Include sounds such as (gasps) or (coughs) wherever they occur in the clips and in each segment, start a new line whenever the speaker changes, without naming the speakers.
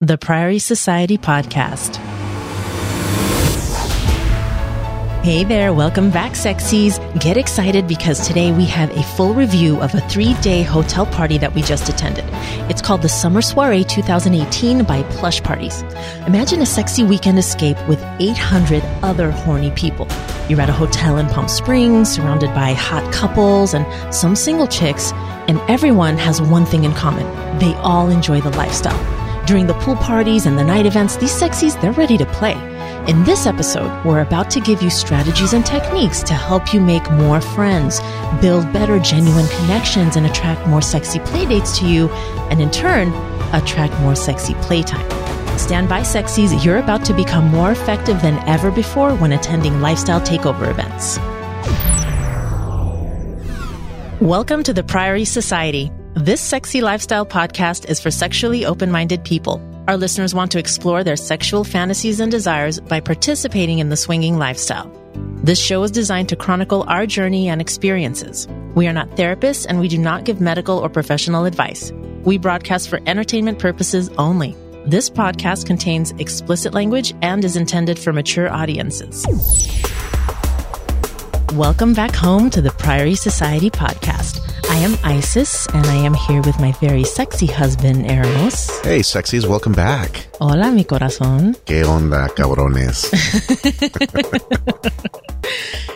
The Priory Society Podcast. Hey there, welcome back, sexies. Get excited because today we have a full review of a three day hotel party that we just attended. It's called the Summer Soiree 2018 by Plush Parties. Imagine a sexy weekend escape with 800 other horny people. You're at a hotel in Palm Springs, surrounded by hot couples and some single chicks, and everyone has one thing in common they all enjoy the lifestyle. During the pool parties and the night events, these sexies, they're ready to play. In this episode, we're about to give you strategies and techniques to help you make more friends, build better genuine connections, and attract more sexy playdates to you, and in turn, attract more sexy playtime. Stand by, sexies. You're about to become more effective than ever before when attending lifestyle takeover events. Welcome to the Priory Society. This sexy lifestyle podcast is for sexually open minded people. Our listeners want to explore their sexual fantasies and desires by participating in the swinging lifestyle. This show is designed to chronicle our journey and experiences. We are not therapists and we do not give medical or professional advice. We broadcast for entertainment purposes only. This podcast contains explicit language and is intended for mature audiences. Welcome back home to the Priory Society podcast. I am Isis, and I am here with my very sexy husband, Eros.
Hey, sexies, welcome back.
Hola, mi corazón.
¿Qué onda,
(laughs)
cabrones?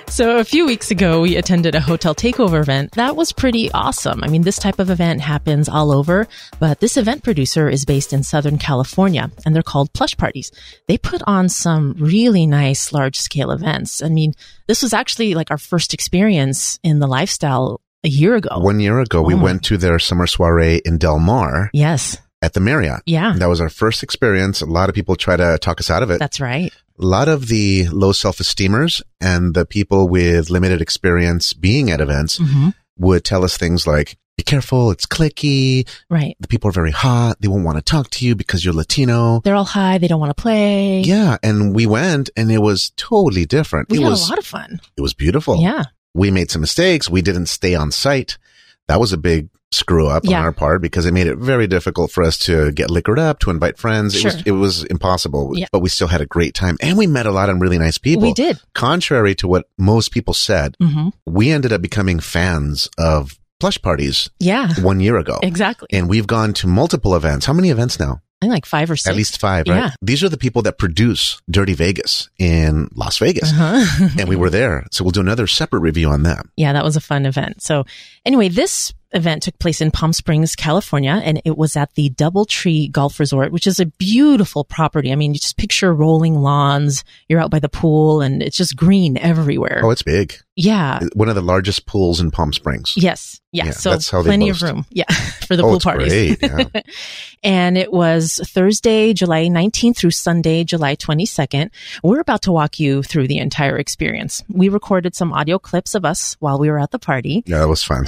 So, a few weeks ago, we attended a hotel takeover event. That was pretty awesome. I mean, this type of event happens all over, but this event producer is based in Southern California, and they're called plush parties. They put on some really nice large scale events. I mean, this was actually like our first experience in the lifestyle a year ago.
One year ago, we
Oh my-
went to their summer soiree in Del Mar
Yes.
at the Marriott.
Yeah.
That was our first experience. A lot of people try to talk us out of it.
That's right.
a lot of the low self esteemers and the people with limited experience being at events
hmm
would tell us things like, be careful, it's clicky,
Right.
the people are very hot, they won't want to talk to you because you're Latino.
They're all high. They don't want to play.
Yeah, and we went and it was totally different.
We
it
had
was
a lot of fun.
it was beautiful.
yeah.
we made some mistakes. We didn't stay on site. That was a big screw up
Yeah.
on our part because it made it very difficult for us to get liquored up, to invite friends. It
Sure.
was it was impossible,
Yeah.
but we still had a great time and we met a lot of really nice people.
We did.
Contrary to what most people said,
hmm
we ended up becoming fans of
(laughs)
plush parties
Yeah.
one year ago.
Exactly.
And we've gone to multiple events. How many events now?
I think like five or six.
At least five, right?
Yeah.
These are the people that produce Dirty Vegas in Las Vegas.
Uh-huh.
(laughs) And we were there. So we'll do another separate review on that.
yeah, that was a fun event. So, anyway, this event took place in Palm Springs, California, and it was at the Doubletree Golf Resort, which is a beautiful property. I mean, you just picture rolling lawns, you're out by the pool, and it's just green everywhere.
Oh, it's big.
yeah.
one of the largest pools in Palm Springs.
Yes. Yeah.
Yeah,
so
that's how they
plenty of
boast.
room. Yeah. (laughs) For the
oh,
pool
it's
parties.
great. Yeah.
(laughs) and it was Thursday, July 19th through Sunday, July 22nd. We're about to walk you through the entire experience. We recorded some audio clips of us while we were at the party.
yeah, that
(laughs)
was fun.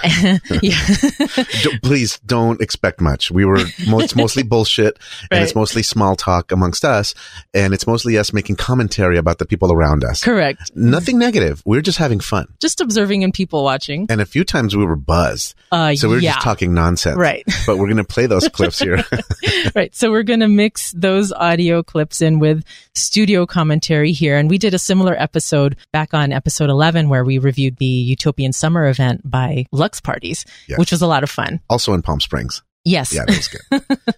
yeah. (laughs)
D- please don't expect much. We were mo-
(laughs)
it's mostly bullshit, and it's
Right.
mostly small talk amongst us, and it's mostly us making commentary about the people around us.
Correct.
Nothing negative. We are just having fun,
Just observing and people watching.
and a few times we were buzzed,
Uh,
so we were
yeah.
just talking nonsense.
Right. (laughs)
But we're gonna play those clips here.
right. So we're going to mix those audio clips in with studio commentary here. And we did a similar episode back on episode 11 where we reviewed the Utopian Summer event by Lux Parties,
Yes.
which was a lot of fun.
also in Palm Springs.
Yes.
Yeah, that was good.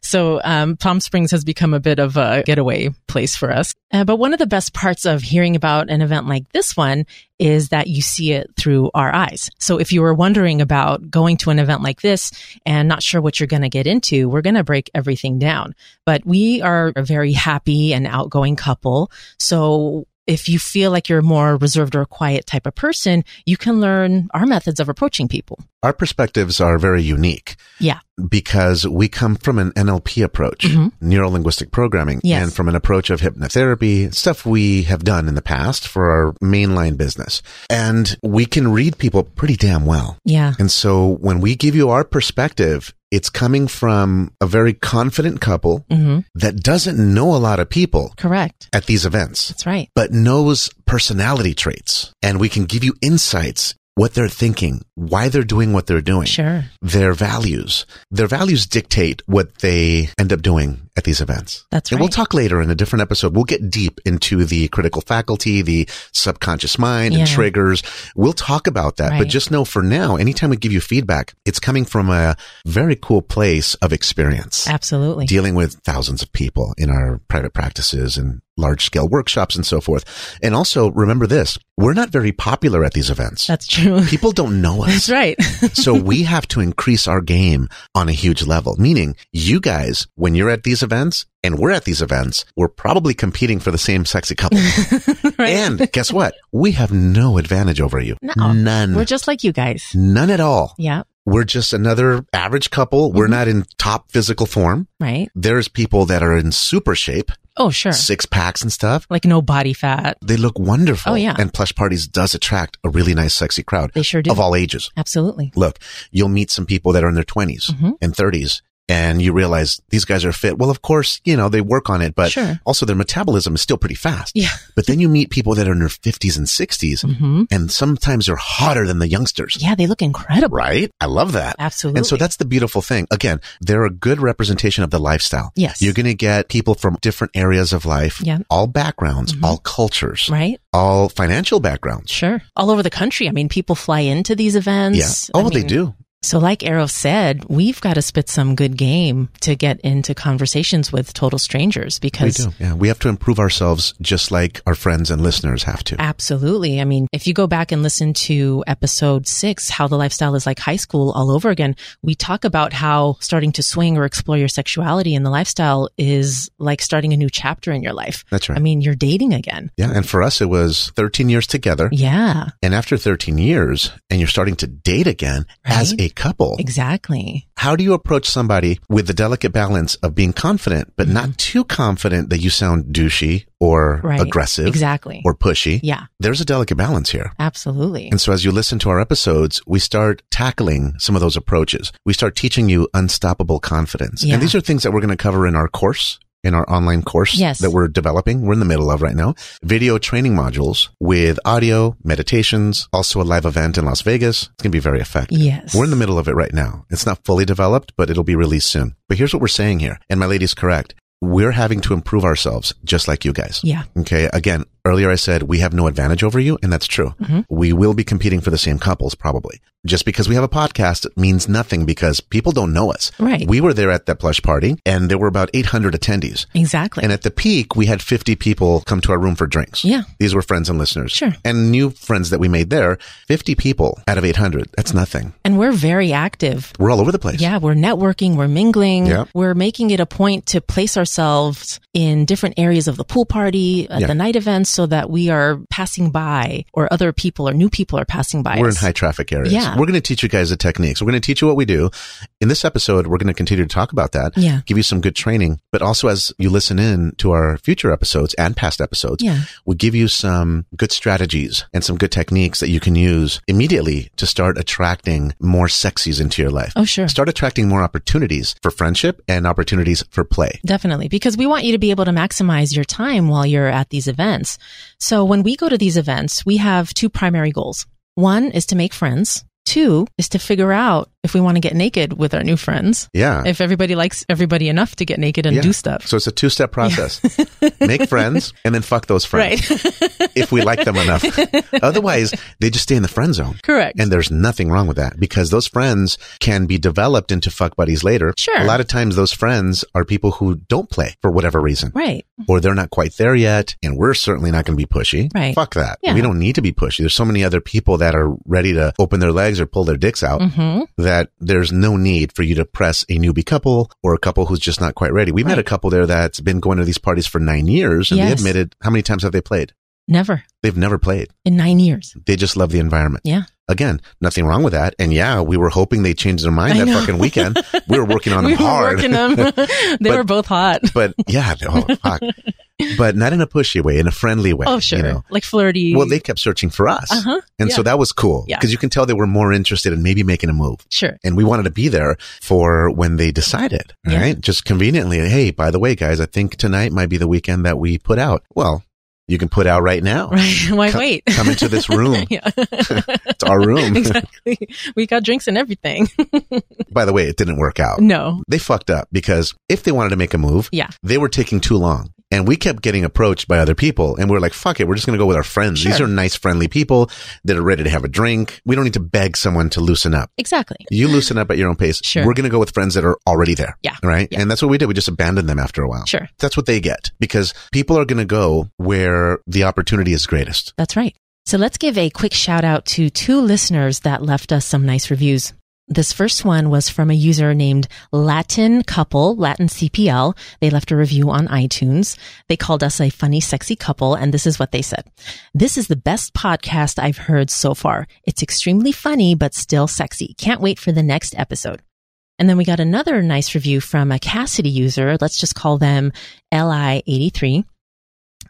So um, Palm Springs has become a bit of a getaway place for us. Uh, but one of the best parts of hearing about an event like this one is that you see it through our eyes. So if you were wondering about going to an event like this and not sure what you're going to get into, we're going to break everything down. But we are a very happy and outgoing couple. So if you feel like you're a more reserved or quiet type of person, you can learn our methods of approaching people.
Our perspectives are very unique.
Yeah.
because we come from an NLP approach,
Mhm.
neuro linguistic programming,
Yes.
and from an approach of hypnotherapy, stuff we have done in the past for our mainline business. And we can read people pretty damn well.
Yeah.
And so when we give you our perspective, it's coming from a very confident couple
hmm
that doesn't know a lot of people
Correct.
at these events,
That's right.
but knows personality traits. And we can give you insights, what they're thinking, why they're doing what they're doing
Sure.
their values. Their values dictate what they end up doing at these events.
That's
And we'll
right.
talk later in a different episode. We'll get deep into the critical faculty, the subconscious mind and
Yeah.
triggers. We'll talk about that. But
Right.
just know for now, anytime we give you feedback, it's coming from a very cool place of experience.
Absolutely.
Dealing with thousands of people in our private practices and large scale workshops and so forth. And also remember this, we're not very popular at these events.
That's true.
People don't know
(laughs)
us
That's right. (laughs)
so we have to increase our game on a huge level. Meaning you guys, when you're at these events and we're at these events, we're probably competing for the
(laughs)
same sexy couple. And guess what? We have no advantage over you.
No.
None.
We're just like you guys.
None at all.
Yeah.
We're just another average couple. We're
Mm-hmm.
not in top physical form.
Right.
There's people that are in super shape,
Oh, sure.
six packs and stuff.
Like no body fat.
They look wonderful.
Oh, yeah.
And plush parties does attract a really nice, sexy crowd
They sure do.
of all ages.
Absolutely.
look, you'll meet some people that are in their 20s
Mhm.
and 30s and you realize these guys are fit. Well, of course, you know, they work on it, but
Sure.
also their metabolism is still pretty fast.
Yeah.
But then you meet people that are in their 50s and 60s
hmm
and sometimes they're hotter than the youngsters.
Yeah, they look incredible.
Right? I love that.
Absolutely.
And so that's the beautiful thing. Again, they're a good representation of the lifestyle.
Yes.
You're going to get people from different areas of life,
Yeah. Mm-hmm.
all backgrounds, all cultures,
right.
all financial backgrounds.
Sure. All over the country. I mean, people fly into these events.
Yeah. Oh,
I
they
mean,
do.
So, like Arrow said, we've got to spit some good game to get into conversations with total strangers
We
because.
do. Yeah, we have to improve ourselves just like our friends and listeners have to.
Absolutely. I mean, if you go back and listen to episode six, how the lifestyle is like high school all over again, we talk about how starting to swing or explore your sexuality in the lifestyle is like starting a new chapter in your life.
That's right.
I mean, you're dating again.
yeah, and for us it was 13 years together.
Yeah,
And after 13 years and you're starting to date again as
Right.
a couple,
exactly.
how do you approach somebody with the delicate balance of being confident but not too confident that you sound douchey or
Mm-hmm. Right.
aggressive
Exactly.
or pushy?
yeah,
There's a delicate balance here.
absolutely.
And so as you listen to our episodes, we start tackling some of those approaches. We start teaching you unstoppable confidence.
Yeah.
And these are things that we're going to cover in our course, in our online course
Yes.
that we're developing. We're in the middle of right now. Video training modules with audio, meditations, also a live event in Las Vegas. It's going to be very effective.
Yes.
We're in the middle of it right now. It's not fully developed, but it'll be released soon. But here's what we're saying here. And my lady's correct. We're having to improve ourselves just like you guys.
Yeah.
Okay. Again, earlier I said we have no advantage over you, and that's true.
Mhm.
We will be competing for the same couples probably. Just because we have a podcast means nothing because people don't know us.
Right.
We were there at that plush party and there were about 800 attendees.
exactly.
And at the peak, we had 50 people come to our room for drinks.
Yeah.
These were friends and listeners.
Sure.
And new friends that we made there. 50 people out of 800. That's nothing.
and we're very active.
We're all over the place.
Yeah, we're networking, we're mingling,
Yeah.
we're making it a point to place ourselves in different areas of the pool party, at
Yeah.
the night events, so that we are passing by or other people or new people are passing by.
We're in
us.
high traffic areas.
Yeah.
We're going to teach you guys the techniques. We're going to teach you what we do. In this episode, we're going to continue to talk about that.
Yeah.
Give you some good training. But also as you listen in to our future episodes and past episodes,
Yeah.
we'll give you some good strategies and some good techniques that you can use immediately to start attracting more sexies into your life.
Oh, sure.
Start attracting more opportunities for friendship and opportunities for play.
Definitely, because we want you to be able to maximize your time while you're at these events. So when we go to these events, we have two primary goals. One is to make friends. Two is to figure out if we want to get naked with our new friends.
Yeah.
If everybody likes everybody enough to get naked and
Yeah.
do stuff.
So it's a two step process.
(laughs)
Make friends and then fuck those friends
Right. (laughs)
if we like them enough. Otherwise, they just stay in the friend zone.
Correct.
And there's nothing wrong with that because those friends can be developed into fuck buddies later.
Sure.
A lot of times those friends are people who don't play for whatever reason.
right.
Or they're not quite there yet, and we're certainly not going to be pushy.
Right.
Fuck that.
Yeah.
We don't need to be pushy. There's so many other people that are ready to open their legs or pull their dicks out
hmm
that there's no need for you to press a newbie couple or a couple who's just not quite ready. We met
Right.
a couple there that's been going to these parties for nine years, and they
Yes.
admitted how many times have they played?
Never
They've never played.
in nine years.
They just love the environment.
Yeah.
Again, nothing wrong with that. And yeah, we were hoping they changed their mind
I
that
know.
fucking weekend. We were working
(laughs)
on
we
them hard.
were working them. (laughs) they
But-
were both hot.
(laughs) but yeah, oh, fuck. But not in a pushy way, in a friendly way.
(laughs) Oh, sure.
You know?
Like flirty.
Well, they kept searching for us.
Uh huh.
And so that was cool
Yeah.
because you can tell they were more interested in maybe making a move.
Sure.
And we wanted to be there for when they decided,
Yeah.
right? Just conveniently, hey, by the way, guys, I think tonight might be the weekend that we put out. Well, you can put out right now.
Right. (laughs) Why
Co-
wait?
Come into this room.
(laughs)
(laughs)
yeah.
It's our room.
exactly. We got drinks and everything.
By the way, it didn't work out.
no.
They fucked up because if they wanted to make a move,
Yeah.
they were taking too long. And we kept getting approached by other people and we were like, fuck it. We're just going to go with our friends. These
Sure.
are nice, friendly people that are ready to have a drink. We don't need to beg someone to loosen up.
Exactly.
You loosen up at your own pace.
Sure.
We're going to go with friends that are already there.
Yeah.
Right.
Yeah.
And that's what we did. We just abandoned them after a while.
Sure.
That's what they get because people are going to go where the opportunity is greatest.
That's right. So let's give a quick shout out to two listeners that left us some nice reviews. This first one was from a user named Latin Couple, Latin CPL. They left a review on iTunes. They called us a funny, sexy couple, and this is what they said. This is the best podcast I've heard so far. It's extremely funny, but still sexy. Can't wait for the next episode. And then we got another nice review from a Cassidy user. Let's just call them LI83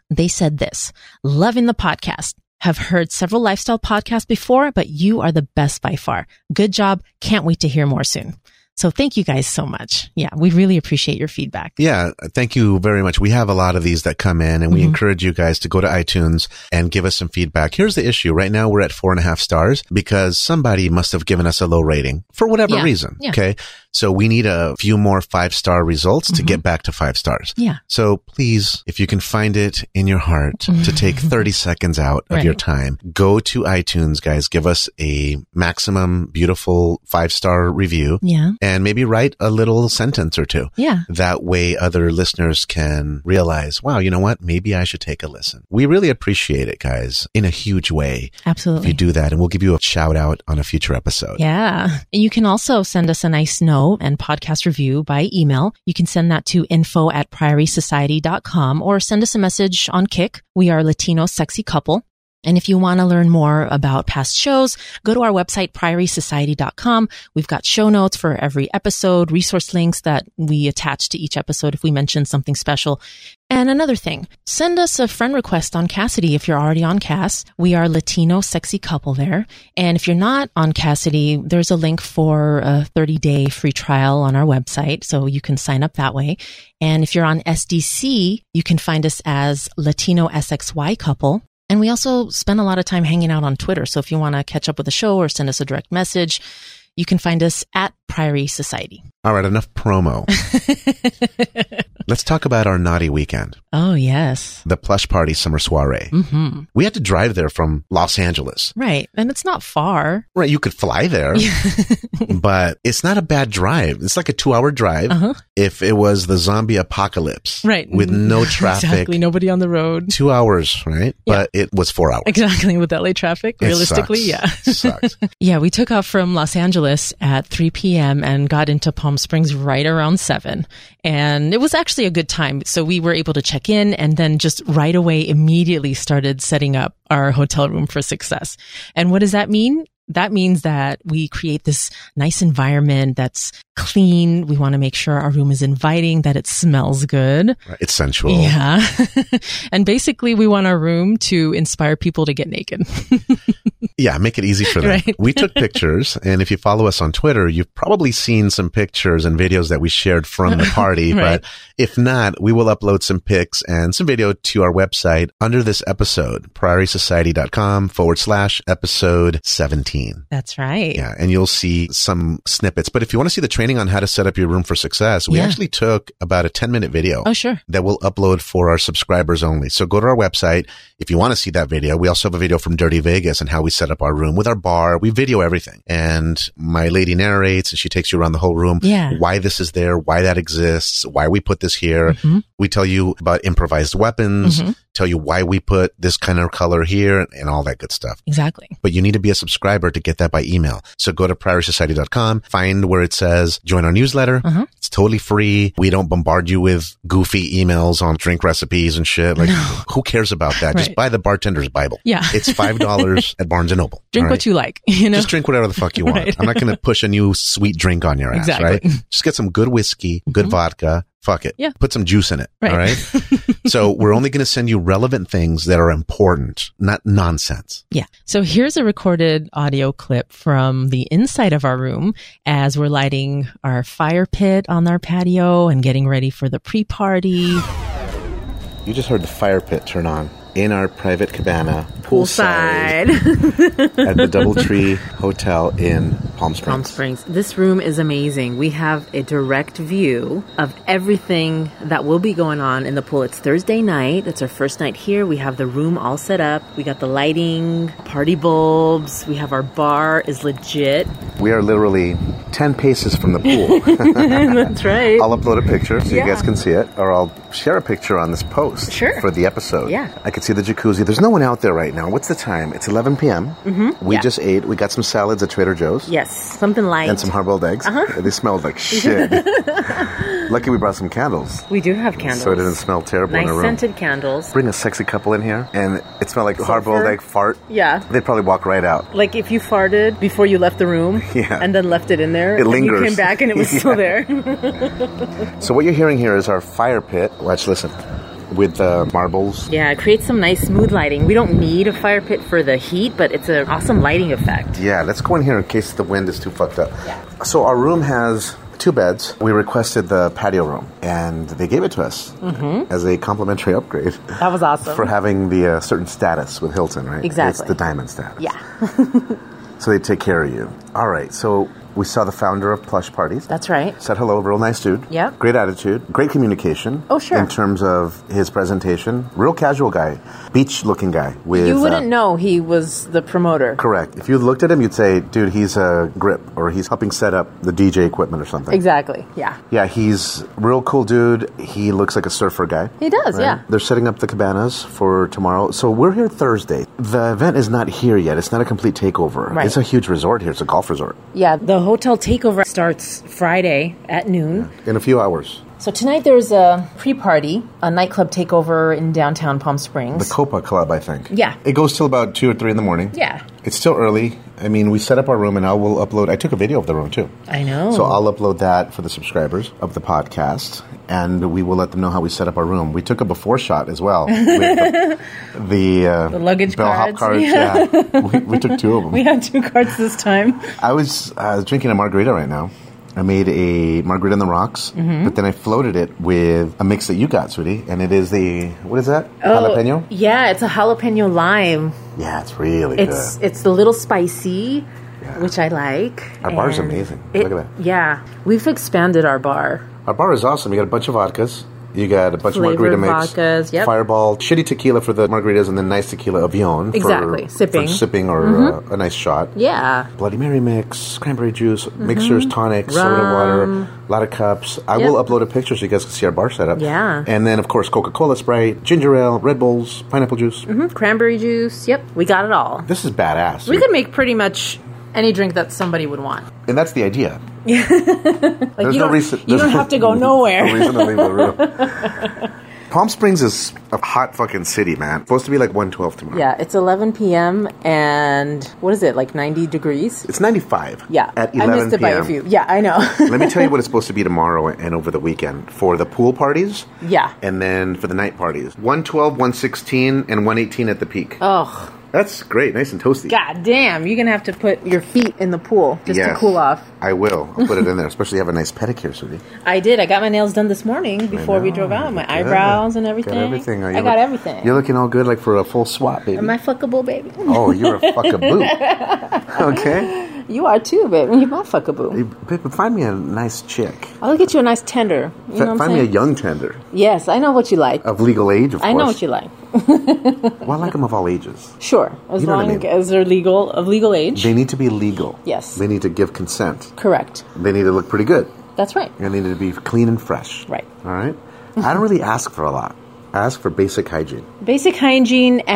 they said this loving the podcast have heard several lifestyle podcasts before but you are the best by far good job can't wait to hear more soon so thank you guys so much yeah we really appreciate your feedback
Yeah. Thank you very much. We have a lot of these that come in and we
Mhm.
encourage you guys to go to iTunes and give us some feedback. Here's the issue. Right now we're at four and a half stars because somebody must have given us a low rating for whatever
Yeah.
reason.
Yeah.
Okay. So we need a few more five star results to get back to five stars.
Mm-hmm. yeah
So please, if you can find it in your heart to take 30 seconds out of
Mm-hmm. Right.
your time, go to iTunes, guys. Give us a maximum beautiful five star review
yeah
and maybe write a little sentence or two.
yeah
That way other listeners can realize, wow, you know what? Maybe I should take a listen. We really appreciate it, guys, in a huge way. If
absolutely
you do that and we'll give you a shout out on a future episode.
Yeah. You can also send us a nice note and podcast review by email. You can send that to info at priorysociety.com or send us a message on Kick. We are Latino Sexy Couple. And if you want to learn more about past shows, go to our website, priorysociety.com. We've got show notes for every episode, resource links that we attach to each episode if we mention something special. And another thing, send us a friend request on Cassidy if you're already on Cass. We are Latino Sexy Couple there. And if you're not on Cassidy, there's a link for a 30 day free trial on our website. So you can sign up that way. And if you're on SDC, you can find us as Latino SXY Couple. And we also spend a lot of time hanging out on Twitter. So if you want to catch up with the show or send us a direct message, you can find us at Priory Society. (laughs)
All right. Enough promo. Let's talk about our naughty weekend,
oh, yes.
the plush party summer soiree.
hmm
We had to drive there from Los Angeles.
Right. And it's not far.
Right, you could fly there,
(laughs)
but it's not a bad drive. It's like a two-hour drive
Uh-huh.
if it was the zombie
(laughs)
apocalypse,
Right.
With no traffic,
(laughs) Exactly. Nobody on the road. (laughs)
two hours, right? But it was four hours.
Exactly. With LA traffic,
It
realistically, yeah.
sucks.
(laughs)
It sucks.
Yeah, we took off from Los Angeles at 3 p.m. and got into Palm Springs right around 7. And it was actually a good time. So we were able to check in and then just right away immediately started setting up our hotel room for success. And what does that mean? That means that we create this nice environment that's clean. We want to make sure our room is inviting, that it smells good.
Right, It's sensual.
Yeah. (laughs) and basically, we want our room to inspire people to get naked.
Yeah, make it easy for them.
Right.
We
(laughs)
took pictures, and if you follow us on Twitter, you've probably seen some pictures and videos that we shared from the party.
(laughs) Right.
But if not, we will upload some pics and some video to our website under this episode, priorysociety.com forward slash episode 17.
That's right.
Yeah, and you'll see some snippets. But if you want to see the training on how to set up your room for success, we
Yeah.
actually took about a 10 minute video
Oh, sure.
that we'll upload for our subscribers only. So go to our website if you want to see that video. We also have a video from Dirty Vegas and how we set up our room with our bar. We video everything. And my lady narrates and she takes you around the whole room.
Yeah.
Why this is there, why that exists, why we put this here.
Mm-hmm.
We tell you about improvised weapons, tell you why we put this kind of color here and, and all that good stuff
Exactly.
but you need to be a subscriber to get that by email. So go to priorysociety.com, find where it says join our newsletter.
Uh-huh.
It's totally free. We don't bombard you with goofy emails on drink recipes and shit.
(laughs)
Like who cares about that? Just
Right.
buy the bartender's Bible.
Yeah. (laughs)
It's $5 at Barnes and Noble.
Drink
all right?
what you like, you know?
Just drink whatever the fuck you
(laughs)
want.
Right.
I'm not going to push a new sweet drink on your ass,
Exactly. Mm-hmm.
right? Just get some good whiskey, good vodka. Fuck it.
Yeah.
Put some juice in it.
Right.
All right.
(laughs)
so we're only going to send you relevant things that are important, not nonsense.
yeah. So here's a recorded audio clip from the inside of our room as we're lighting our fire pit on our patio and getting ready for the pre party.
You just heard the fire pit turn on. in our private cabana poolside (laughs)
Poolside.
at the Doubletree Hotel in Palm Springs.
Palm Springs. This room is amazing. We have a direct view of everything that will be going on in the pool. It's Thursday night. It's our first night here. We have the room all set up. We got the lighting, party bulbs. We have our bar is legit.
We are literally 10 paces from
(laughs)
the pool.
That's right.
I'll upload a picture so
Yeah.
you guys can see it, or I'll share a picture on this post
Sure.
for the episode.
Yeah.
I can see the jacuzzi. There's no one out there right now. What's the time? It's 11 p.m. Mm-hmm. We
Yeah.
just ate. We got some salads at Trader Joe's.
yes, something light.
And some hard-boiled eggs.
Uh-huh.
They smelled like shit.
(laughs)
Lucky we brought some candles,
we do have candles.
so it didn't smell terrible in
nice
the room.
scented candles.
Bring a sexy couple in here, and it smelled like hard-boiled egg fart.
Yeah.
They'd probably walk right out.
Like if you farted before you left the room
(laughs) Yeah.
and then left it in there,
It
and
lingers.
you came back and it was
(laughs) Yeah.
still there.
So what you're hearing here is our fire pit. Watch, listen, with uh, marbles.
Yeah, it creates some nice smooth lighting. We don't need a fire pit for the heat, but it's an awesome lighting effect.
Yeah, let's go in here in case the wind is too fucked up. So our room has two beds. We requested the patio room, and they gave it to us
Mm-hmm.
as a
(laughs)
complimentary upgrade
That was awesome.
for having the uh, certain status with Hilton, right?
Exactly.
It's the diamond status.
yeah,
So they take care of you. All right. So we saw the founder of Plush Parties.
that's right.
Said hello, real nice dude.
Yeah.
Great attitude, great communication.
Oh, sure.
In terms of his presentation, real casual guy, beach looking guy. With
You
uh,
wouldn't know he was the promoter.
Correct. If you looked at him, you'd say, dude, he's a grip or he's helping set up the DJ equipment or something.
Exactly. Yeah.
Yeah, he's real cool dude. He looks like a surfer guy.
He does, yeah.
They're setting up the cabanas for tomorrow. So we're here Thursday. The event is not here yet. It's not a complete takeover.
Right.
It's a huge resort here. It's a golf resort.
Yeah, the hotel takeover starts Friday at noon.
In a few hours.
So tonight there's a pre-party, a nightclub takeover in downtown Palm Springs.
Copa Club, I think.
Yeah.
It goes till about 2 or 3 in the morning.
Yeah.
It's still early. I mean, we set up our room and I will upload. I took a video of the room too.
I know.
So uh, I'll upload that for the subscribers of the podcast, and we will let them know how we set up our room. We took a before shot as
(laughs)
well. with the the, uh,
The luggage
bellhop
cards.
cards. Yeah, we, we took
(laughs)
two of
(laughs)
them.
we had two cards this time.
I was uh, drinking a margarita right now. I made a margarita on the rocks,
Mm-hmm.
but then I floated it with a mix that you got, sweetie, and it is the what is that
Oh.
jalapeno?
Yeah, it's a jalapeno lime.
Yeah, it's really
It's
good.
it's a little spicy,
Yeah.
which I like.
Our bar's
and
amazing.
it-
Look at that.
Yeah, we've expanded our bar.
Our bar is awesome. You got a bunch of vodkas. You got a bunch
Flavored
of margarita makes.
vodkas, yep.
Fireball, shitty tequila for the margaritas, and then nice tequila avion for-
Exactly.
for,
Sipping. Mm-hmm.
sipping or uh, a nice shot.
Yeah,
Bloody Mary mix, cranberry juice,
Mm-hmm.
mixers, tonics, soda water, a lot of cups. I
Yep.
will upload a picture so you guys can see our bar setup.
Yeah.
And then, of course, Coca Cola, Sprite, ginger ale, Red Bulls, pineapple juice.
Hmm, cranberry juice. Yep, we got it all.
This is badass.
Mm-hmm. We could make pretty much any drink that somebody would want.
and that's
(laughs)
the idea.
Like
There's
you
no
don't,
reason.
you
there's
don't
no-
have to go
No
nowhere.
reason to leave the room.
(laughs)
Palm Springs is a hot fucking city, man. It's supposed to be like 112 tomorrow.
Yeah, it's 11 p.m. and what is it like 90 degrees?
It's 95.
Yeah,
At 11
I missed it
p.m.
by a few. Yeah, I know.
(laughs)
(laughs)
Let me tell you what it's supposed to be tomorrow and over the weekend for the pool parties.
Yeah.
And then for the night parties 112, 116, and 118 at the peak.
oh,
That's great. Nice and toasty.
god damn! You're gonna have to put your feet in the pool just
Yes.
to cool off.
I will. I'll put
(laughs)
it in there, especially have a nice pedicure, sweetie.
I did. I got my nails done this morning before we
know.
drove out. My
Good.
eyebrows and
Got
everything.
everything. Are
I
you
got
look-
everything.
You're looking all good, like for a full swap, baby.
Am I fuckable, baby? (laughs)
oh, you're a fuckaboo. okay.
You are too, baby. You're my fuckable.
Babe, Find me a nice chick.
I'll look at you a nice tender. You know what I'm
Find me a
saying?
young tender
yes, I know what you like.
of legal age, of
I
course.
know what you like.
Well, I like them of all ages.
Sure, as
You know what I
long
mean.
as they're legal, of legal age.
They need to be legal.
Yes.
They need to give consent.
Correct.
They need to look pretty good.
That's right.
They need to be clean and fresh.
Right.
All right. I don't really ask for a lot. I ask for basic hygiene
Basic hygiene and,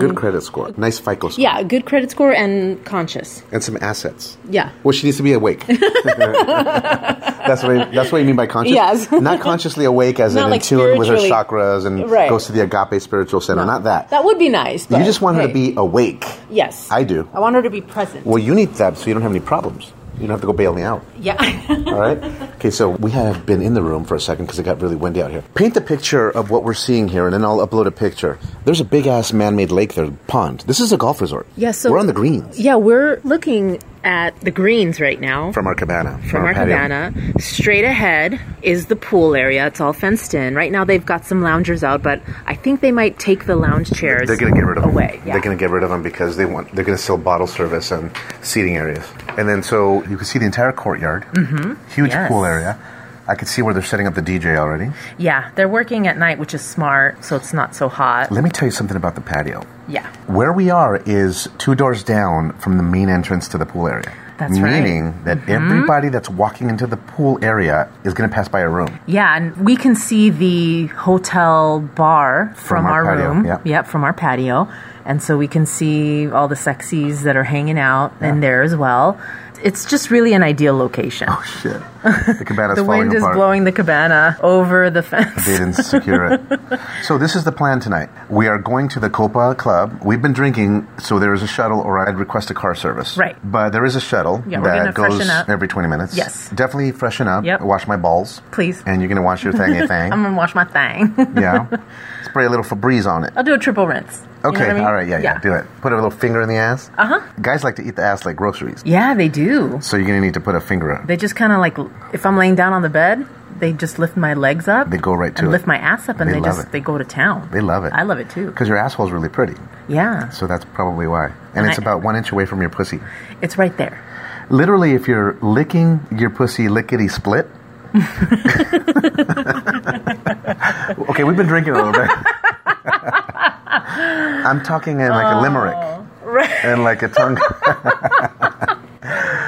and a good credit score, nice FICO score,
yeah, a good credit score and conscious.
and some assets.
Yeah.
Well, she needs to
(laughs)
be awake. (laughs) that's what I, that's what you mean by conscious.
Yes.
(laughs) Not consciously awake, as
Not
in
like
in tune with her
spiritually.
chakras and
Right.
goes to the agape spiritual center. Not that.
That would be nice. But
you just want her
hey.
to be awake.
Yes.
I do.
I want her to be present.
Well, you need that so you don't have any problems. You don't have to go bail
(laughs)
me out.
yeah.
All right. Okay, so we have been in the room for a second because it got really windy out here. Paint the picture of what we're seeing here, and then I'll upload a picture. There's a big ass man made lake there, pond. This is a golf resort.
Yeah, so-
we're on the greens.
yeah, we're looking at the greens right now.
from our cabana.
from our
patio.
cabana. Straight ahead is the pool area. It's all fenced in. Right now, they've got some loungers out, but I think they might take the lounge chairs.
They're going to get rid of
away.
them.
Yeah.
They're going to get rid of them because they want. They're going to sell bottle service and seating areas. And then so you can see the entire courtyard. Mm-hmm. Huge
Yes.
pool area. I could see where they're setting up the DJ already.
yeah, they're working at night, which is smart, so it's not so hot.
Let me tell you something about the patio.
Yeah.
Where we are is two doors down from the main entrance to the pool area.
That's right. Mm-hmm.
Meaning that everybody that's walking into the pool area is going to pass by
(laughs)
a room.
Yeah, and we can see the hotel bar from,
From our
our,
patio,
room.
yeah.
Yep, from our patio. And so we can see all the sexies that are hanging out in there as well. It's just really an ideal location.
Shit. The cabana's
the
Oh, falling
wind
apart.
is blowing the cabana over the
(laughs)
fence.
They didn't secure it.
(laughs)
So this is the plan tonight. We are going to the Copa Club. We've been drinking, so there is a shuttle, or I'd request a car service.
Right.
But there is a shuttle
Yeah, we're
that
gonna
goes
freshen up.
every 20 minutes.
Yes.
Definitely freshen up.
Yep.
Wash my balls.
Please. Um.
And you're going to wash your thingy
(laughs)
thing.
I'm gonna wash my thing.
yeah. Spray a little Febreze on it.
I'll do a triple rinse. You know
Okay,
what I mean? Uh-huh.
all right, yeah, yeah, do it. Put a little finger in the ass. Uh huh. Guys like to eat the ass like groceries.
Yeah, they do.
So you're going to need to put a finger in.
They just kind of like, if I'm laying down on the bed, they just lift my legs up.
They go right to
and
it.
lift my ass up, and
They
they,
love
just
it.
they go to town.
They love it.
I love it too.
Because your asshole's really pretty.
Yeah,
So that's probably why. And,
And
it's
I-
about one inch away from your pussy.
it's right there.
Literally, if you're licking your pussy
(laughs)
lickety split. okay, we've been drinking a little bit. I'm talking in like a limerick.
Oh, Right.
And like
(laughs)
a tongue.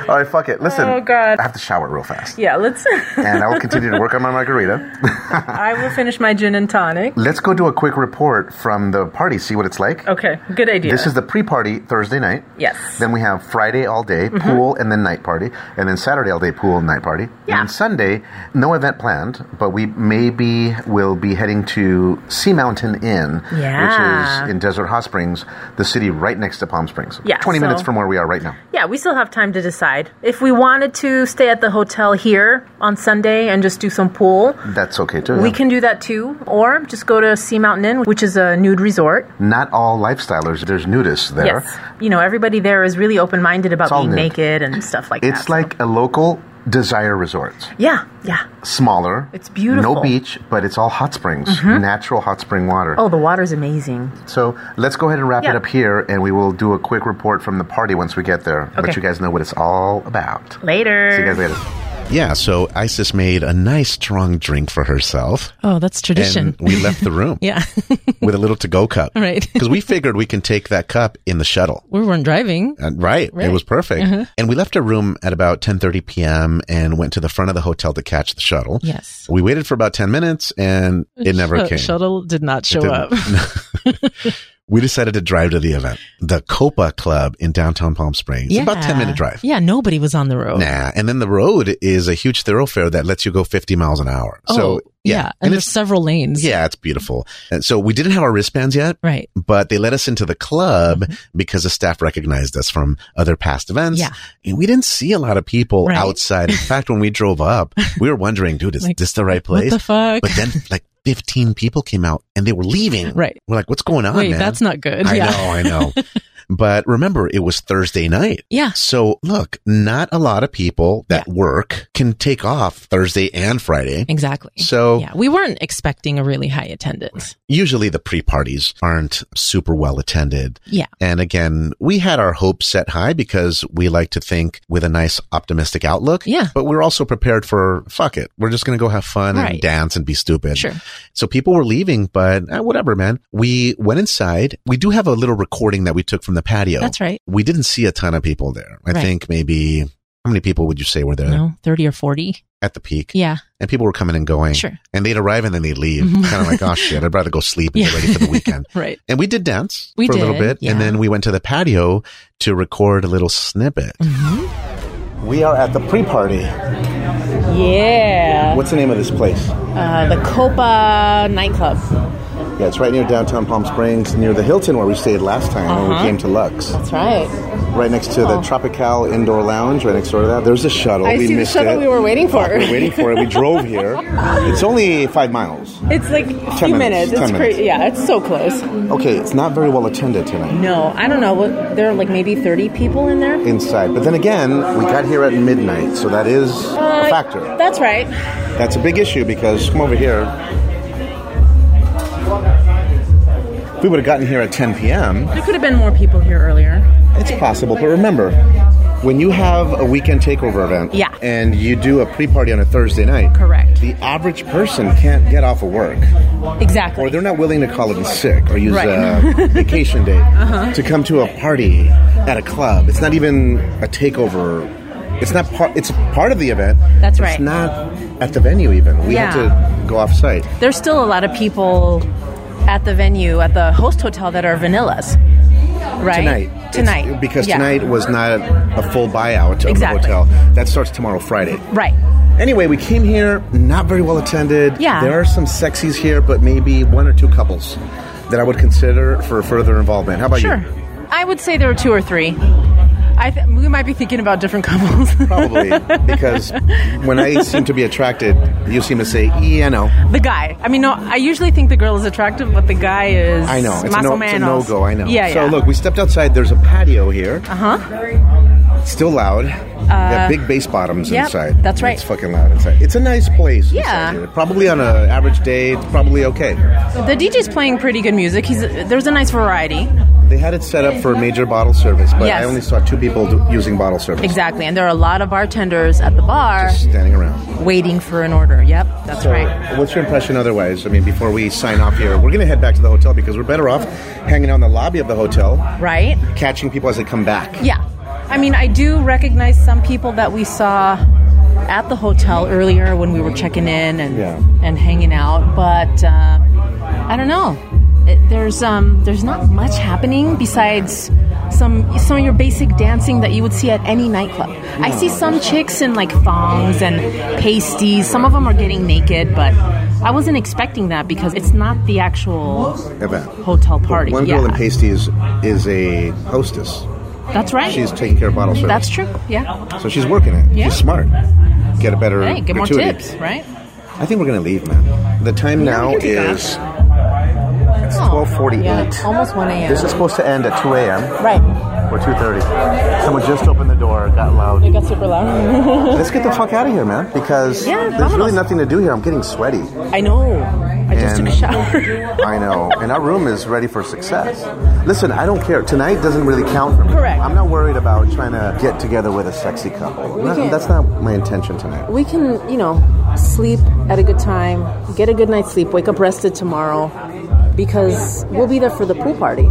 All right, fuck it. Listen.
Oh, God.
I have to shower real fast.
Yeah, let's. (laughs)
and I will continue to work on my margarita.
I will finish my gin and tonic.
Let's go do a quick report from the party, see what it's like.
Okay, good idea.
This is the pre party Thursday night.
Yes. Mm-hmm.
Then we have Friday all day, pool, and then night party. And then Saturday all day, pool, and night party.
Yeah.
And Sunday, no event planned, but we maybe will be heading to Sea Mountain Inn,
Yeah.
which is in Desert Hot Springs, the city right next to Palm Springs.
Yeah,
20
so-
minutes from where we are right now.
yeah, we still have time to decide if we wanted to stay at the hotel here on Sunday and just do some pool.
That's okay too.
We
yeah.
can do that too, or just go to Sea Mountain Inn, which is a nude resort.
Not all lifestylers, there's nudists there.
Yes. You know, everybody there is really open minded about
It's all
being
nude.
naked and stuff like that.
It's like a local desire resort.
Yeah, yeah.
smaller.
It's beautiful. Mm-hmm.
No beach, but it's all hot springs, natural hot spring water.
Oh, the water's amazing.
So let's go ahead and wrap
Yeah.
it up here, and we will do a quick report from the party once we get there.
Okay.
Let you guys know what it's all about.
Later.
See you guys later.
Yeah, so Isis made a nice strong drink for herself.
Oh, that's tradition.
(laughs) And we left the room
(laughs) yeah.
with a little to go cup.
Right. (laughs)
Because we figured we can take that cup in the shuttle.
we weren't driving.
Uh, right. It
Right. Uh-huh.
was perfect. And we left our room at about 10:30 p.m. and went to the front of the hotel to catch the shuttle.
Yes.
We waited for about 10 minutes and it never
Sh- uh,
came.
Shuttle did not show
(laughs)
up.
we decided to drive to the event, the Copa Club in downtown Palm Springs. It's About 10 minute drive.
Yeah, nobody was on the road.
Nah. And then the road is a huge thoroughfare that lets you go 50 miles an hour.
Oh,
so
yeah. And,
And
there's
it's,
several lanes.
yeah, it's beautiful. And so we didn't have our wristbands yet.
Right.
But they let us into the club because the staff recognized us from other past events.
Mm-hmm. Yeah.
And we didn't see a lot of people
Right.
outside. In fact, when we drove up, we were wondering, dude, is
Like,
this the right
What
place?
the fuck?
But then like 15 people came out and they were leaving.
Right.
We're like, what's going on,
Wait,
man?
that's not good.
I
yeah.
know, I
(laughs)
know. but remember, it was Thursday night.
Yeah.
So look, not a lot of people that work can take off Thursday and Friday.
Exactly.
So
yeah, we weren't expecting a really high attendance.
usually the pre-parties aren't super well attended.
Yeah.
And again, we had our hopes set high because we like to think with a nice optimistic outlook.
Yeah.
But we're also prepared for fuck it. We're just going to go have fun
Right.
and dance and be stupid.
Sure.
So people were leaving, but eh, whatever, man. We went inside. We do have a little recording that we took from the patio.
That's right.
We didn't see a ton of people there. I
Right.
think maybe how many people would you say were there
No, 30 or 40.
at the peak?
Yeah.
And people were coming and going.
Sure.
And they'd arrive and then they'd leave.
Mhm.
kind of like, oh shit, I'd rather go sleep and
Yeah.
get ready for the weekend.
Right.
And we did dance
We
for a little
did,
bit. And
yeah.
then we went to the patio to record a little snippet. We are at the pre party.
Yeah.
What's the name of this place?
Uh, the Copa nightclub.
Yeah, it's right near downtown Palm Springs, near the Hilton where we stayed last time when we came to Lux.
That's right.
Right next to the Tropical Indoor Lounge, right next door to that. There's a shuttle.
I
we
see the
missed
shuttle
it.
we were waiting for.
We were waiting for it. We drove here. It's only five miles.
It's like a
Ten
few minutes.
minutes, ten
It's
minutes.
crazy. Yeah, it's so close.
Okay, it's not very well attended tonight
No, I don't know. What, there are like maybe 30 people in there.
inside. But then again, we got here at midnight, so that is
Uh,
a factor.
That's right.
That's a big issue because come over here. If we would have gotten here at 10 p.m.,
There could have been more people here earlier.
It's possible, but remember, when you have a weekend takeover event
Yeah.
and you do a pre party on a Thursday night,
Correct.
the average person can't get off of work,
Exactly.
or they're not willing to call in sick or use
Right. (laughs) Uh-huh.
a vacation day to come to a party at a club. It's not even a takeover. It's not part. It's part of the event.
That's
but
right.
It's not at the venue even. We
Yeah.
have to go off site.
There's still a lot of people at the venue, at the host hotel that are vanillas. Right?
Tonight. It's-
Tonight.
because
Yeah.
tonight was not a full buyout of
Exactly.
the hotel. That starts tomorrow, Friday.
Right.
Anyway, we came here, not very well attended.
Yeah.
There are some sexies here, but maybe one or two couples that I would consider for further involvement. How about
Sure.
you?
I would say there were two or three. I th- we might be thinking about different (laughs) couples.
Probably, because
(laughs)
when I seem to be attracted, you seem to say, yeah, no.
the guy. I mean, no, I usually think the girl is attractive, but the guy is.
I know. It's
más
a, no,
o
it's a
menos.
no-go, I know.
Yeah,
so
yeah.
look, we stepped outside. There's a patio here. Uh-huh. Still loud. yeah, big bass bottoms
Uh, yep,
inside.
that's right.
It's fucking loud inside. It's a nice place. inside
Yeah.
here. Probably on an average day, it's probably okay.
The DJ's playing pretty good music. He's there's a nice variety.
They had it set up for major bottle service, but
Yes.
I only saw two people do- using bottle service.
Exactly. And there are a lot of bartenders at the bar
Just standing around.
waiting for an order. Yep, that's right.
What's your impression otherwise? I mean, before we sign off here, we're going to head back to the hotel because we're better off hanging out in the lobby of the hotel,
Right?
catching people as they come back.
Yeah. I mean, I do recognize some people that we saw at the hotel earlier when we were checking in and
Yeah.
and hanging out, but uh, I don't know. It, there's um there's not much happening besides some some of your basic dancing that you would see at any nightclub. I see some chicks in like thongs and pasties. Some of them are getting naked, but I wasn't expecting that because it's not the actual
Event.
hotel party.
One girl
yeah.
in pasties is a hostess.
That's right.
She's taking care of bottle service.
That's true. Yeah.
So she's working it.
Yeah.
She's smart. Get a better
Hey, get more
gratuity.
tips, right?
I think we're going to leave, man. The time now
we can do that.
is it's 12:48.
Oh, almost 1 a.m.
This is supposed to end at 2 a.m.
right.
Or 2.30. Someone just opened the door, got loud.
It got super loud.
Let's get the fuck out of here, man, because
(laughs) Yeah,
there's really
vámonos.
nothing to do here. I'm getting sweaty.
I know. I just took a
uh,
shower.
(laughs) I know. And our room is ready for success. Listen, I don't care. Tonight doesn't really count for me.
Correct.
I'm not worried about trying to get together with a sexy couple. No,
can-
that's not my intention tonight.
we can, you know, sleep at a good time, get a good night's sleep, wake up rested tomorrow, because we'll be there for the pool party.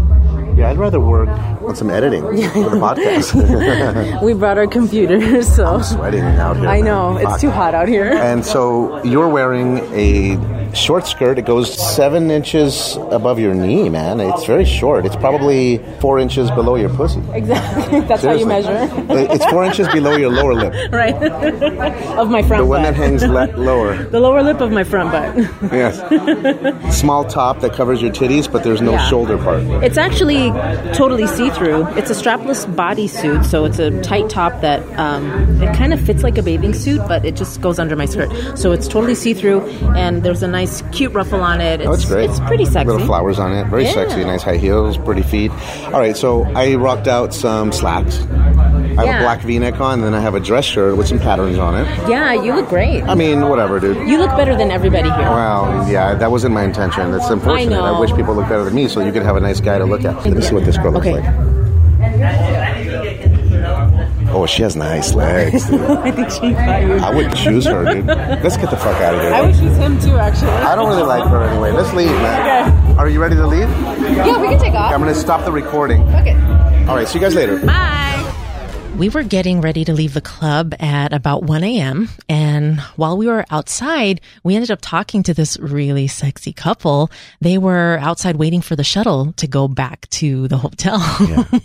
Yeah, I'd rather work on some editing for the podcast.
We brought our computers, (laughs) so
(laughs) Sweating out here.
I
man.
know it's
Fuck.
too hot out here.
And so you're wearing a short skirt. It goes seven inches above your knee, man. It's very short. It's probably four inches below your pussy.
(laughs) Exactly. That's how you
Seriously.
(laughs) measure,
It- It's four inches below your
(laughs)
lower lip.
right? of my front
The one
butt.
that hangs le- lower.
(laughs) the lower lip of my front butt. (laughs)
Yes. Small top that covers your titties, but there's no
Yeah.
shoulder part.
It's actually totally see-through. It's a strapless bodysuit, so it's a tight top that um, it kind of fits like a bathing suit, but it just goes under my skirt. So it's totally see-through, and there's a nice, cute ruffle on it. It's,
Oh, it's great.
It's pretty sexy.
Little flowers on it. Very
Yeah.
sexy. Nice high heels, pretty feet. All right, so I rocked out some slacks. I have
Yeah.
a black V-neck on, then I have a dress shirt with some patterns on it.
Yeah, you look great.
I mean, whatever, dude.
You look better than everybody here.
Well, yeah, that wasn't my intention. That's unfortunate. I,
know.
wish people looked better than me so you could have a nice guy to look at. Let me see what this girl
Okay.
looks like. Oh, she has nice legs. dude.
(laughs) I think she thought you.
I
(laughs)
would choose her, dude. Let's get the fuck out of here.
choose him too, actually.
I don't really like her anyway. Let's leave, man. Are you ready to leave?
Yeah, we can take off.
I'm gonna stop the recording.
Okay.
All right, see you guys later.
We were getting ready to leave the club at about 1 a.m. And while we were outside, we ended up talking to this really sexy couple. They were outside waiting for the shuttle to go back to the hotel.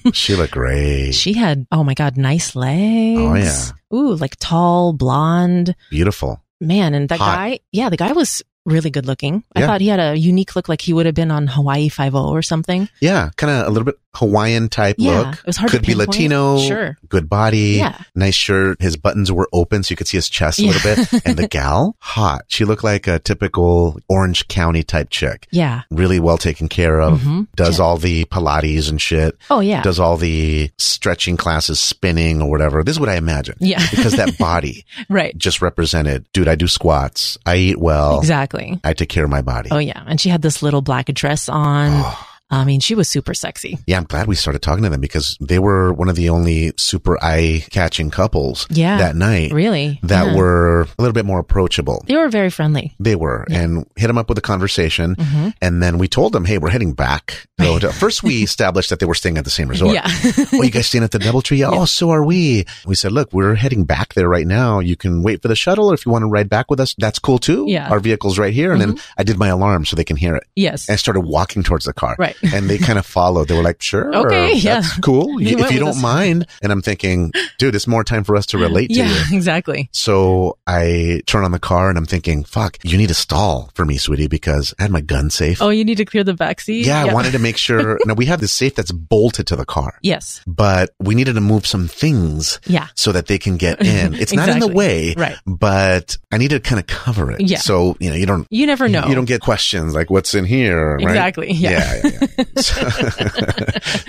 (laughs)
She looked great.
she had, oh my God, nice legs.
Oh, yeah.
Ooh, like tall, blonde.
Beautiful.
Man, and that
Hot.
guy, yeah, the guy was really good looking. I
Yeah.
thought he had a unique look, like he would have been on Hawaii Five O or something.
Yeah, kind of a little bit Hawaiian type
Yeah,
look.
it was hard to
Could be
pinpoint.
Latino.
Sure.
Good body.
Yeah.
Nice shirt. His buttons were open so you could see his chest a little bit.
(laughs)
And the gal, hot. She looked like a typical Orange County type chick.
Yeah.
Really well taken care of.
Mhm.
Does all the Pilates and shit.
Oh yeah.
Does all the stretching classes, spinning or whatever. This is what I imagine.
Yeah. (laughs)
because that body
right.
just represented, dude, I do squats. I eat well.
Exactly.
I take care of my body.
Oh yeah. And she had this little black dress on.
Oh.
I mean, she was super sexy.
Yeah, I'm glad we started talking to them because they were one of the only super eye catching couples
Yeah.
that night
Really.
that
Yeah.
were a little bit more approachable.
They were very friendly.
They were and hit them up with a conversation.
Mm-hmm.
And then we told them, Hey, we're heading back. to
(laughs)
the hotel." First, we established that they were staying at the same resort.
Yeah. (laughs)
oh, you guys staying at the Doubletree? Yeah. Oh, so are we. We said, look, we're heading back there right now. You can wait for the shuttle or if you want to ride back with us, that's cool too.
Yeah. Mm-hmm.
Our vehicle's right here. And then I did my alarm so they can hear it.
yes.
And I started walking towards the car.
Right.
And they kind of followed. They were like, sure.
(laughs) Okay,
That's
yeah.
cool.
They
You-
went
if you
with
don't
us.
mind. And I'm thinking, dude, it's more time for us to relate to you.
yeah. (laughs) Exactly.
So I turn on the car and I'm thinking, fuck, you need a stall for me, sweetie, because I had my gun safe.
Oh, you need to clear the back seat.
yeah, I wanted to make sure.
(laughs)
now we have this safe that's bolted to the car
Yes.
but we needed to move some things
Yeah.
so that they can
(laughs)
get in. It's not in the
Exactly.
way,
Right.
but I need to kind of cover it.
Yeah.
So, you know, you don't,
You never know.
you don't get questions like what's in here. right?
Exactly, yeah.
Yeah. yeah,
(laughs)
yeah. (laughs) So,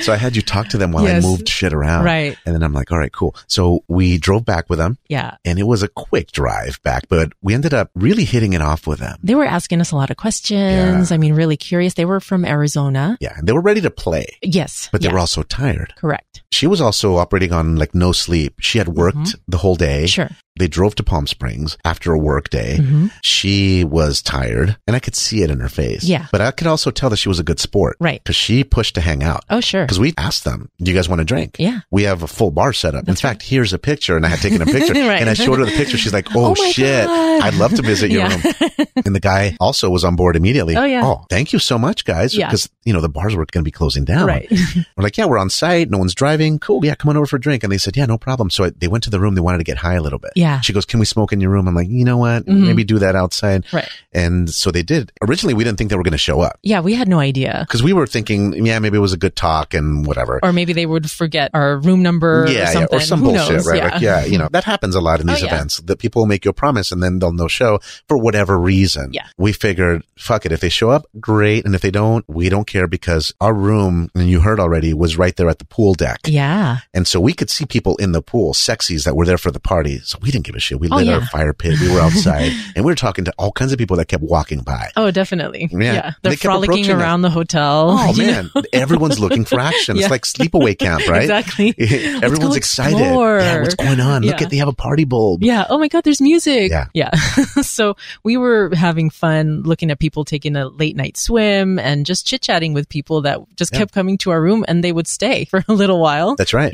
so I had you talk to them while
Yes.
I moved shit around.
Right.
And then I'm like, all right, cool. So we drove back with them
Yeah.
and it was a quick drive back, but we ended up really hitting it off with them.
They were asking us a lot of questions. I mean, really curious. They were from Arizona.
Yeah. They were ready to play,
Yes.
but they
yeah.
were also tired.
correct.
She was also operating on like no sleep. She had worked
Mm-hmm.
the whole day.
Sure.
They drove to Palm Springs after a work day.
Mm-hmm.
She was tired and I could see it in her face.
Yeah.
But I could also tell that she was a good sport.
Right.
Cause she pushed to hang out.
Oh, sure.
Because we asked them, do you guys want to drink?
Yeah.
We have a full bar set up. in fact, here's a picture. And I had taken a picture
(laughs) Right.
and I showed her the picture. She's like, oh,
(laughs) Oh my
shit.
God."
I'd love to visit your
Yeah. (laughs)
room. And the guy also was on board immediately.
Oh, yeah.
Oh, thank you so much, guys.
Yeah.
Because, you know, the bars were going to be closing down.
Right. (laughs)
We're like, yeah, we're on site. No one's driving. Cool. Yeah, come on over for a drink. And they said, yeah, no problem. So I, they went to the room. They wanted to get high a little bit.
Yeah. Mm-hmm.
She goes, can we smoke in your room? I'm like, you know what? Maybe do that outside.
Right.
And so they did. Originally, we didn't think they were going to show up
Yeah. We had no idea.
because we were thinking, yeah, maybe it was a good talk and whatever.
Or maybe they would forget our room number
yeah,
or something.
yeah, or some
Who
bullshit,
knows?
right?
Yeah. Oh,
Like, yeah, you know, that happens a lot in these
yeah.
events that people will make you a promise and then they'll no show for whatever reason.
Yeah.
We figured, fuck it. If they show up, great. And if they don't, we don't care because our room, and you heard already, was right there at the pool deck.
Yeah.
And so we could see people in the pool, sexies that were there for the party. So we didn't give a shit. We
Oh,
lit our
yeah.
fire pit. We
(laughs)
were outside and we were talking to all kinds of people that kept walking by.
Oh, definitely.
Yeah.
They're
They kept
frolicking
approaching us.
around the hotel.
Oh
(laughs) you know?
man, everyone's looking for action.
Yeah.
It's like sleepaway
(laughs)
camp, right? (laughs)
Exactly. Let's
Everyone's
go
excited.
explore.
Yeah, what's going on? Look
Yeah.
at they have a party bulb.
Yeah. Oh my God, there's music.
Yeah.
(laughs) so we were having fun looking at people taking a late night swim and just chit chatting with people that just kept coming to our room and they would stay (laughs) for a little while.
That's
(laughs)
right.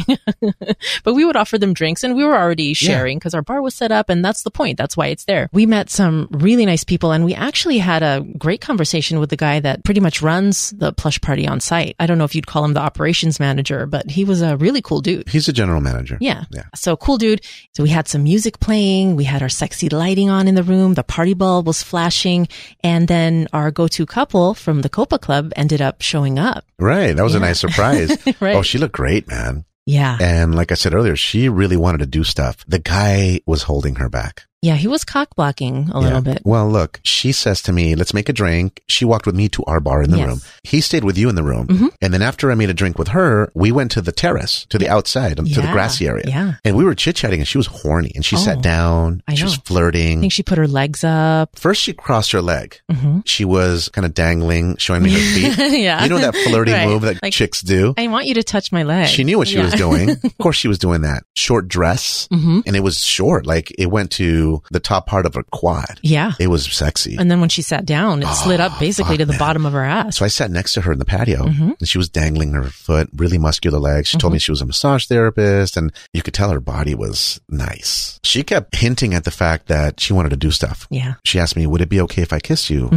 But we would offer them drinks and we were already sharing because our bar was set up and that's the point. That's why it's there. We met some really nice people and we actually had a great conversation with the guy that pretty much runs the plush party on site. I don't know if you'd call him the operations manager, but he was a really cool dude.
He's a general manager.
Yeah.
Yeah.
So cool, dude. So we had some music playing. We had our sexy lighting on in the room. The party bulb was flashing. And then our go-to couple from the Copa Club ended up showing up.
Right. That was a nice surprise.
(laughs) Right.
Oh, she looked great, man.
Yeah.
And like I said earlier, she really wanted to do stuff. The guy was holding her back.
Yeah. He was cock blocking
Yeah.
a little bit.
Well, look, she says to me, let's make a drink. She walked with me to our bar in the
Yes. Mm-hmm.
room. He stayed with you in the room. And then after I made a drink with her, we went to the terrace, to the outside, um, to the
Yeah.
grassy area.
Yeah.
And we were chit chatting and she was horny and she sat
Oh.
down.
I
she was
know. I
flirting.
think she put her legs up. Mm-hmm.
First, she crossed her leg. She was kind of dangling, showing
(laughs)
me her feet.
yeah.
You know that flirty
Right.
move that
Like,
chicks do?
I want you to touch my leg.
She knew what she
Yeah. Mm-hmm.
was
(laughs)
doing. Of course, she was doing that short dress, and it was short. Like it went to the top part of her quad.
Yeah.
It was sexy.
And then when she sat down, it slid up basically
Ah, fuck,
to the
man.
bottom of her ass.
so I sat next to her in the patio,
Mm-hmm.
and she was dangling her foot, really muscular legs. She told me she was a massage therapist, and you could tell her body was nice. She kept hinting at the fact that she wanted to do stuff.
Yeah. Mm-hmm.
She asked me, "Would it be okay if I kiss you?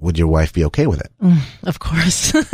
Would your wife be okay with it?"
Of course. (laughs)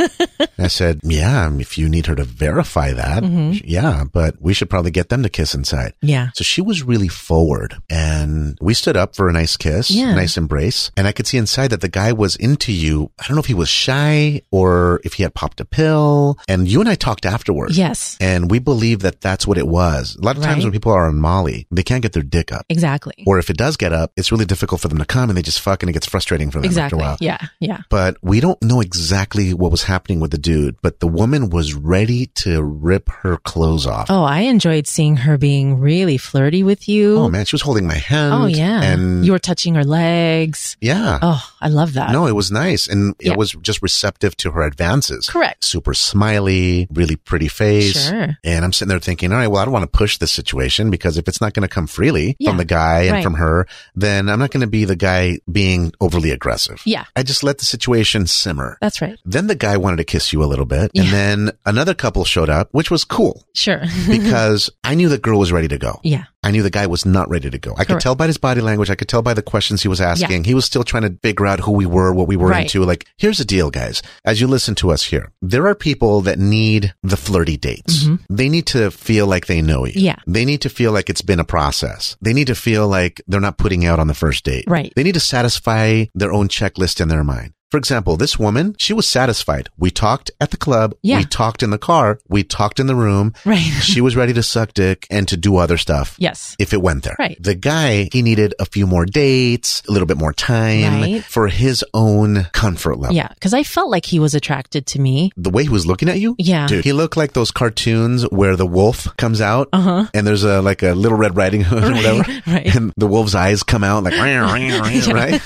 And I said, "Yeah, um, if you need her to verify that,
Mm-hmm.
yeah, but we should probably get them to kiss inside."
yeah.
So she was really forward and and we stood up for a nice kiss,
Yeah.
nice embrace. And I could see inside that the guy was into you. I don't know if he was shy or if he had popped a pill. And you and I talked afterwards.
Yes.
And we believe that that's what it was. A lot of times
Right.
when people are on Molly, they can't get their dick up.
Exactly.
Or if it does get up, it's really difficult for them to come and they just fuck and it gets frustrating for them after a
Exactly.
while.
Yeah. Yeah.
But we don't know exactly what was happening with the dude, but the woman was ready to rip her clothes off.
Oh, I enjoyed seeing her being really flirty with you.
Oh, man, she was holding my hand.
Oh, yeah.
And
you were touching her legs.
yeah.
Oh, I love that.
No, it was nice. And
Yeah.
it was just receptive to her advances.
Correct.
Super smiley, really pretty face.
Sure.
And I'm sitting there thinking, all right, well, I don't want to push this situation because if it's not going to come freely
Yeah.
from the guy and
Right.
from her, then I'm not going to be the guy being overly aggressive.
Yeah.
I just let the situation simmer.
That's right.
Then the guy wanted to kiss you a little bit.
Yeah.
And then another couple showed up, which was cool
Sure. (laughs)
because I knew the girl was ready to go.
yeah.
I knew the guy was not ready to go. I could
Correct.
tell by his body language. I could tell by the questions he was asking. He was still trying to figure out who we were, what we were
Right.
into. Like, here's the deal, guys. As you listen to us here, there are people that need the flirty dates. They need to feel like they know you.
Mm-hmm. Yeah.
They need to feel like it's been a process. They need to feel like they're not putting out on the first date.
Right.
They need to satisfy their own checklist in their mind. For example, this woman, she was satisfied. We talked at the club.
Yeah.
We talked in the car. We talked in the room.
Right.
she was ready to suck dick and to do other stuff
yes.
if it went there.
Right.
The guy, he needed a few more dates, a little bit more time
Right.
for his own comfort level.
Yeah. Cause I felt like he was attracted to me.
The way he was looking at you,
Yeah.
dude, he looked like those cartoons where the wolf comes out,
Uh-huh.
and there's a like a little Red Riding Hood or whatever,
(laughs) right.
and the wolf's eyes come out like
(laughs)
right,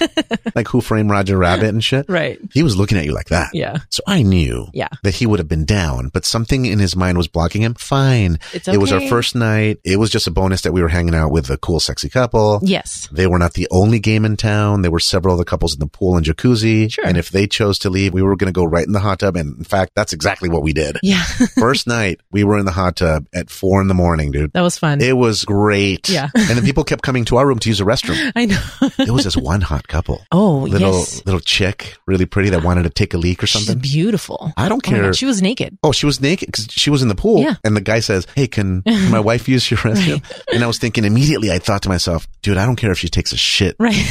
like Who Framed Roger Rabbit and shit.
Right.
He was looking at you like that.
Yeah.
So I knew
Yeah.
that he would have been down, but something in his mind was blocking him. Fine.
It's
It was our
okay.
first night. It was just a bonus that we were hanging out with a cool, sexy couple.
Yes.
They were not the only game in town. There were several other couples in the pool and jacuzzi.
Sure.
And if they chose to leave, we were going to go right in the hot tub. And in fact, that's exactly what we did.
Yeah. (laughs)
First night, we were in the hot tub at four in the morning, dude.
that was fun.
It was great.
Yeah.
(laughs) and then people kept coming to our room to use the restroom.
I know.
There was this one hot couple.
(laughs) oh,
Little,
yes.
little chick, really pretty that wanted to take a leak or
She's
something.
beautiful.
I don't
Oh my
care.
God, she was naked. (laughs)
Oh, she was naked because she was in the pool.
Yeah.
And the guy says, Hey,
(laughs)
can my wife use your restroom? And I was thinking immediately, I thought to myself, dude, I don't care if she takes a shit.
Right.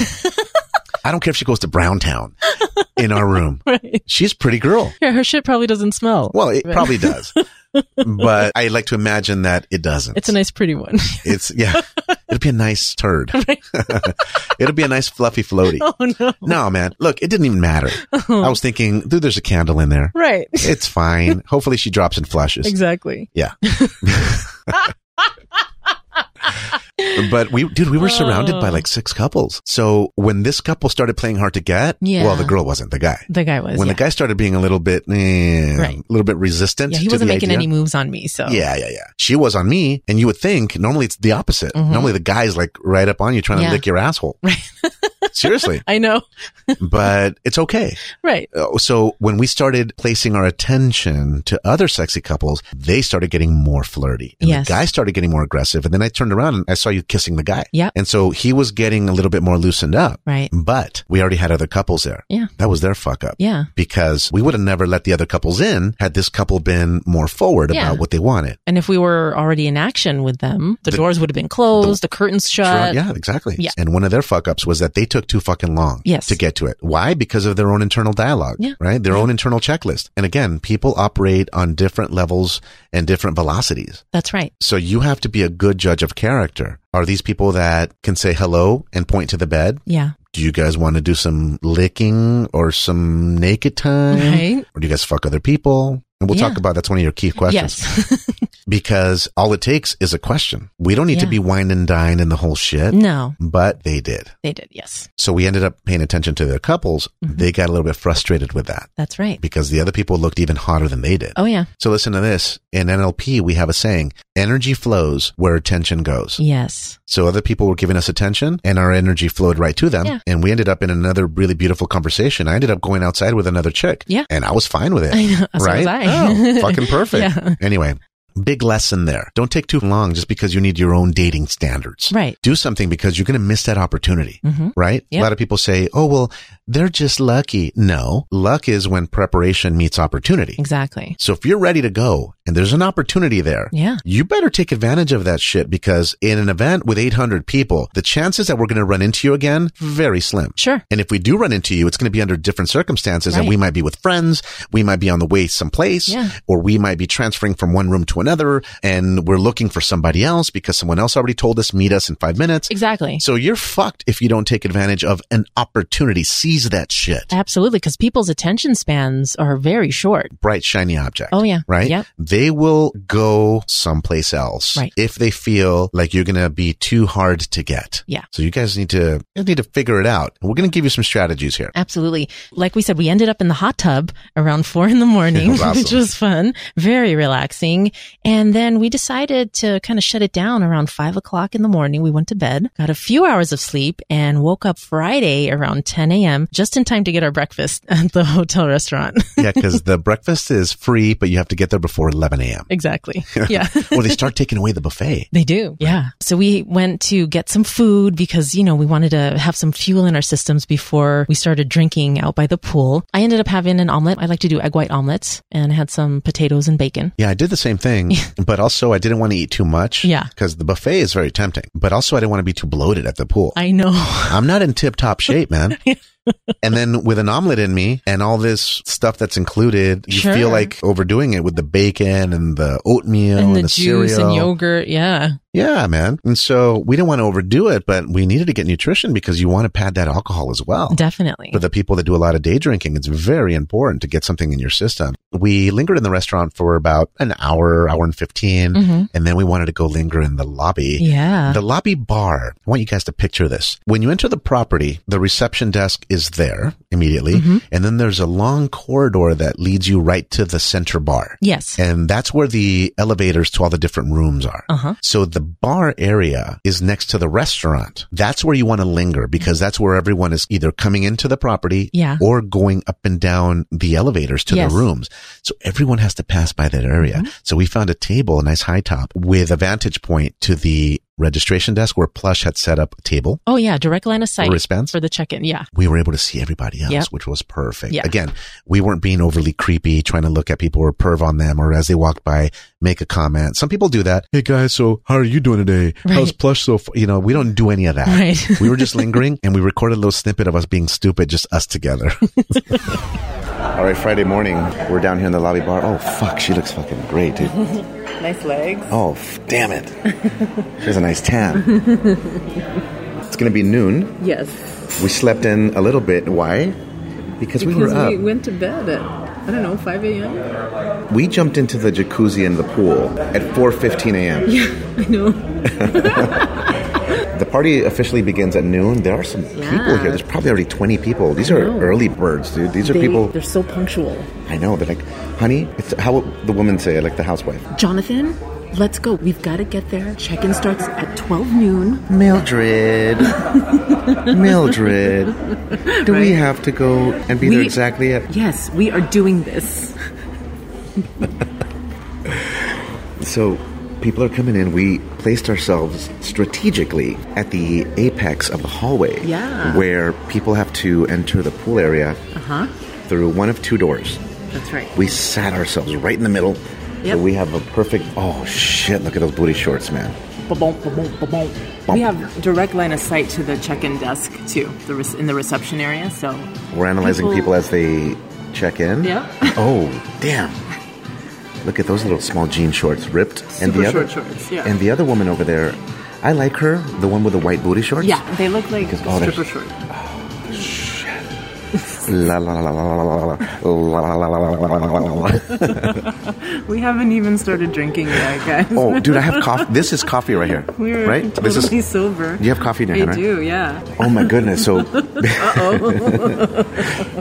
I don't care if she goes to Browntown in our room.
right.
She's a pretty girl.
Yeah, her shit probably doesn't smell.
Well, it probably does. But I like to imagine that it doesn't.
it's a nice, pretty one. (laughs)
It's, yeah. It'd be a nice turd. (laughs) It'll be a nice fluffy floaty.
oh no.
No, man. Look, it didn't even matter. I was thinking, dude, there's a candle in there.
Right.
It's
(laughs)
fine. Hopefully she drops and flushes.
exactly.
Yeah. (laughs) but we, dude, we were surrounded
Oh.
by like six couples. So when this couple started playing hard to get,
Yeah.
well, the girl wasn't the guy.
The guy was.
When
yeah.
the guy started being a little bit, eh,
Right.
a little bit resistant,
yeah, he
to
wasn't
the
making
idea.
any moves on me. So
Yeah, yeah, yeah. She was on me, and you would think normally it's the opposite.
Mhm.
Normally the guy's like right up on you trying
Yeah.
to lick your asshole.
Right. (laughs)
Seriously,
I know.
but it's okay.
Right.
Uh, So when we started placing our attention to other sexy couples, they started getting more flirty. And
Yes.
the guy started getting more aggressive. And then I turned around and I saw you kissing the guy.
Yep.
And so he was getting a little bit more loosened up.
Right.
But we already had other couples there.
Yeah.
That was their fuck up.
Yeah.
Because we would have never let the other couples in had this couple been more forward
Yeah.
about what they wanted.
And if we were already in action with them, the,
The-
doors would have been closed, the, curtains shut.
yeah, exactly.
yeah.
And one of their fuck ups was that they took too fucking long
Yes.
to get to it. Why? Because of their own internal dialogue,
Yeah.
right? Their own internal checklist. And again, people operate on different levels and different velocities.
That's right.
So you have to be a good judge of character. Are these people that can say hello and point to the bed?
Yeah.
Do you guys want to do some licking or some naked time?
Right.
Or do you guys fuck other people? And we'll
Yeah.
talk about that's one of your key questions
Yes. (laughs)
because all it takes is a question. We don't need to
Yeah.
be wine and dine and the whole shit,
no,
but they did.
they did. Yes.
So we ended up paying attention to the couples.
Mm-hmm.
They got a little bit frustrated with that
That's right.
because the other people looked even hotter than they did.
Oh, yeah.
So listen to this. In NLP, we have a saying, energy flows where attention goes.
Yes.
So other people were giving us attention and our energy flowed right to them.
Yeah.
And we ended up in another really beautiful conversation. I ended up going outside with another chick.
Yeah.
And I was fine with it.
(laughs) I know. So
right?
was I.
Oh, fucking perfect.
(laughs) Yeah.
Anyway. Big lesson there. Don't take too long just because you need your own dating standards.
Right. Mm-hmm.
Do something because you're going to miss that opportunity. Right.
Yep.
A lot of people say, oh, well, they're just lucky. No, luck is when preparation meets opportunity.
Exactly.
So if you're ready to go and there's an opportunity there,
Yeah.
you better take advantage of that shit because in an event with 800 people, the chances that we're going to run into you again, very slim.
Hmm. Sure.
And if we do run into you, it's going to be under different circumstances and
Right.
we might be with friends. We might be on the way someplace
Yeah.
or we might be transferring from one room to another and we're looking for somebody else because someone else already told us meet us in five minutes.
Exactly.
So you're fucked if you don't take advantage of an opportunity. Seize that shit.
Absolutely. Because people's attention spans are very short.
bright, shiny object.
Oh, yeah.
Right?
Yep.
They will go someplace else
Right.
if they feel like you're going to be too hard to get.
Yeah.
So you guys need to, you guys need to figure it out. We're going to give you some strategies
(laughs)
here.
Absolutely. Like we said, we ended up in the hot tub around (laughs) four in the morning,
It was awesome.
which was fun, very relaxing. And then we decided to kind of shut it down around five o'clock in the morning. We went to bed, got a few hours of sleep and woke up Friday around 10 a.m. just in time to get our breakfast (laughs) at the hotel restaurant. (laughs)
yeah. Cause the breakfast is free, but you have to get there before 11 a.m.
exactly. Yeah.
or they start taking away the buffet.
They do. Yeah. So we went to get some food because, you know, we wanted to have some fuel in our systems before we started drinking out by the pool. I ended up having an omelet. I like to do egg white omelets and I had some potatoes and bacon.
Yeah, I did the same
(laughs)
thing, but also I didn't want to eat too much.
Yeah.
Because the buffet is very tempting, but also I didn't want to be too bloated at the pool.
I (laughs) know.
I'm not in tip top shape,
(laughs)
man. and then with an omelet in me and all this stuff that's included, you
Sure.
feel like overdoing it with the bacon and the oatmeal and,
and the, juice
cereal.
and yogurt. Yeah.
Yeah, man. And so we didn't want to overdo it, but we needed to get nutrition because you want to pad that alcohol as well.
Definitely.
For the people that do a lot of day drinking, it's very important to get something in your system. We lingered in the restaurant for about an hour, hour and 15,
Mm-hmm.
and then we wanted to go linger in the lobby.
yeah.
The lobby bar, I want you guys to picture this. When you enter the property, the reception desk is there immediately. And then there's a long corridor that leads you right to the center bar.
yes.
And that's where the elevators to all the different rooms are.
Uh-huh.
So the bar area is next to the restaurant. That's where you want to linger because that's where everyone is either coming into the property
Yeah.
or going up and down the elevators to
Yes. Mm-hmm.
the rooms. So everyone has to pass by that area. So we found a table, a nice high top with a vantage point to the registration desk where Plush had set up a table.
oh, yeah. Direct line of sight
Wristbands?
for the check in. Yeah.
We were able to see everybody else,
Yep.
which was perfect.
Yeah.
Again, we weren't being overly creepy, trying to look at people or perv on them or as they walked by, make a comment. Some people do that. Hey guys, so how are you doing today? How's
Right.
plush so far? You know, we don't do any of that. (laughs)
Right.
we were just lingering and we recorded a little snippet of us being stupid, just us together. (laughs)
All right, Friday morning, we're down here in the lobby bar. Oh, fuck, she looks fucking great, dude.
(laughs) Nice legs.
Oh, f- damn it. She has a nice tan. it's going to be noon.
Yes.
We slept in a little bit. Why? Because, we were up.
went to bed at, I don't know, 5 a.m.?
We jumped into the jacuzzi and the pool at 4:15 a.m.
Yeah, I know.
(laughs) The party officially begins at noon. There are some people
Yeah.
here. There's probably already 20 people. These are early birds, dude. These are
They,
people.
They're so punctual.
I know. They're like, honey, it's how would the woman say it, like the housewife.
Jonathan, let's go. We've got to get there. Check in starts at 12 noon.
(laughs) Mildred, Mildred, do we have to go and be there
We-
exactly at?
Yes, we are doing this.
So, people are coming in. We placed ourselves strategically at the apex of the hallway,
Yeah.
where people have to enter the pool area
Uh-huh.
through one of two doors.
That's right.
We sat ourselves right in the middle.
Yep.
So we have a perfect. Oh shit! Look at those booty shorts, man.
Ba-bonk, ba-bonk, ba-bonk. We have direct line of sight to the check-in desk too, the re- in the reception area. So
We're analyzing
People-
people, as they check in.
Yeah.
(laughs) oh, damn. Look at those little small jean shorts, ripped. and
Super
the other
short shorts, yeah.
And the other woman over there, I like her, the one with the white booty shorts.
yeah, they look like
Because all their-
stripper shorts.
La la la la la la la la la la la la la la la la.
We haven't even started drinking yet, guys.
Oh, dude, I have coffee. This is coffee right here.
We're
right?
totally
this is.
sober.
You have coffee in your
I
hand, right?
do, yeah.
Oh my goodness! So,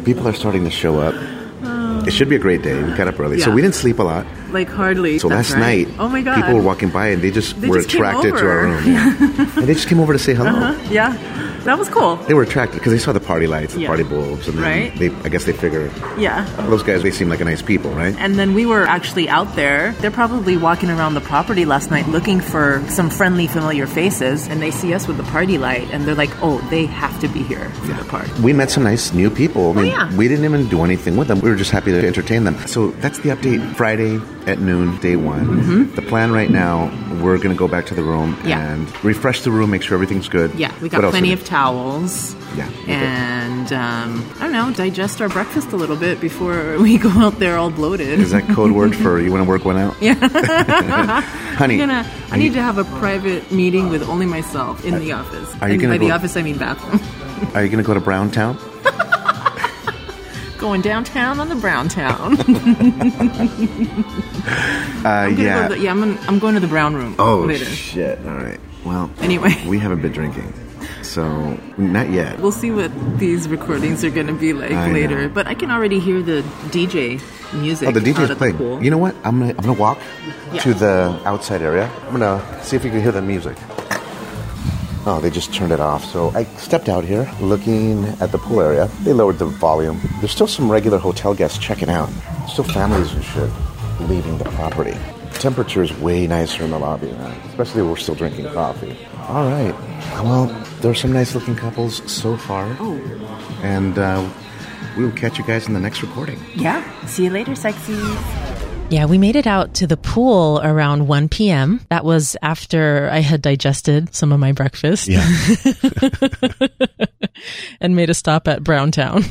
people are starting to show up. It should be a great day. We got up early, so
Yeah.
we didn't sleep a lot.
Like hardly.
So
That's
last
right.
night,
oh my god,
people were walking by and they just
They
were
just came
attracted to our
over.
room, yeah. and they just came over to say hello.
Yeah,
That was cool.
They were attracted because they saw the party lights, the
Yeah.
party bulbs, and then
Right.
they, I guess they figure
Yeah.
those guys, they seem like nice people, right?
And then we were actually out there. They're probably walking around the property last night looking for some friendly, familiar faces, and they see us with the party light, and they're like, oh, they have to be here for the party.
We met some nice new people. I mean,
Oh, yeah.
we didn't even do anything with them. We were just happy to entertain them. So that's the update. Friday at noon, day one. The plan right now, we're going to go back to the room
Mm-hmm. Yeah.
and refresh the room, make sure everything's good.
Yeah, we
What
got
else
plenty
did
of
we-
towels.
Yeah, we did.
And um, I don't know, digest our breakfast a little bit before (laughs) we go out there all bloated.
Is that code word for you want to work one
(laughs)
out? Yeah. (laughs) Honey,
I'm gonna, I need to have a private meeting with only myself in the office.
Uh, are you
and
gonna
by
go-
the office, I mean bathroom. (laughs)
are you going to go to Brown Town?
Going downtown on the brown town. I'm
Uh,
gonna
yeah.
Go to the, yeah, I'm, gonna, I'm going to the brown room
oh,
later.
shit. All right. Well,
Anyway.
we haven't been drinking. So, not yet.
We'll see what these recordings are going to be like
I
later,
know.
but I can already hear the DJ music.
Oh, the
out
DJ's
at
playing.
The pool.
You know what? I'm gonna I'm gonna walk
Yeah.
to the outside area. I'm gonna see if you can hear the music. Oh, they just turned it off. So I stepped out here, looking at the pool area. They lowered the volume. There's still some regular hotel guests checking out. Still families and shit leaving the property. Temperature is way nicer in the lobby, man. especially we're still drinking coffee. All right. Well, there's some nice looking couples so far. Oh. And uh, we will catch you guys in the next recording.
yeah. See you later, sexies.
Yeah, we made it out to the pool around 1 p.m. That was after I had digested some of my breakfast
Yeah.
and made a stop at Browntown.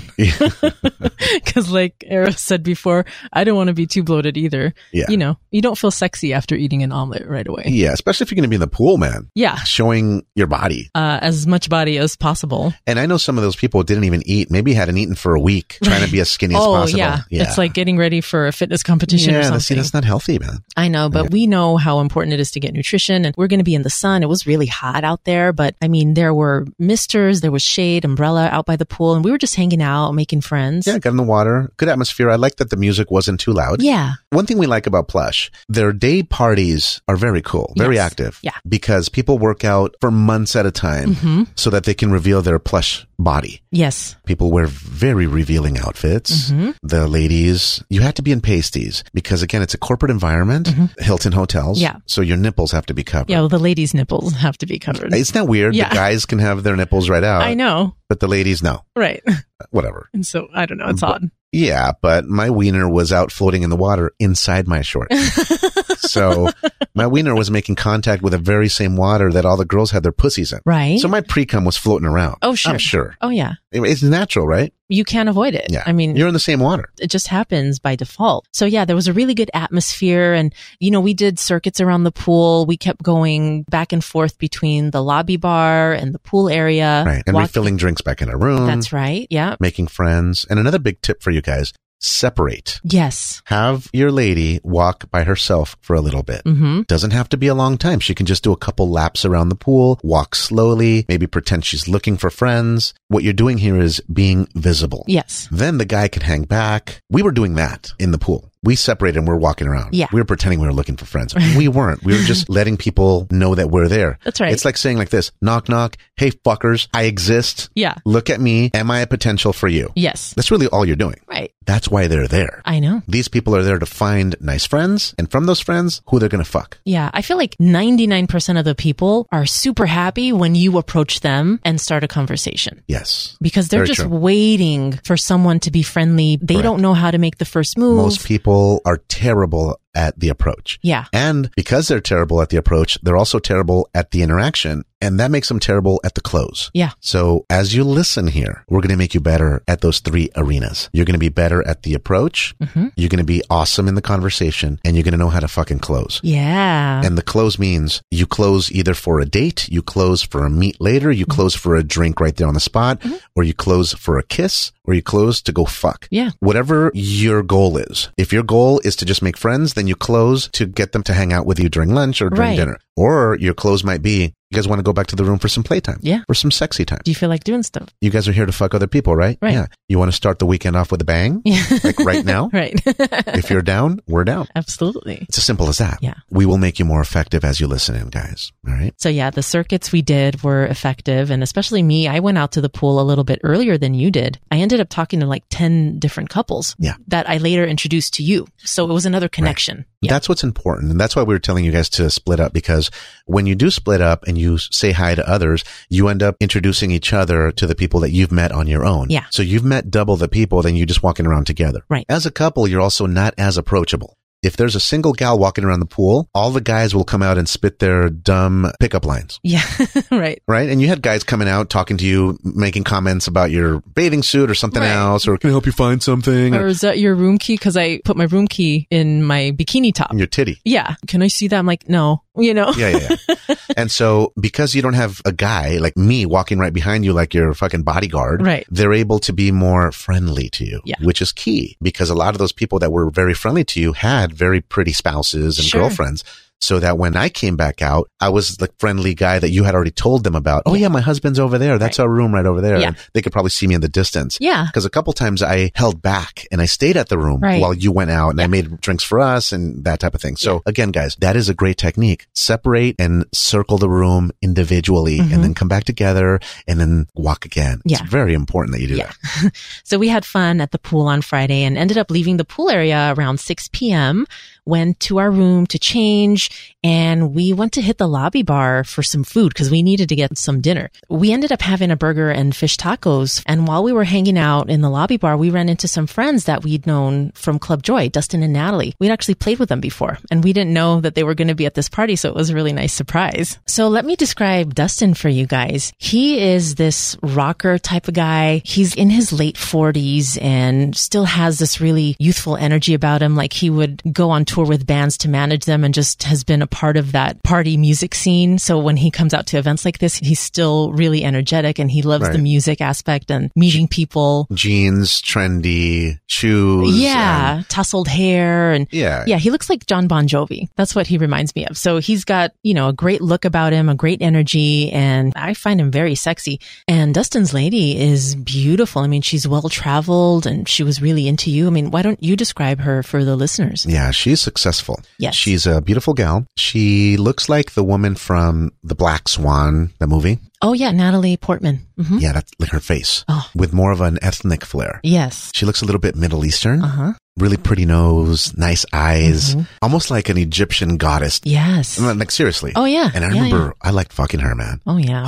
(laughs)
(laughs)
Because, like Eris said before, I don't want to be too bloated either.
Yeah.
You know, you don't feel sexy after eating an omelet right away.
Yeah, especially if you're going to be in the pool, man.
Yeah.
Showing your body.
Uh, as much body as possible.
and I know some of those people didn't even eat, maybe hadn't eaten for a week, trying to be as skinny as
(laughs) oh,
possible.
yeah. It's like getting ready for a fitness competition or
yeah,
something.
that's- see, that's not healthy, man.
I know, but we know how important it is to get nutrition and we're going to be in the sun. It was really hot out there, but I mean, there were misters, there was shade, umbrella out by the pool, and we were just hanging out, making friends.
Yeah, got in the water. Good atmosphere. I like that the music wasn't too loud.
Yeah.
One thing we like about Plush, their day parties are very cool, very
Yes.
active.
Yeah. Mm-hmm.
Because people work out for months at a time so that they can reveal their plush body.
Yes.
People wear very revealing outfits.
Mm-hmm.
The ladies, you had to be in pasties because again, it's a corporate environment, Hilton hotels.
Mm-hmm. Yeah.
So your nipples have to be covered.
Yeah. Well, the ladies' nipples have to be covered.
It's not weird.
Yeah.
The guys can have their nipples right out.
I know.
But the ladies, no.
Right. (laughs)
Whatever.
And so I don't know. It's odd.
Yeah, but my wiener was out floating in the water inside my short.
(laughs)
so my wiener was making contact with the very same water that all the girls had their pussies in.
Right.
So my pre cum was floating around.
Oh, sure.
I'm sure.
oh, yeah.
Anyway, It's natural, right?
You can't avoid it.
Yeah.
I mean,
you're in the same water.
it just happens by default. So yeah, there was a really good atmosphere and you know, we did circuits around the pool. We kept going back and forth between the lobby bar and the pool area.
Right. And
uh, Walk-
refilling drinks back in a room.
That's right. Yeah.
Making friends. And another big tip for you guys separate.
Yes.
Have your lady walk by herself for a little bit.
hmm
Doesn't have to be a long time. She can just do a couple laps around the pool, walk slowly, maybe pretend she's looking for friends. What you're doing here is being visible.
Yes.
Then the guy can hang back. We were doing that in the pool. We separated and we're walking around.
Yeah.
We were pretending we were looking for
(laughs)
friends. We weren't. We were just letting people know that we're there.
That's right.
It's like saying like this, knock, knock. Hey, fuckers. I exist.
Yeah.
Look at me. Am I a potential for you?
Yes.
That's really all you're doing.
Right.
That's why they're there.
I know.
These people are there to find nice friends and from those friends, who they're going to fuck.
Yeah. I feel like 99% of the people are super happy when you approach them and start a conversation.
Yes.
Because they're
Very
just
true.
waiting for someone to be friendly. They don't know how to make the first move.
Most people are terrible at the approach.
yeah.
And because they're terrible at the approach, they're also terrible at the interaction. And that makes them terrible at the close.
Yeah.
So as you listen here, we're going to make you better at those three arenas. You're going to be better at the approach. You're going to be awesome in the conversation and you're going to know how to fucking close.
Yeah.
And the close means you close either for a date, you close for a meet later, you
Mm-hmm.
close for a drink right there on the spot, or you close for a kiss, or you close to go fuck.
Yeah.
Whatever your goal is. If your goal is to just make friends, then you close to get them to hang out with you during lunch or during
Right.
dinner. Or your close might be You guys want to go back to the room for some playtime?
Yeah.
For some sexy time.
Do you feel like doing stuff?
You guys are here to fuck other people, right?
Right.
Yeah. You want to start the weekend off with a
(laughs)
bang? Like right now?
(laughs) Right. (laughs)
If you're down, we're down.
Absolutely.
It's as simple as that.
Yeah.
We will make you more effective as you listen in, guys. All right.
So yeah, the circuits we did were effective and especially me, I went out to the pool a little bit earlier than you did. I ended up talking to like 10 different couples
Yeah.
that I later introduced to you. So it was another connection. Yeah.
That's what's important. And that's why we were telling you guys to split up because when you do split up and you s- say hi to others, you end up introducing each other to the people that you've met on your own.
Yeah.
So you've met double the people than you just walking around together.
Right.
As a couple, you're also not as approachable. If there's a single gal walking around the pool, all the guys will come out and spit their dumb pickup lines.
Yeah. (laughs) right.
Right. And you had guys coming out talking to you, making comments about your bathing suit or something
Right.
else, or can I help you find something?
Or is that your room key? Cause I put my room key in my bikini top.
your titty.
Yeah. Can I see that? I'm like, no, you know?
yeah, yeah,
(laughs)
yeah. and so because you don't have a guy like me walking right behind you like your fucking bodyguard,
Right.
they're able to be more friendly to you,
Yeah.
which is key because a lot of those people that were very friendly to you had very pretty spouses and
Sure.
girlfriends. So that when I came back out, I was the friendly guy that you had already told them about. Oh yeah, my husband's over there. That's our room right over there.
Yeah.
And they could probably see me in the distance.
Yeah.
Because a couple times I held back and I stayed at the room
Right.
while you went out and I made drinks for us and that type of thing. So again, guys, that is a great technique. Separate and circle the room individually and then come back together and then walk again.
Mm-hmm. Yeah.
It's very important that you do
Yeah.
that.
So we had fun at the pool on Friday and ended up leaving the pool area around 6 p.m. Went to our room to change and we went to hit the lobby bar for some food because we needed to get some dinner. We ended up having a burger and fish tacos. And while we were hanging out in the lobby bar, we ran into some friends that we'd known from Club Joy, Dustin and Natalie. We'd actually played with them before and we didn't know that they were going to be at this party. So it was a really nice surprise. So let me describe Dustin for you guys. He is this rocker type of guy. He's in his late 40s and still has this really youthful energy about him. Like he would go on tour with bands to manage them and just has been a part of that party music scene. So when he comes out to events like this, he's still really energetic and he loves the
Right.
music aspect and meeting people.
Jeans, trendy, shoes.
Yeah,
and-
tousled hair and
yeah.
yeah, he looks like John Bon Jovi. That's what he reminds me of. So he's got, you know, a great look about him, a great energy, and I find him very sexy. And Dustin's lady is beautiful. I mean, she's well traveled and she was really into you. I mean, why don't you describe her for the listeners?
Yeah, she's successful.
Yes.
She's a beautiful gal. She looks like the woman from The Black Swan, the movie.
Oh, yeah, Natalie Portman. hmm
Yeah, that's like her face
Oh.
with more of an ethnic flair.
Yes.
She looks a little bit Middle Eastern.
Uh huh.
Really pretty nose, nice
Mm-hmm.
eyes, almost like an Egyptian goddess.
Yes.
I'm not- Like seriously.
Oh, yeah.
And I
Yeah,
remember I liked fucking her, man. (gasps)
Oh, yeah.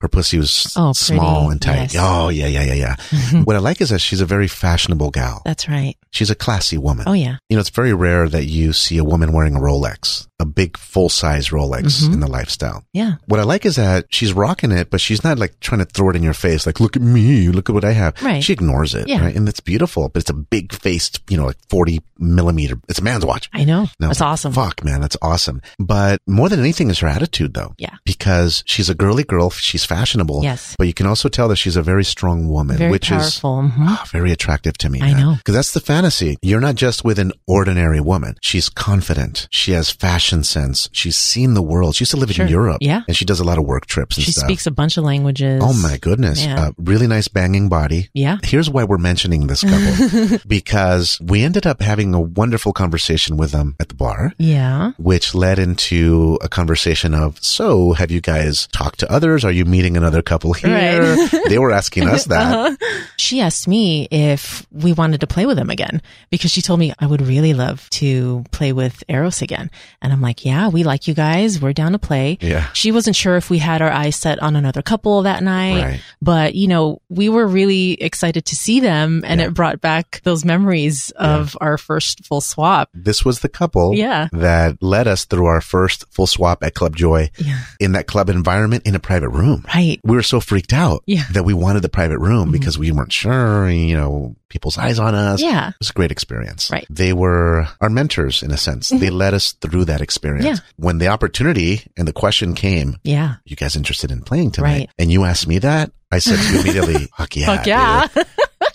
Her pussy was
Oh,
small
pretty.
and tight.
Yes. Mm-hmm.
Oh yeah, yeah, yeah, yeah. what I like is that she's a very fashionable gal.
That's right.
She's a classy woman.
Oh, yeah.
You know, it's very rare that you see a woman wearing a Rolex, a big full size Rolex
Mm-hmm.
in the lifestyle.
Yeah.
What I like is that she's rocking it, but she's not like trying to throw it in your face. Like, look at me, look at what I have.
Right.
She ignores it.
Yeah.
Right? And it's beautiful, but it's a big faced, you know, like 40 millimeter. It's a man's watch.
I know.
And I was
That's
like,
awesome.
Fuck, man. That's awesome. But more than anything is her attitude though.
Yeah.
Because she's a girly girl. She's fashionable.
Yes.
But you can also tell that she's a very strong woman,
Very
which is
powerful. Mhm.
ah, very attractive to me.
I know.
Because that's the fantasy. You're not just with an ordinary woman. She's confident. She has fashion sense. She's seen the world. She used to live
Sure.
in Europe.
Yeah.
And she does a lot of work trips and
She
stuff.
speaks a bunch of languages.
Oh my goodness.
Man.
Uh, really nice banging body.
Yeah.
Here's why we're mentioning this
(laughs)
couple because we ended up having a wonderful conversation with them at the bar.
Yeah.
Which led into a conversation of, so have you guys talked to others? Are you meeting another couple here? they were asking
(laughs)
us that.
Uh-huh. She asked me if we wanted to play with him again because she told me I would really love to play with Eros again. And I'm like, yeah, we like you guys. We're down to play.
Yeah.
She wasn't sure if we had our eyes set on another couple that night,
Right.
but you know, we were really excited to see them and it brought back those memories of our first full swap.
This was the couple
Yeah.
that led us through our first full swap at Club Joy
Yeah.
in that club environment in a private room.
Right.
We were so freaked out
Yeah. Mm-hmm.
that we wanted the private room because we weren't sure, you know, people's eyes on us.
Yeah.
It was a great experience.
Right. Mm-hmm.
They were our mentors in a sense. They led us through that experience.
Yeah.
When the opportunity and the question came,
Yeah.
you guys interested in playing tonight?
Right. (laughs)
And you asked me that. I said to you immediately, fuck yeah.
Fuck yeah.
dude.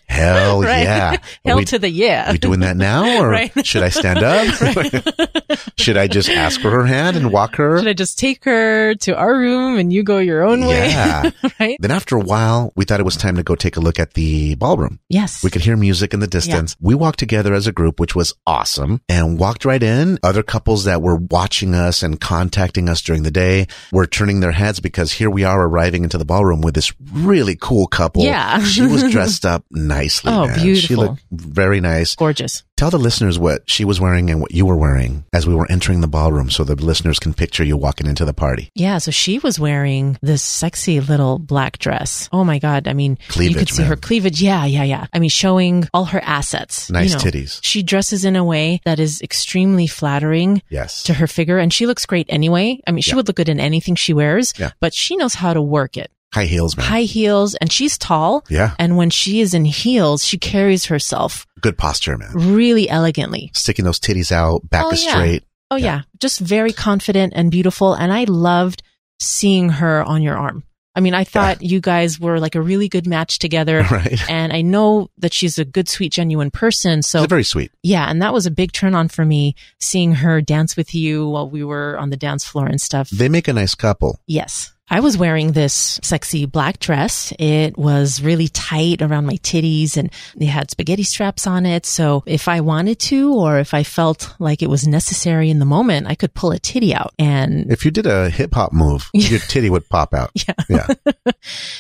Hell
(laughs) Right.
yeah.
Hell
We-
to the yeah.
we doing that now or
(laughs) Right.
should I stand
(laughs)
up? (laughs) should I just ask for her hand and walk her?
Should I just take her to our room and you go your own
Yeah.
way? (laughs) right?
Then after a while, we thought it was time to go take a look at the ballroom.
Yes.
We could hear music in the distance. We walked together as a group, which was awesome, and walked right in. Other couples that were watching us and contacting us during the day were turning their heads because here we are arriving into the ballroom with this really cool couple.
Yeah.
she
(laughs)
was dressed up nicely.
Oh,
man. She
beautiful.
looked very nice.
Gorgeous.
Tell the listeners what she was wearing and what you were wearing as we were entering the ballroom so the listeners can picture you walking into the party.
Yeah, so she was wearing this sexy little black dress. Oh my god! I mean, you could
Cleavage,
see her
man.
cleavage. Yeah, yeah, yeah. I mean, showing all her assets. you
Nice
know.
titties.
She dresses in a way that is extremely flattering
Yes.
to her figure, and she looks great anyway. I mean, she would look good in anything she wears,
Yeah.
but she knows how to work it.
High heels, man.
High heels, and she's tall.
Yeah.
And when she is in heels, she carries herself
Good posture, man.
really elegantly.
Sticking those titties out, back
Oh,
is
yeah.
straight. (laughs)
Oh yeah. just very confident and beautiful. And I loved seeing her on your arm. I mean, I thought you guys were like a really good
(laughs)
match together.
Right.
And I know that she's a good, sweet, genuine person. So
She's very sweet.
yeah, and that was a big turn on for me seeing her dance with you while we were on the dance floor and stuff.
They make a nice couple.
Yes. I was wearing this sexy black dress. It was really tight around my titties and it had spaghetti straps on it. So if I wanted to, or if I felt like it was necessary in the moment, I could pull a titty out and,
If you did a hip hop
(laughs)
move, your titty would pop out.
Yeah. (laughs)
Yeah. Oh,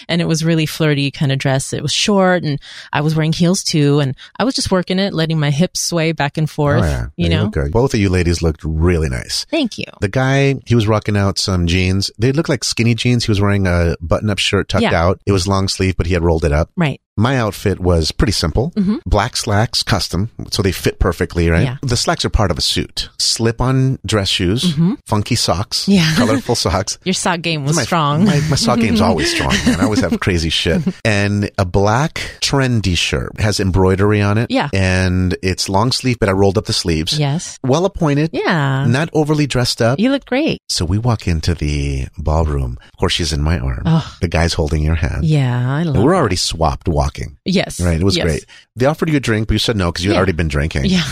and it was really flirty kind of dress. It was short and I was wearing heels too. And I was just working it, letting my hips sway back and
Oh,
forth,
yeah.
you
They
know?
look good. Both of you ladies looked really nice.
Thank you.
The guy, he was rocking out some jeans. They looked like skinny jeans. He was wearing a button up shirt tucked
Yeah.
out. It was long sleeve, but he had rolled it up.
Right.
My outfit was pretty simple. Black slacks, custom, so they fit perfectly, right?
Mm-hmm. Yeah.
The slacks are part of a suit. Slip on dress shoes, funky socks,
Mm-hmm. Yeah. (laughs)
colorful socks.
Your sock game was
my,
strong.
My, my sock game's always strong, man. I always have crazy
(laughs)
shit. And a black trendy shirt It has embroidery on it.
Yeah.
And it's long sleeve, but I rolled up the sleeves.
(laughs) yes.
Well appointed.
Yeah.
Not overly dressed up.
You look great.
So we walk into the ballroom. Of course, she's in my arm.
Oh.
The guy's holding your hand.
Yeah. I
And
love
we're already swapped walking.
Yes.
Right. It was
Yes.
great. They offered you a drink, but you said no because you'd
Yeah.
already been drinking.
Yeah.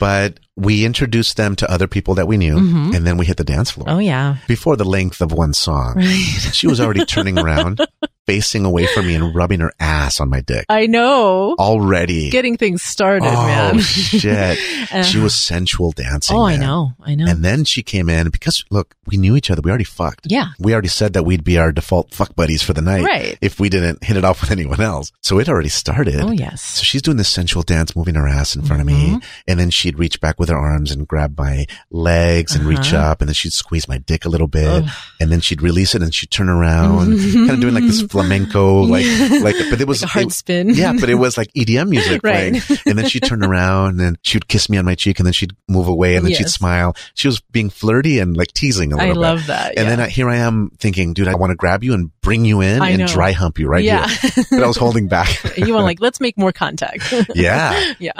But we introduced them to other people that we knew, and then we hit the dance floor.
Mm-hmm. Oh, yeah.
Before the length of one song, she was already turning
(laughs)
around, facing away from me, and rubbing her ass on my dick.
I know.
Already.
Getting things started,
oh,
man. (laughs)
shit.
Uh,
she was sensual dancing.
oh, I
man.
know. I know.
And then she came in because, look, we knew each other. We already fucked.
yeah.
We already said that we'd be our default fuck buddies for the night
Right.
if we didn't hit it off with anyone else. So it already started.
Oh, yes.
So she's doing this sensual dance, moving her ass in front
Mm-hmm.
of me. And then she'd reach back with her arms and grab my legs and reach
Uh-huh.
up. And then she'd squeeze my dick a little bit.
Oh,
And then she'd release it and she'd turn
(laughs)
around, kind of doing like this flamenco, like, like, but it was
Like a hard
it-
spin.
(laughs) Yeah, but it was like EDM music
Right.
playing. And then she'd turn around and she'd kiss me on my cheek and then she'd move away and then she'd
Yes.
smile. She was being flirty and like teasing a
(laughs) I
little bit.
love that.
And then
yeah.
I, here I am thinking, dude, I want to grab you and bring you in
I
and
know.
dry hump you right
Yeah.
here. But I was holding back.
(laughs) you want like, let's make more contact. (laughs)
yeah.
yeah.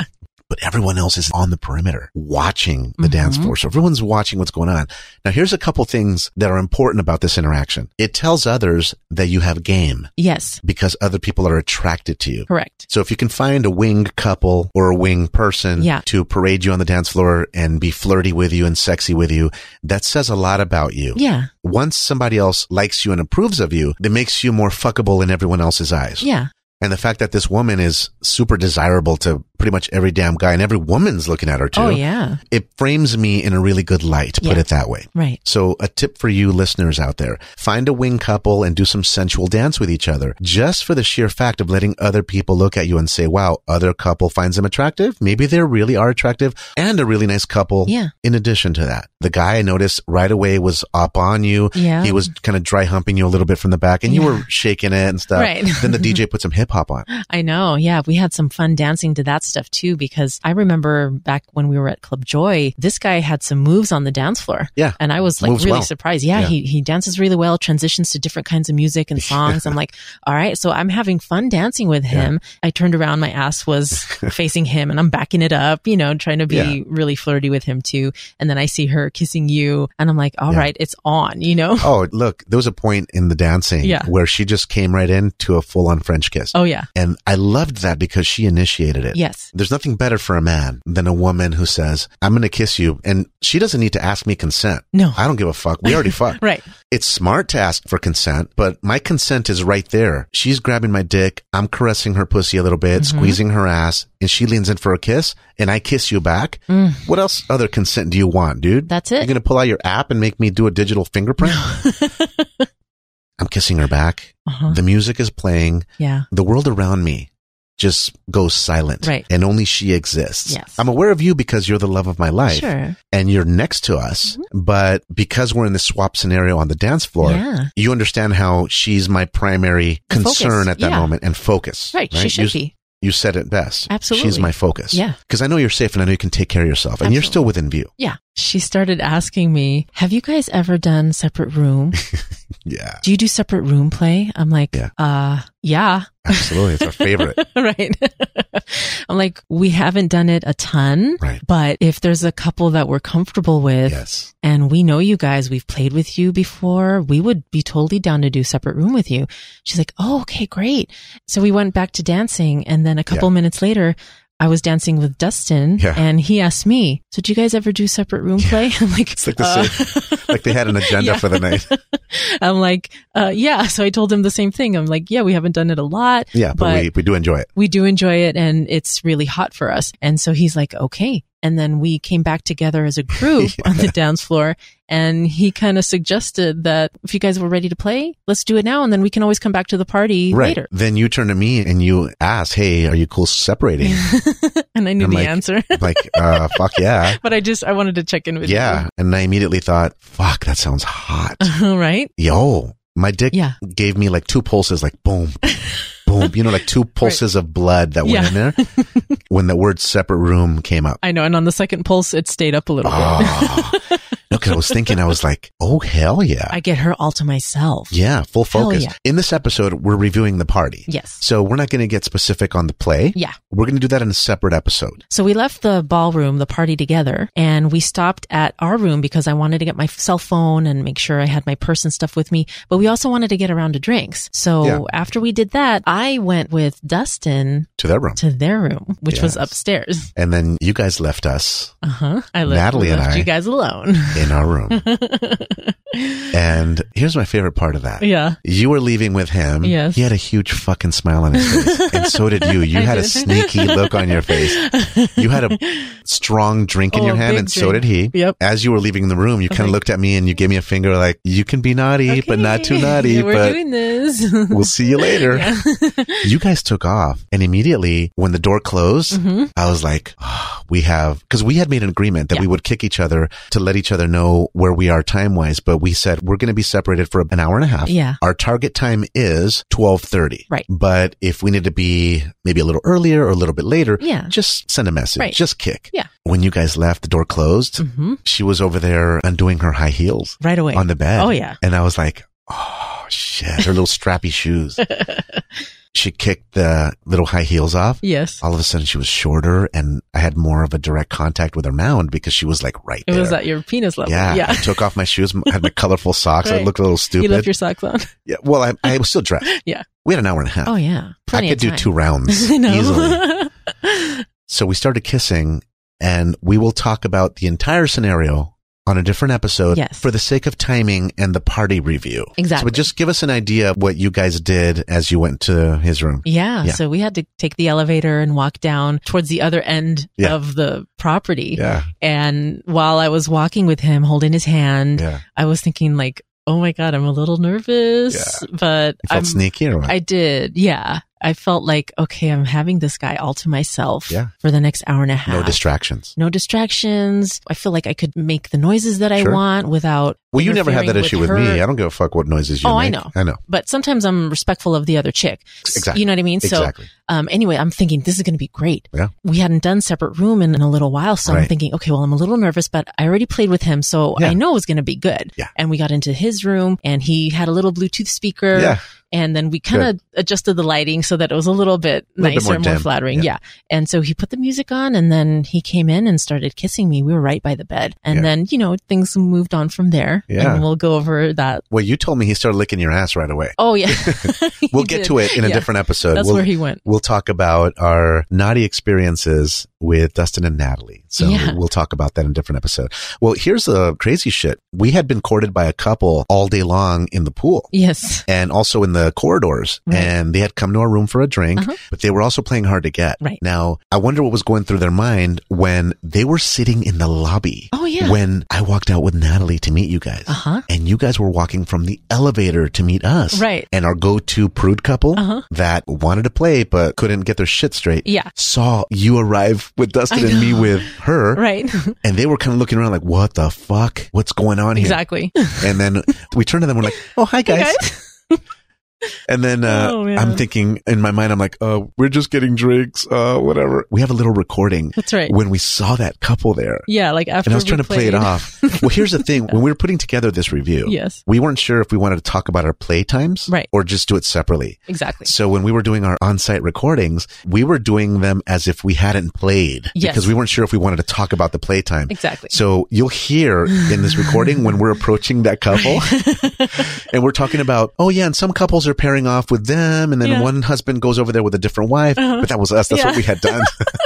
But everyone else is on the perimeter watching
Mm-hmm.
the dance floor. So everyone's watching what's going on. Now, here's a couple things that are important about this interaction. It tells others that you have game
Yes.
because other people are attracted to you.
Correct.
So if you can find a winged couple or a winged person
Yeah.
to parade you on the dance floor and be flirty with you and sexy with you, that says a lot about you.
Yeah.
Once somebody else likes you and approves of you, that makes you more fuckable in everyone else's eyes.
Yeah.
And the fact that this woman is super desirable to pretty much every damn guy and every woman's looking at her too.
Oh, yeah.
It frames me in a really good light, put
Yeah.
it that way.
Right.
So a tip for you listeners out there, find a wing couple and do some sensual dance with each other just for the sheer fact of letting other people look at you and say, wow, other couple finds them attractive. Maybe they really are attractive and a really nice couple.
Yeah.
In addition to that, the guy I noticed right away was up on you.
Yeah.
He was kind of dry humping you a little bit from the back and you were shaking it and stuff.
Right. (laughs)
then the DJ put some hip hop on.
I know. Yeah. We had some fun dancing to that stuff too, because I remember back when we were at Club Joy, this guy had some moves on the dance floor.
Yeah.
And I was like
Moves
really
well.
surprised. Yeah,
Yeah.
He, he dances really well, transitions to different kinds of
(laughs)
music and songs. I'm like, all right, so I'm having fun dancing with him. I turned around, my
(laughs)
ass was facing him and I'm backing it up, you know, trying to be
Yeah.
really flirty with him too. And then I see her kissing you and I'm like, all right,
Yeah.
it's on, you know? (laughs)
Oh, look, there was a point in the dancing
Yeah.
where she just came right into a full on French kiss.
Oh yeah.
And I loved that because she initiated it.
Yes.
There's nothing better for a man than a woman who says, I'm going to kiss you. And she doesn't need to ask me consent.
No.
I don't give a fuck. We
(laughs)
already fucked.
Right.
It's smart to ask for consent, but my consent is right there. She's grabbing my dick. I'm caressing her pussy a little bit,
Mm-hmm.
squeezing her ass, and she leans in for a kiss and I kiss you back. What else other consent do you want, dude?
Mm, That's it.
You're going to pull out your app and make me do a digital
(laughs)
fingerprint? I'm kissing her back.
Uh-huh.
The music is playing
Yeah.
the world around me just goes silent
Right.
and only she exists.
Yes.
I'm aware of you because you're the love of my life
Sure. Mm-hmm.
and you're next to us, but because we're in this swap scenario on the dance floor,
Yeah.
you understand how she's my primary
Focus.
concern at that
Yeah.
moment and focus.
Right. She should
you,
be.
You said it best.
Absolutely.
She's my focus.
Yeah.
Because I know you're safe and I know you can take care of yourself and you're
Absolutely.
still within view.
Yeah. She started asking me, have you guys ever done separate room?
Yeah.
Do you do separate room play? I'm like,
Yeah.
uh, yeah.
Absolutely. It's our
(laughs)
favorite.
right. I'm like, we haven't done it a ton,
Right.
but if there's a couple that we're comfortable with
yes.
and we know you guys, we've played with you before, we would be totally down to do separate room with you. She's like, oh, okay, great. So we went back to dancing. And then a couple minutes later, I was dancing with Dustin
Yeah.
and he asked me, so do you guys ever do separate room play? (laughs) I'm like,
It's like the
uh,
same, like they had an agenda
(laughs) Yeah.
for the night.
I'm like, uh, yeah. So I told him the same thing. I'm like, yeah, we haven't done it a lot.
Yeah. But,
But-
we, we do enjoy it.
We do enjoy it and it's really hot for us. And so he's like, okay. And then we came back together as
(laughs)
a group on the dance floor and he kind of suggested that if you guys were ready to play, let's do it now. And then we can always come back to the party
Right.
later. (laughs)
Then you turn to me and you ask, Hey, are you cool
(laughs)
separating?
And I knew
I'm
the
like-
answer, (laughs)
I'm like, uh, fuck yeah.
but I just, I wanted to check in with (laughs)
Yeah. And I immediately thought, fuck, that sounds hot.
you. right.
Yo, my dick
Yeah.
gave me like two pulses, like boom, boom, you know, like
(laughs)
two pulses of blood that
Yeah.
went in there
(laughs)
when the word separate room came up.
I know. And on the second pulse, it stayed up a little bit.
Oh, no, cause I was thinking, I was like, oh, hell yeah.
I get her all to myself.
yeah. Full
Hell
focus.
yeah.
In this episode, we're reviewing the party.
Yes.
So we're not going to get specific on the play.
Yeah.
We're going to do that in a separate episode.
So we left the ballroom, the party together, and we stopped at our room because I wanted to get my cell phone and make sure I had my purse and stuff with me. But we also wanted to get around to drinks. So
Yeah.
after we did that, I went with Dustin
To that room.
to their room, which was
Yes.
upstairs. (laughs)
And then you guys left us
Uh huh. I left,
Natalie and
left
I-
you guys alone. (laughs)
in our room. and here's my favorite part of that.
yeah.
You were leaving with him.
Yes.
He had a huge fucking smile on his
(laughs)
face. and so did you. You had a
did. (laughs)
sneaky look on your face. You had a strong drink in
Oh,
your
a
hand,
big
and so
drink.
did he.
Yep.
As you were leaving the room, you kind of looked at me and you gave me a finger like, you can be naughty, but not too
Okay.
naughty.
We're
but
doing this. (laughs)
we'll see you later. you guys took off. And immediately when the door closed,
Mm-hmm.
I was like, "Ah, we have, because we had made an agreement that we would kick each other to let each other know where we are time wise. But we said we're going to be separated for an hour and a half.
Yeah.
Our target time is 1230.
Right.
But if we need to be maybe a little earlier or a little bit later, (laughs)
Yeah.
just send a message.
Right.
Just kick.
Yeah. Mm.
When you guys left, the door closed. She was over there undoing her high heels
Mm-hmm. right away.
on the bed.
Oh, yeah.
And I was like, oh shit, her little strappy
(laughs)
shoes. She kicked the little high heels off.
(laughs) Yes.
All of a sudden she was shorter and I had more of a direct contact with her mound because she was like right
It
there.
was at your penis level.
yeah, I took off my shoes, m- had my colorful socks. I
Right.
looked a little
(laughs) you
stupid.
left your socks on.
yeah, well, I, I was still dressed.
(laughs) Yeah.
We had an hour and a half.
Oh, yeah. Plenty
I could
of
do
time.
two rounds
(laughs) I know.
easily. So we started kissing and we will talk about the entire scenario on a different episode
Yes.
for the sake of timing and the party review.
Exactly.
But just give us an idea of what you guys did as you went to his room.
Yeah,
Yeah.
So we had to take the elevator and walk down towards the other end
Yeah.
of the property.
Yeah.
And while I was walking with him, holding his hand,
Yeah.
I was thinking like, oh my God, I'm a little nervous, but
You felt
I'm,
sneaky or what?
I did. Yeah. I felt like, okay, I'm having this guy all to myself
Yeah.
for the next hour and a half.
No distractions.
No distractions. I feel like I could make the noises that I
Sure.
want without.
Well, you never had that
interfering
issue with, me.
her.
I don't give a fuck what noises you
Oh, I
make.
know.
I know.
But sometimes I'm respectful of the other chick. S-
Exactly.
You know what I mean?
Exactly.
So, um, anyway, I'm thinking this is going to be great.
Yeah.
We hadn't done separate room in, in a little while. So I'm
Right.
thinking, okay, well, I'm a little nervous, but I already played with him. So
Yeah.
I know it's going to be good.
Yeah.
And we got into his room and he had a little Bluetooth speaker.
Yeah.
And then we kind of adjusted the lighting so that it was a little bit
Little bit
nicer,
more
more,
dim.
flattering.
Yeah.
Yeah. And so he put the music on and then he came in and started kissing me. We were right by the bed. And
Yeah.
then, you know, things moved on from there.
Yeah.
And we'll go over that.
Well, you told me he started licking your ass right away. (laughs)
Oh, yeah.
We'll
(laughs) He
get
did.
to it in a
Yeah.
different episode.
That's
we'll,
where he went.
We'll talk about our naughty experiences with Dustin and Natalie. So
Yeah.
we'll talk about that in a different episode. Well, here's the crazy shit. We had been courted by a couple all day long in the pool.
Yes. (laughs)
and also in the corridors.
Right.
And they had come to our room for a drink,
Uh-huh.
but they were also playing hard to get.
Right.
Now, I wonder what was going through their mind when they were sitting in the lobby.
Oh, yeah.
When I walked out with Natalie to meet you guys.
Uh-huh.
And you guys were walking from the elevator to meet us.
Right.
And our go to prude couple
Uh-huh.
that wanted to play but couldn't get their shit straight.
Yeah.
Saw you arrive with Dustin
I
and me
know.
with her.
Right.
And they were kind of looking around like, what the fuck? What's going on here?
(laughs) exactly.
And then we turned to them. We're
(laughs)
like, "Oh, hi guys!" And then uh,
Oh, man.
I'm thinking in my mind, I'm like, "Uh, we're just getting drinks, uh, whatever." We have a little recording
That's right.
when we saw that couple there,
Yeah, like after
and I was
we
trying to play it
played-
off. well, here's the thing: when we were putting together this review,
Yes.
we weren't sure if we wanted to talk about our play times,
Right.
or just do it separately.
(laughs) Exactly.
So when we were doing our on-site recordings, we were doing them as if we hadn't played
Yes.
because we weren't sure if we wanted to talk about the playtime.
Exactly.
So you'll hear in this recording when we're approaching that
(laughs)
couple and we're talking about, oh yeah, and some couples are pairing off with them and then
Yeah. Uh-huh.
one husband goes over there with a different wife, but that was us. That's what
Yeah. (laughs)
we had done. (laughs)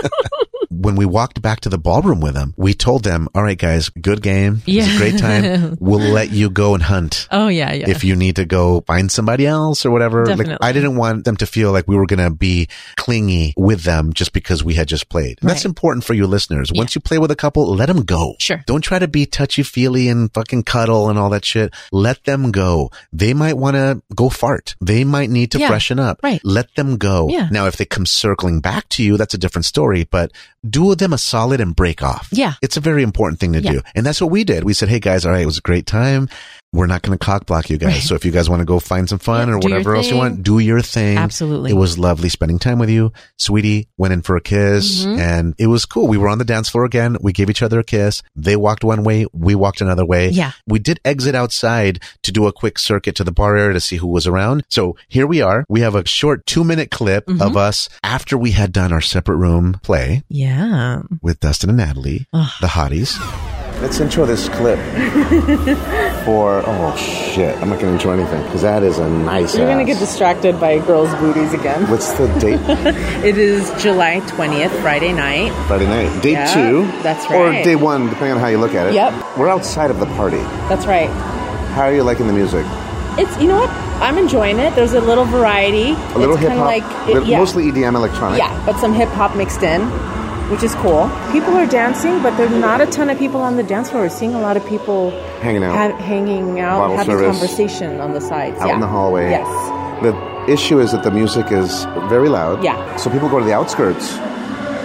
When we walked back to the ballroom with them, we told them, all right, guys, good game. It was a
Yeah.
great time. We'll let you go and hunt
(laughs) Oh yeah, yeah.
if you need to go find somebody else or whatever. Like
Definitely.
I didn't want them to feel like we were going to be clingy with them just because we had just played. And That's
Right.
important for you listeners. Once you play with a couple, let them go.
Sure.
Don't try to be touchy feely and fucking cuddle and all that shit. Let them go. They might want to go fart. They might need to
Yeah.
freshen up.
Right.
Let them go.
Yeah.
Now, if they come circling back to you, that's a different story, but do them a solid and break off.
Yeah.
It's a very important thing to
Yeah.
do. And that's what we did. We said, Hey guys, all right, it was a great time. We're not going to cock block you guys.
(laughs)
So if you guys want to go find some fun
Yeah,
or
do your
whatever else you
thing.
want, do your thing.
Absolutely.
It was lovely spending time with you. Sweetie went in for a kiss
Mm-hmm.
and it was cool. We were on the dance floor again. We gave each other a kiss. They walked one way. We walked another way.
Yeah.
We did exit outside to do a quick circuit to the bar area to see who was around. So here we are. We have a short two minute clip
Mm-hmm.
of us after we had done our separate room play
yeah.
with Dustin and Natalie, the hotties.
Let's intro
(laughs)
this clip for. Oh shit! I'm not gonna intro anything because that is a nice.
You're gonna
ass.
get distracted by girls' booties again.
What's the
(laughs)
date?
It is July 20th, Friday night.
Friday night. Day
Yeah,
two.
that's
Or
right.
day one, depending on how you look at it.
Yep.
We're outside of the party.
That's right.
How are you liking the music?
It's you know what? I'm enjoying it. There's a little variety.
A little
it's
hip
kinda
hop.
like it, yeah.
Mostly EDM electronic.
Yeah, but some hip hop mixed in, which is cool. People are dancing, but there's not a ton of people on the dance floor. We're seeing a lot of people
Hanging out.
ha- hanging out,
Oh. Bottle
having
service.
conversation on the sides.
Out
yeah.
in the hallway.
Yes.
The issue is that the music is very loud.
Yeah.
So people go to the outskirts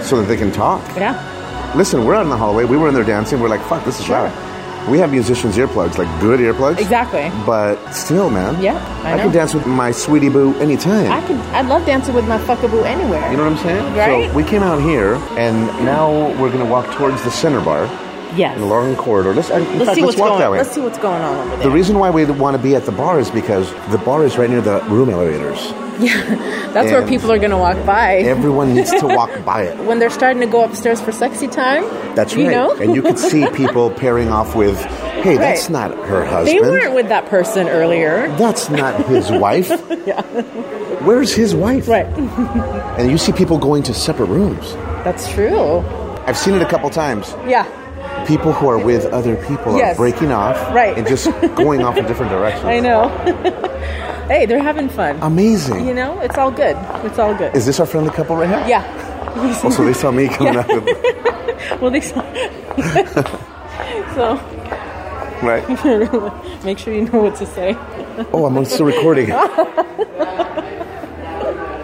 so that they can talk.
Yeah.
Listen, we're out in the hallway. We were in there dancing. We're like, fuck, this is loud. We have musicians' earplugs, like good earplugs.
Exactly.
But still, man.
Yeah, I know.
can dance with my sweetie boo anytime.
I could. I love dancing with my fuckaboo anywhere.
You know what I'm saying?
Right?
So we came out here, and now we're going to walk towards the center bar
Yes.
in the long corridor. Let's, in
Let's
fact,
see what's
let's walk
going.
that way.
Let's see what's going on over there.
the reason why we want to be at the bar is because the bar is right near the room elevators.
(laughs) That's where
and-
people are gonna walk by.
Everyone needs to
(laughs)
walk by it.
when they're starting to go upstairs for sexy time,
That's right.
You know?
And you can see people pairing off with, hey, that's
Right.
not her
they
husband.
weren't with that person earlier.
(laughs) That's not his
(laughs)
wife. yeah. Where's his wife?
Right.
And you see people going to separate rooms.
That's true.
I've seen it a couple times.
Yeah.
People who are with other people
Yes.
are breaking off
Right.
and
(laughs)
just going off in different directions.
I
(laughs)
know. hey, they're having fun.
Amazing.
you know, it's all good. It's all good.
Is this our friendly couple right here?
yeah.
Oh, so
(laughs)
they saw me coming out of
well, they saw. so
right.
(laughs) make sure you know what to say. (laughs)
Oh, I'm still recording.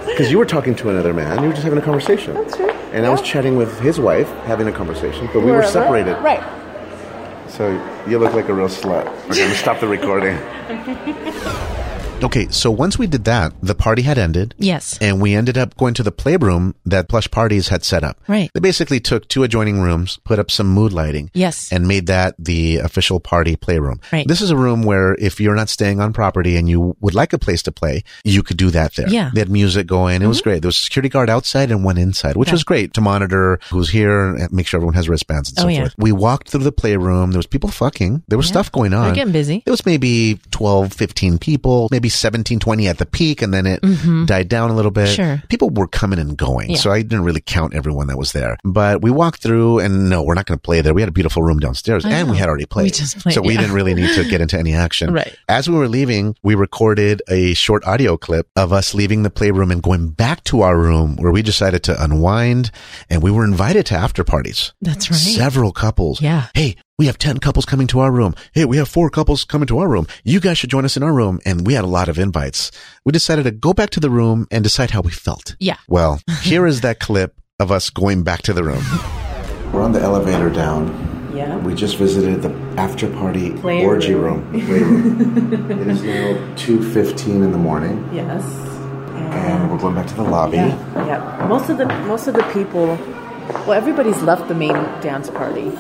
Because you were talking to another man, you were just having a conversation. That's
true.
And I was chatting with his wife, having a conversation, but we were
Wherever.
separated.
Right.
So you look like a real slut. Okay, I'm gonna stop the recording.
Okay, so once we did that, the party had ended.
Yes.
And we ended up going to the playroom that Plush Parties had set up.
Right.
They basically took two adjoining rooms, put up some mood lighting.
Yes.
And made that the official party playroom.
Right.
This is a room where if you're not staying on property and you would like a place to play, you could do that there.
Yeah. Mm-hmm.
They had music going. It was great. There was a security guard outside and one inside, (laughs) which was great to monitor who's here and make sure everyone has wristbands and
Oh,
so
yeah.
forth. We walked through the playroom. There was people fucking. There was stuff going on.
They're getting busy.
It was maybe 12, 15 people, maybe 17, 20 at the peak, and then it died down a little bit.
Mm-hmm. Sure.
People were coming and going,
Yeah.
so I didn't really count everyone that was there. But we walked through, and no, we're not going to play there. We had a beautiful room downstairs, and we had already played.
We just played,
so we
yeah.
didn't really need to get into any action.
Right.
As we were leaving, we recorded a short audio clip of us leaving the playroom and going back to our room where we decided to unwind, and we were invited to after parties
That's right.
several couples.
Yeah.
Hey, we have 10 couples coming to our room. Hey, we have four couples coming to our room. You guys should join us in our room. And we had a lot of invites. We decided to go back to the room and decide how we felt.
Yeah.
(laughs)
Well, here is that clip of us going back to the room.
We're on the elevator down.
Yeah.
We just visited the after party
Play
orgy
room.
room. Play room. it is now two fifteen in the morning,
Yes.
and we're going back to the lobby.
Yeah. yeah. Most of the most of the people, well, everybody's left the main dance party,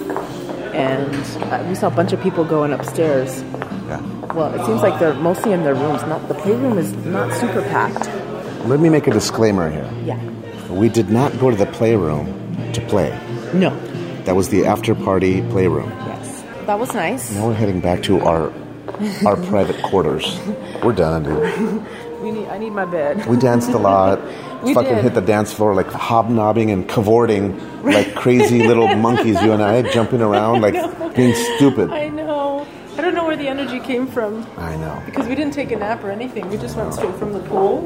and uh, we saw a bunch of people going upstairs.
Yeah.
Well, it seems like they're mostly in their rooms. Not the playroom is not super packed.
Let me make a disclaimer here.
Yeah.
We did not go to the playroom to play.
No.
That was the after party playroom.
Yes. That was nice.
Now we're heading back to our
(laughs)
our private quarters. We're done, dude.
We need. I need my bed.
We danced a lot.
We
fucking
did.
hit the dance floor like hobnobbing and cavorting like crazy
(laughs)
little monkeys, you and I jumping around like being
(laughs)
stupid.
I know. I don't know where the energy came from
I know.
because we didn't take a nap or anything. We just went straight from the pool.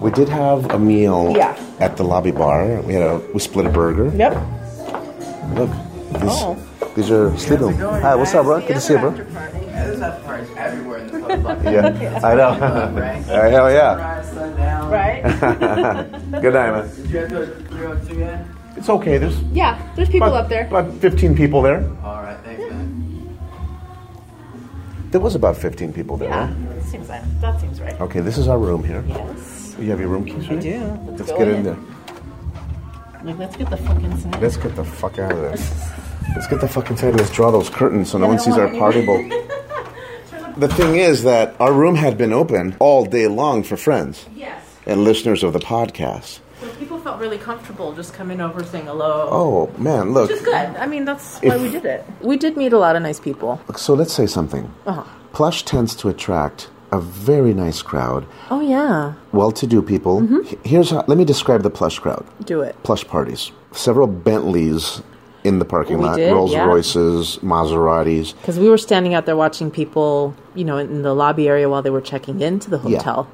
We did have a meal
Yeah.
at the lobby bar. We had a we split a burger.
Yep.
Look. These,
Oh.
these are sleeping. Hi, what's up, bro? Good to see you, bro.
There's after parties everywhere in the club. (laughs)
Yeah, I know. (laughs) Uh, hell yeah.
Sunrise, sundown.
Right?
Good night, man.
Did you have to do a 302 yet?
It's okay. There's
yeah. There's people
about-
up there.
About 15 people there.
All right, thanks, man.
There was about 15 people there. right?
Seems like, that seems right.
Okay, this is our room here. You have your room keys, right? I
do.
Let's, get in there.
Like, let's get the fuck inside.
Let's get the fuck out of there. Let's get the fuck inside. Let's draw those curtains so no one sees our party bowl.
(laughs)
the thing is that our room had been open all day long for friends
Yes.
and listeners of the podcast.
So people felt really comfortable just coming over saying hello.
Oh, man, look.
It's good. I mean, that's
If-
why we did it. We did meet a lot of nice people.
So let's say something.
Uh-huh.
Plush tends to attract a very nice crowd,
Oh yeah.
well-to-do people. H- Here's how, let me describe the plush crowd.
Mm-hmm. Do it.
plush parties. Several Bentleys in the parking
We
lot,
did,
Rolls
yeah.
Royces, Maseratis.
Because we were standing out there watching people, you know, in the lobby area while they were checking into the hotel.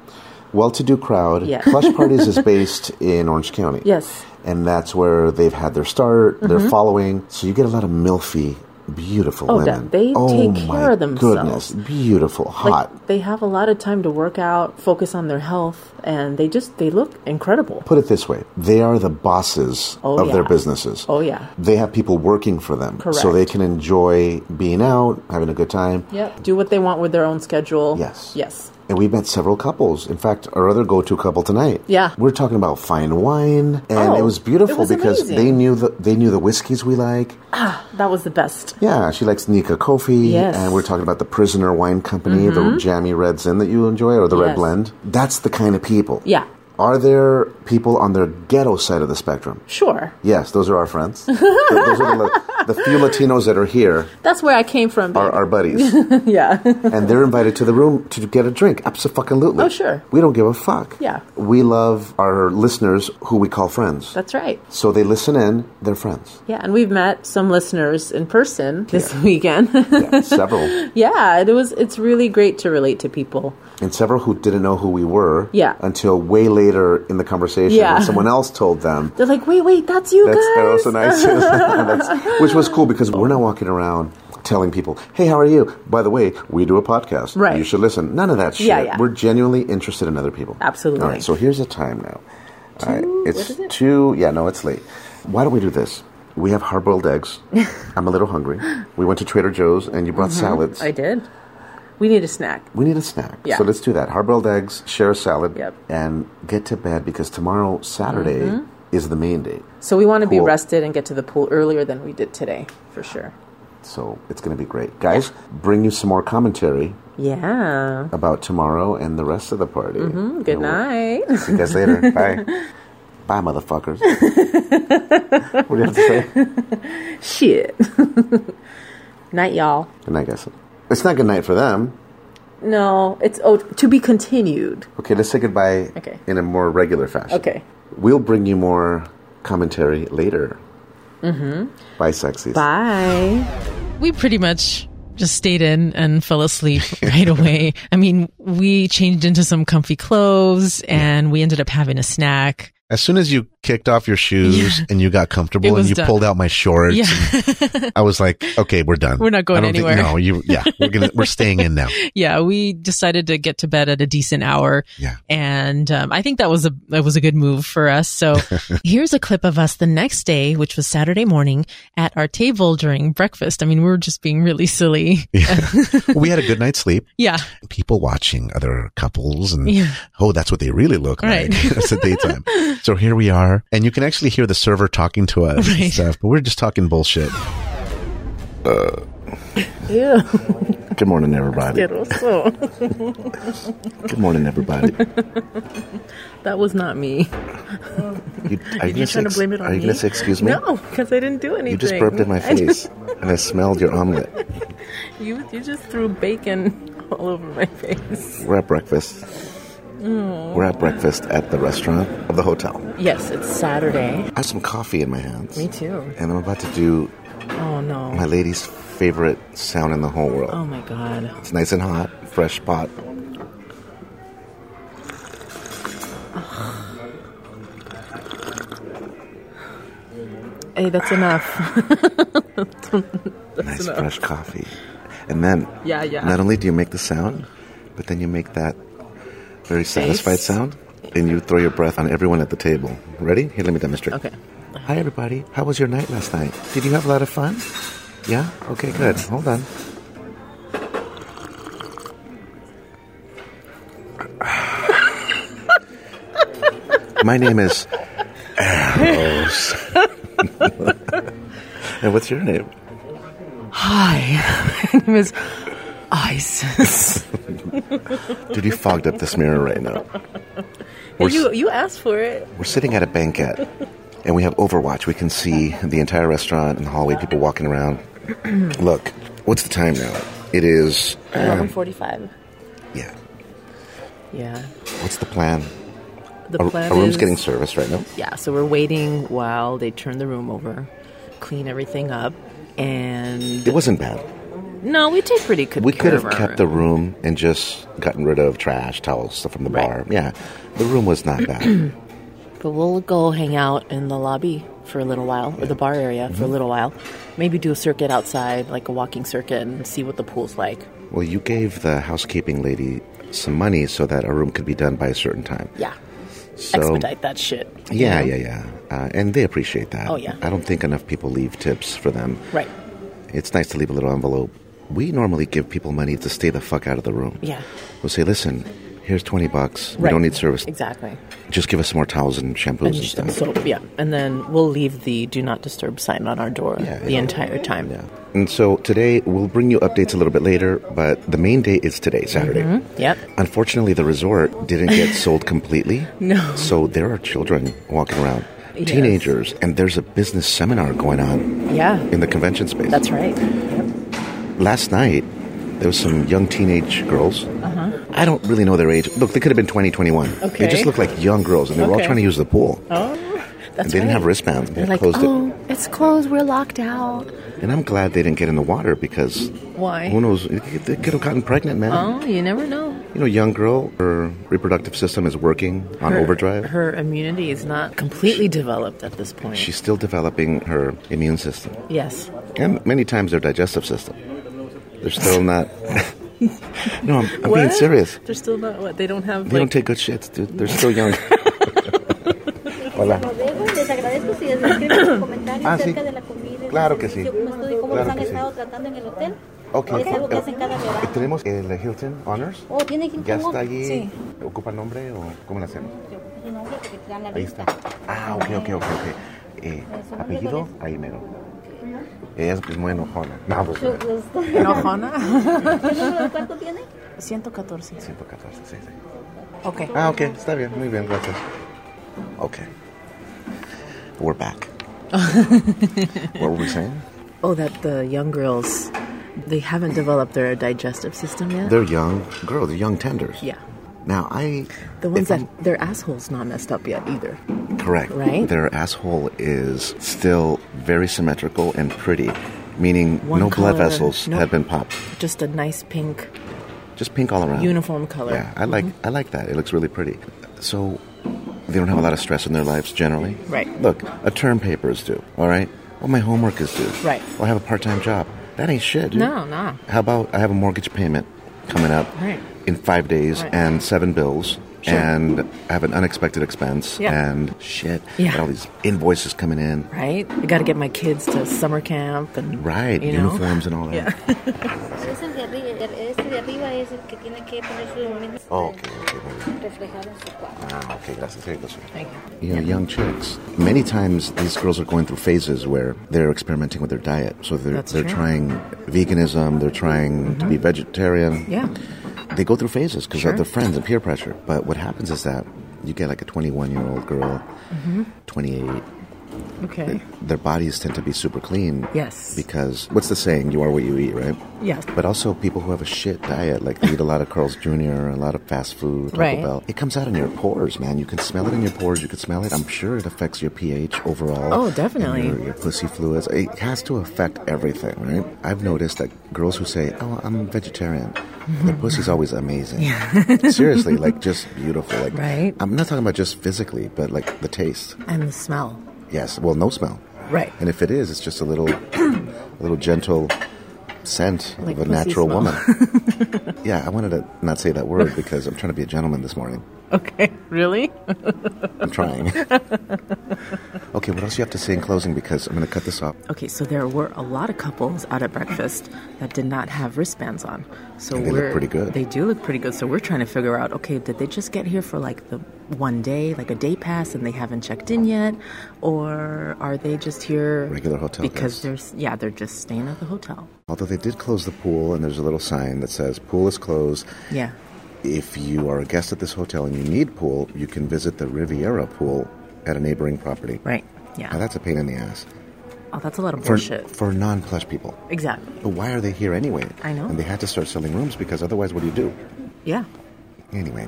Well to do crowd.
Yeah.
Plush Parties
(laughs)
is based in Orange County.
Yes. Mm-hmm.
And that's where they've had their start, their following. So you get a lot of MILFy, beautiful
Oh,
women.
that- they
oh,
take
my
care of themselves.
Goodness, beautiful, hot.
Like, they have a lot of time to work out, focus on their health, and they just they look incredible.
Put it this way they are the bosses
Oh,
of their
yeah.
businesses.
Oh yeah.
They have people working for them. So
Correct.
they can enjoy being out, having a good time.
Yep. Do what they want with their own schedule.
Yes.
Yes.
And we met several couples. In fact, our other go-to couple tonight.
Yeah.
we're talking about fine wine, and
Oh,
it was beautiful
it was
because
amazing.
they knew the they knew the whiskeys we like.
That was the best.
Yeah, she likes Nika Kofi,
Yes. Mm-hmm.
and we're talking about the Prisoner Wine Company, the jammy red zin that you enjoy, or the red
Yes.
blend. That's the kind of people.
Yeah.
Are there people on their ghetto side of the spectrum?
Sure.
Yes, those are our friends. (laughs) Th- those are the, li- the few Latinos that are here
That's where I came from.
are our buddies,
(laughs) yeah.
and they're invited to the room to get a drink. Absolutely.
Oh, sure.
We don't give a fuck.
Yeah.
We love our listeners who we call friends.
(laughs) That's right.
so they listen in, they're friends.
Yeah, and we've met some listeners in person this weekend.
Yeah, several.
(laughs) yeah, it was it's really great to relate to people.
And several who didn't know who we were
Yeah.
until way later in the conversation
Yeah.
when someone else told them.
They're like, "Wait, wait, that's you
That's (laughs)
guys."
they're also nice. That's- which was cool because we're not walking around telling people, hey, how are you? By the way, we do a podcast.
Right.
You should listen. None of that shit.
Yeah, yeah.
We're genuinely interested in other people.
Absolutely.
All right, so here's the time now. All right, it's
what is it?
two. Yeah, no, it's late. Why don't we do this? We have hard boiled
(laughs)
eggs. I'm a little hungry. We went to Trader Joe's and you brought salads.
Mm-hmm. I did. We need a snack.
We need a snack.
Yeah.
So let's do that. Hard boiled eggs, share a salad,
Yep.
and get to bed because tomorrow, Saturday,
Mm-hmm.
is the main day.
So we want to be
Cool.
rested and get to the pool earlier than we did today, for sure.
So it's going to be great. Guys, bring you some more commentary
Yeah.
about tomorrow and the rest of the party. Mm-hmm.
Good night. (laughs)
See you guys
(laughs)
later. Bye. Bye, motherfuckers. what do you have to say?
Shit. (laughs) night, y'all.
Good night, guys. It's not good night for them.
No, it's oh, to be continued.
Okay, let's say goodbye
Okay.
in a more regular fashion.
Okay.
We'll bring you more commentary later. Mm-hmm. Bye, sexies.
Bye.
we pretty much just stayed in and fell
(laughs)
asleep right away. I mean, we changed into some comfy clothes and we ended up having a snack.
As soon as you kicked off your shoes and you got
It
comfortable and
was
you
done.
pulled out my shorts,
Yeah.
I was like, okay, we're done.
We're not going
I don't think-
anywhere.
no, you, yeah, we're gonna, we're staying in now.
(laughs) yeah, we decided to get to bed at a decent hour.
Yeah.
And um, I think that was a that was a good move for us.
(laughs)
So here's a clip of us the next day, which was Saturday morning, at our table during breakfast. I mean, we were just being really silly.
We had a good night's sleep.
Yeah.
People watching other couples and,
Yeah.
oh, that's what they really look
Right.
like. (laughs) that's the daytime. So here we are. And you can actually hear the server talking to us
Right.
and stuff, but we're just talking bullshit.
(laughs)
Good morning, everybody.
that
Good morning,
(laughs)
everybody.
was not me.
You, are
You're trying to blame it on
Are you
me?
going to say excuse me?
No, because I didn't do anything.
You just burped in
(laughs)
my face, and I smelled your omelet.
You, you just threw bacon (laughs) all over my face.
We're at breakfast.
Mm.
We're at breakfast at the restaurant of the hotel.
Yes, it's Saturday.
I have some coffee in my hands.
Me too.
And I'm about to do
Oh
my
no.
lady's favorite sound in the whole world.
Oh my god.
It's nice and hot, fresh pot.
Hey, that's enough. (laughs)
nice fresh coffee. And then,
Yeah, yeah.
not only do you make the sound, but then you make that very satisfied sound, and you throw your breath on everyone at the table. Ready? Here, let me demonstrate.
Okay.
Hi, everybody. How was your night last night? Did you have a lot of fun? Yeah? Okay, good. Hold on. (laughs) My name is Arrows. (laughs) and what's your name?
Hi. (laughs) my name is Isis.
Dude, you fogged up this mirror right now. We're,
(laughs) you you asked for it.
we're sitting at a banquet, and we have Overwatch. We can see the entire restaurant and the hallway, people walking
(clears throat)
around. Look, what's the time now? It is,
Eleven forty-five.
yeah.
Yeah.
What's the plan?
The
A, a
plan
room's
is
getting serviced right now.
yeah. So we're waiting while they turn the room over, clean everything up, and
It wasn't bad.
no, we take pretty good.
We
care
could
of
have
our
kept the room and just gotten rid of trash, towels, stuff from the
Right.
bar. Yeah, the room was not
(clears throat)
bad.
But we'll go hang out in the lobby for a little while, or the bar area for a
Mm-hmm.
little while. Maybe do a circuit outside, like a walking circuit, and see what the pool's like.
well, you gave the housekeeping lady some money so that our room could be done by a certain time.
Yeah.
So,
Expedite that shit. you
Yeah,
know?
yeah, yeah. Uh, and they appreciate that.
Oh, yeah.
I don't think enough people leave tips for them.
Right.
It's nice to leave a little envelope. We normally give people money to stay the fuck out of the room.
Yeah.
We'll say, listen, here's 20 bucks. We
Right.
don't need service.
Exactly.
Just give us some more towels and shampoos and,
And sh-
stuff.
so, yeah. And then we'll leave the do not disturb sign on our door
Yeah,
the
yeah.
entire time.
yeah. And so today, we'll bring you updates a little bit later, but the main day is today, Saturday.
Yep.
Unfortunately, the resort didn't
(laughs)
get sold completely. No. So there are children walking around, teenagers, and there's a business seminar going on
Yeah.
in the convention space.
That's right.
last night there was some young teenage girls i don't really know their age look they could have been 20 21
Uh-huh. Okay.
they just looked like young girls and they were all
Okay.
trying to use the pool
Oh,
and
that's
they didn't
right.
have wristbands
They're
they
like,
closed
oh, it's closed. We're locked out.
it and i'm glad they didn't get in the water because
Why?
who knows they could- they could have gotten pregnant man
Oh, you never know.
you know young girl her reproductive system is working on overdrive
Her immunity is not completely developed at this point.
she's still developing her immune system
yes.
and many times their digestive system They're still not.
(laughs)
(laughs) no, I'm, I'm being serious.
They're still not what? They don't have
They don't
like
take good shits, dude. They're still young.
(laughs)
Hola.
Los dejo y les agradezco si les escriben
(coughs)
sus comentarios
Ah, sí.
acerca de la comida, el
Claro que
servicio,
sí.
cómo estuvo y cómo
Claro
los han
que sí.
estado tratando en el hotel.
Ok. eh,
Es algo que hacen cada verano.
Tenemos el Hilton Honors.
Oh, tiene gente
Ya está allí. ¿Ocupa nombre o cómo lo hacemos?
Su nombre porque te dan la
Ahí
lista.
está. Ah, ok, ok, ok, ok. Eh, apellido, ahí mero. Ella es muy enojona. No, pues
Mucho gusto.
Enojona.
(laughs) ¿Qué número de cuarto tiene?
114.
114, sí, sí.
Ok.
Ah, ok, está bien, muy bien, gracias. Ok. We're back.
(laughs)
What were we saying?
Oh, that the young girls, they haven't developed their digestive system yet.
They're young, girl, they're young tenders.
yeah.
Now, I.
The ones
if I'm-
that their asshole's not messed up yet either.
Correct.
Right?
Their asshole is still very symmetrical and pretty, meaning
One
no blood
color,
vessels
no-
have been popped.
Just a nice pink.
Just pink all around.
Uniform color.
Uh,
Mm-hmm.
Yeah, I like I like that. It looks really pretty. So they don't have a lot of stress in their lives generally.
Right.
Look, a term paper is due, all right? Well, my homework is due.
Right.
Well, I have a part-time job. That ain't shit. dude.
No, no.
How about I have a mortgage payment coming up
Right.
in five days
Right.
and seven bills
Sure.
and I have an unexpected expense
Yeah.
and shit.
Yeah.
And all these invoices coming in.
Right? I got to get my kids to summer camp and
Right.
You know?
Uniforms and all that.
Es el de arriba. el- Este de arriba es el que tiene que poner su dominio
(laughs) Oh, okay, okay, okay.
reflejado en su cuarto.
Ah, okay, gracias. Here you go, sir.
Thank you.
you know, young chicks. Many times these girls are going through phases where they're experimenting with their diet. So they're,
That's
they're
true.
trying
Mm-hmm.
veganism, they're trying to be vegetarian.
Yeah.
They go through phases because
Sure.
of their friends and peer pressure. But what happens is that you get like a 21 year old girl,
Mm-hmm.
28.
Okay.
Their bodies tend to be super clean.
Yes.
Because what's the saying? You are what you eat, right?
Yes.
But also people who have a shit diet, like they eat a lot of Carl's Jr., a lot of fast food, Taco
Right.
Bell. It comes out in your pores, man. You can smell it in your pores. You can smell it. I'm sure it affects your pH overall.
Oh,
and
definitely.
Your, your pussy fluids. It has to affect everything, right? I've noticed that girls who say, "Oh, I'm vegetarian,"
Mm-hmm.
their pussy's always amazing. (laughs) Seriously, like just beautiful. Like
Right.
I'm not talking about just physically, but like the taste.
And the smell.
Yes. Well, no smell.
Right.
And if it is, it's just a little, a little gentle scent
Like
of a
pussy
natural
smell.
woman.
(laughs)
yeah, I wanted to not say that word because I'm trying to be a gentleman this morning.
(laughs) Okay. Really?
I'm
(laughs)
trying. okay, what else you have to say in closing? Because I'm going to cut this off.
Okay, so there were a lot of couples out at breakfast that did not have wristbands on. So
And they look
we're-
pretty good.
They do look pretty good. So we're trying to figure out, okay, did they just get here for like the one day, like a day pass, and they haven't checked in yet, or are they just here
Regular hotel
Because
guests.
there's yeah, they're just staying at the hotel.
Although they did close the pool, and there's a little sign that says "pool is closed."
Yeah,
If you are a guest at this hotel and you need pool, you can visit the Riviera pool at a neighboring property.
right.
Now
Yeah.
that's a pain in the ass
Oh, that's a lot of
for
bullshit.
for non-plush people.
exactly.
But why are they here anyway?
I know.
And they had to start selling rooms because otherwise, what do you do?
Yeah,
Anyway,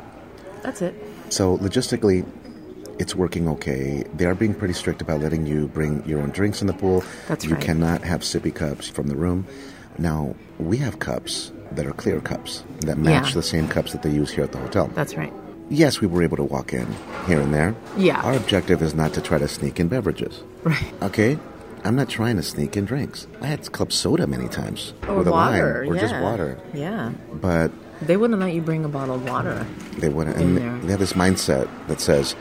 that's it.
so logistically, it's working okay. They are being pretty strict about letting you bring your own drinks in the pool.
That's
you
right.
cannot have sippy cups from the room. Now we have cups that are clear cups that match
Yeah.
the same cups that they use here at the hotel.
That's right. (laughs)
yes, we were able to walk in here and there.
Yeah.
Our objective is not to try to sneak in beverages.
Right.
Okay. I'm not trying to sneak in drinks. I had club soda many times, with a lime,
water.
or
yeah.
just water.
Yeah.
But
They wouldn't let you bring a bottle of water.
they wouldn't. And
Been there.
they have this mindset that says,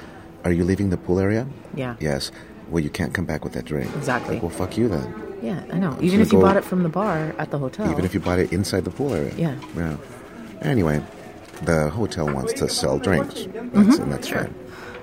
"Are you leaving the pool area?"
Yeah.
Yes. Well, you can't come back with that drink.
Exactly.
Like, well, fuck you then.
Yeah, I know. Even
gonna
if you
go-
bought it from the bar at the hotel.
Even if you bought it inside the pool area.
Yeah.
Yeah. Anyway, the hotel wants to sell drinks, that's,
Mm-hmm.
and that's fine.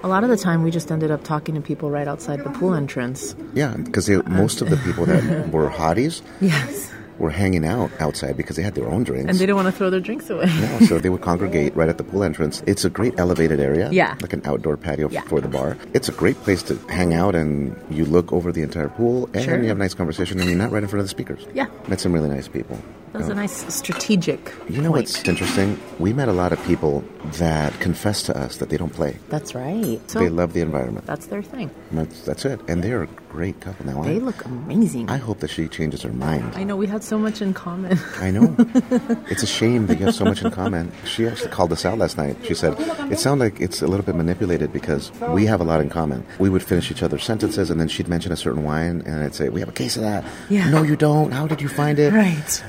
A lot of the time, we just ended up talking to people right outside the pool entrance.
Yeah, because most of the people
(laughs)
that were hotties
Yes.
were hanging out outside because they had their own drinks.
And they didn't want to throw their drinks away.
Yeah, so they would congregate right at the pool entrance. It's a great elevated area,
Yeah.
like an outdoor patio
Yeah.
for the bar. It's a great place to hang out, and you look over the entire pool, and
Sure.
you have a nice conversation, and you're not right in front of the speakers.
Yeah.
met some really nice people. Uh,
That was a nice strategic.
You know
point.
what's interesting? We met a lot of people that confess to us that they don't play.
That's right. So
they love the environment.
that's their thing.
That's, that's it, and they're a great couple now.
They
I,
look amazing.
I
I,
hope that she changes her mind.
know we had so much
(laughs)
in common.
I know. it's a shame that you have so much in common. She actually called us out last night. She said, It sounds like it's a little bit manipulated because we have a lot in common. We would finish each other's sentences and then she'd mention a certain wine and I'd say, We have a case of that.
Yeah.
No, you don't. How did you find it?
right.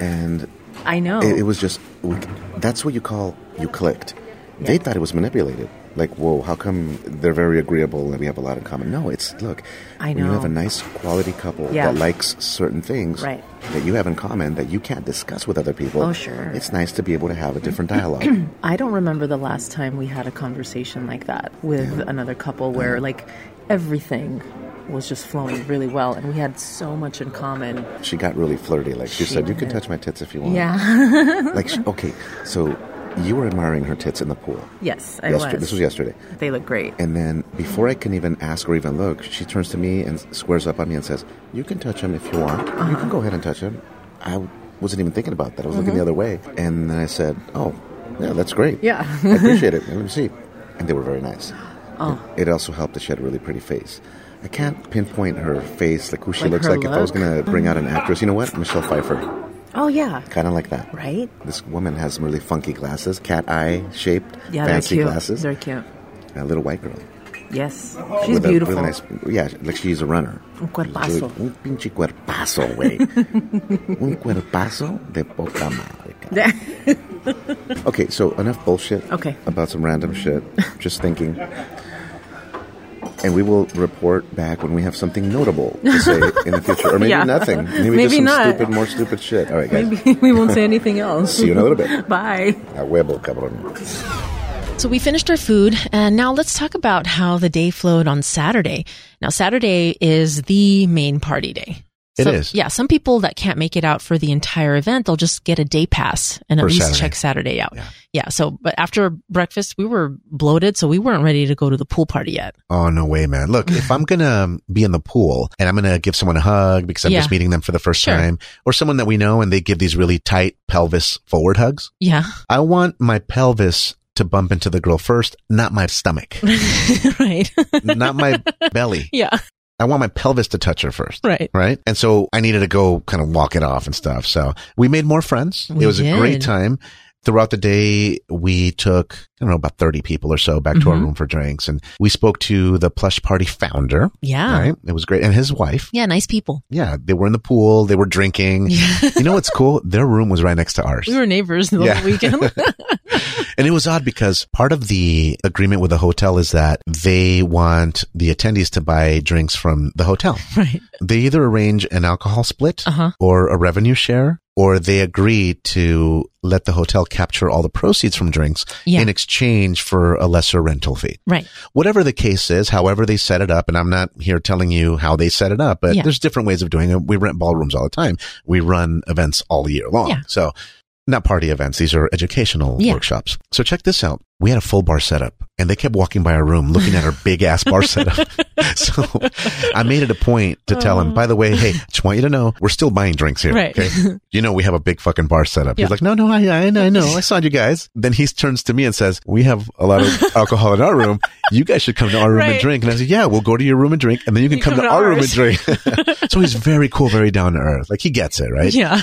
and
I know.
it, it was just we, that's what you call you clicked. They thought it was manipulated. Like, whoa, how come they're very agreeable and we have a lot in common? No, it's look.
I
when you have a
know.
nice quality couple
Yeah.
that likes certain things
Right.
that you have in common that you can't discuss with other people.
Oh, sure.
It's nice to be able to have a different
(clears throat)
dialogue.
I don't remember the last time we had a conversation like that with another couple where like everything was just flowing really well and we had so much in common.
she got really flirty. Like she,
She
said, "You can
did.
touch my tits if you want."
(laughs)
Yeah.
Like, she, okay, so you were admiring her tits in the pool.
yes, I
Yesterday-
was.
This was yesterday.
They look great.
And then before I can even ask or even look, she turns to me and squares up on me and says, "You can touch him if you want. You can go ahead and touch him." I w- wasn't even thinking about that. I was
Mm-hmm.
looking the other way, and then I said, "Oh, yeah, that's great.
Yeah.
I appreciate it. Let me see." And they were very
(gasps)
nice. Oh. It, it also helped that she had a really pretty face. I can't pinpoint her face, like who she
Like
looks
her
like. If I was
look?
going to bring
(laughs)
out an actress, you know what? Michelle Pfeiffer,
oh yeah.
kind of like that.
Right?
This woman has some really funky glasses, cat eye shaped,
Yeah,
fancy
they're cute.
glasses,
They're cute.
and a little white girl.
Yes. She's
with a-
beautiful.
with a nice- yeah, like she's a runner.
Un cuerpazo.
She's really- Un pinche cuerpazo,
(laughs)
güey. Un cuerpazo de poca madre. cabrón. okay, so enough bullshit.
Okay.
About some random shit. Just thinking. And we will report back when we have something notable to say in the future. Or
(laughs)
maybe
Yeah.
nothing. Maybe,
Maybe
just some
not.
stupid, more stupid shit. All right, guys.
(laughs) we won't say anything else.
See you in a little bit.
(laughs) Bye.
A huevo, cabrón.
So we finished our food and now let's talk about how the day flowed on Saturday. Now Saturday is the main party day.
It
It is.
is.
Yeah, some people that can't make it out for the entire event, they'll just get a day pass and at
For
least
Saturday.
check Saturday out. Yeah. so but after breakfast, we were bloated, so we weren't ready to go to the pool party yet.
Oh, no way, man. Look, if I'm going to be in the pool and I'm going to give someone a hug because I'm
Yeah.
just meeting them for the first
Sure.
time or someone that we know and they give these really tight pelvis forward hugs,
Yeah, (laughs)
I want my pelvis to bump into the girl first, not my
(laughs)
stomach,
right. (laughs)
not my belly.
yeah,
I want my pelvis to touch her first.
right.
Right. And so I needed to go kind of walk it off and stuff. So we made more friends.
We
it was
did.
a great time. Throughout the day, we took, I don't know, about 30 people or so back to
Mm-hmm.
our room for drinks. And we spoke to the plush party founder.
Yeah.
Right. It was great. And his wife.
Yeah, nice people.
(laughs) Yeah. They were in the pool. They were
(laughs)
drinking. you know what's cool? Their room was right next to ours.
We were neighbors the
Yeah. (laughs)
whole weekend.
And it was odd because part of the agreement with the hotel is that they want the attendees to buy drinks from the
(laughs)
hotel.
right.
They either arrange an alcohol split
Uh-huh.
or a revenue share, or they agree to let the hotel capture all the proceeds from drinks
Yeah.
in exchange for a lesser rental fee.
Right.
Whatever the case is, however they set it up, and I'm not here telling you how they set it up, but
Yeah.
there's different ways of doing it. We rent ballrooms all the time. We run events all year long.
Yeah.
So not party events. These are educational
Yeah.
workshops. So check this out. We had a full bar setup and they kept walking by our room looking at our big ass
(laughs)
bar setup. So I made it a point to tell him, by the way, hey, just want you to know we're still buying drinks here.
Oh. Right.
Okay. (laughs) You know, we have a big fucking bar setup.
Yeah.
He's like, no, no, I, I, I know. I saw you guys. Then he turns to me and says, we have a lot
(laughs)
of alcohol in our room. You guys should come to our room and
Right.
drink. And I said, yeah, we'll go to your room and drink. And then you can come, to, our room and
ours. (laughs)
drink. (laughs) so he's very cool, very down to earth. Like he gets it, right?
Yeah.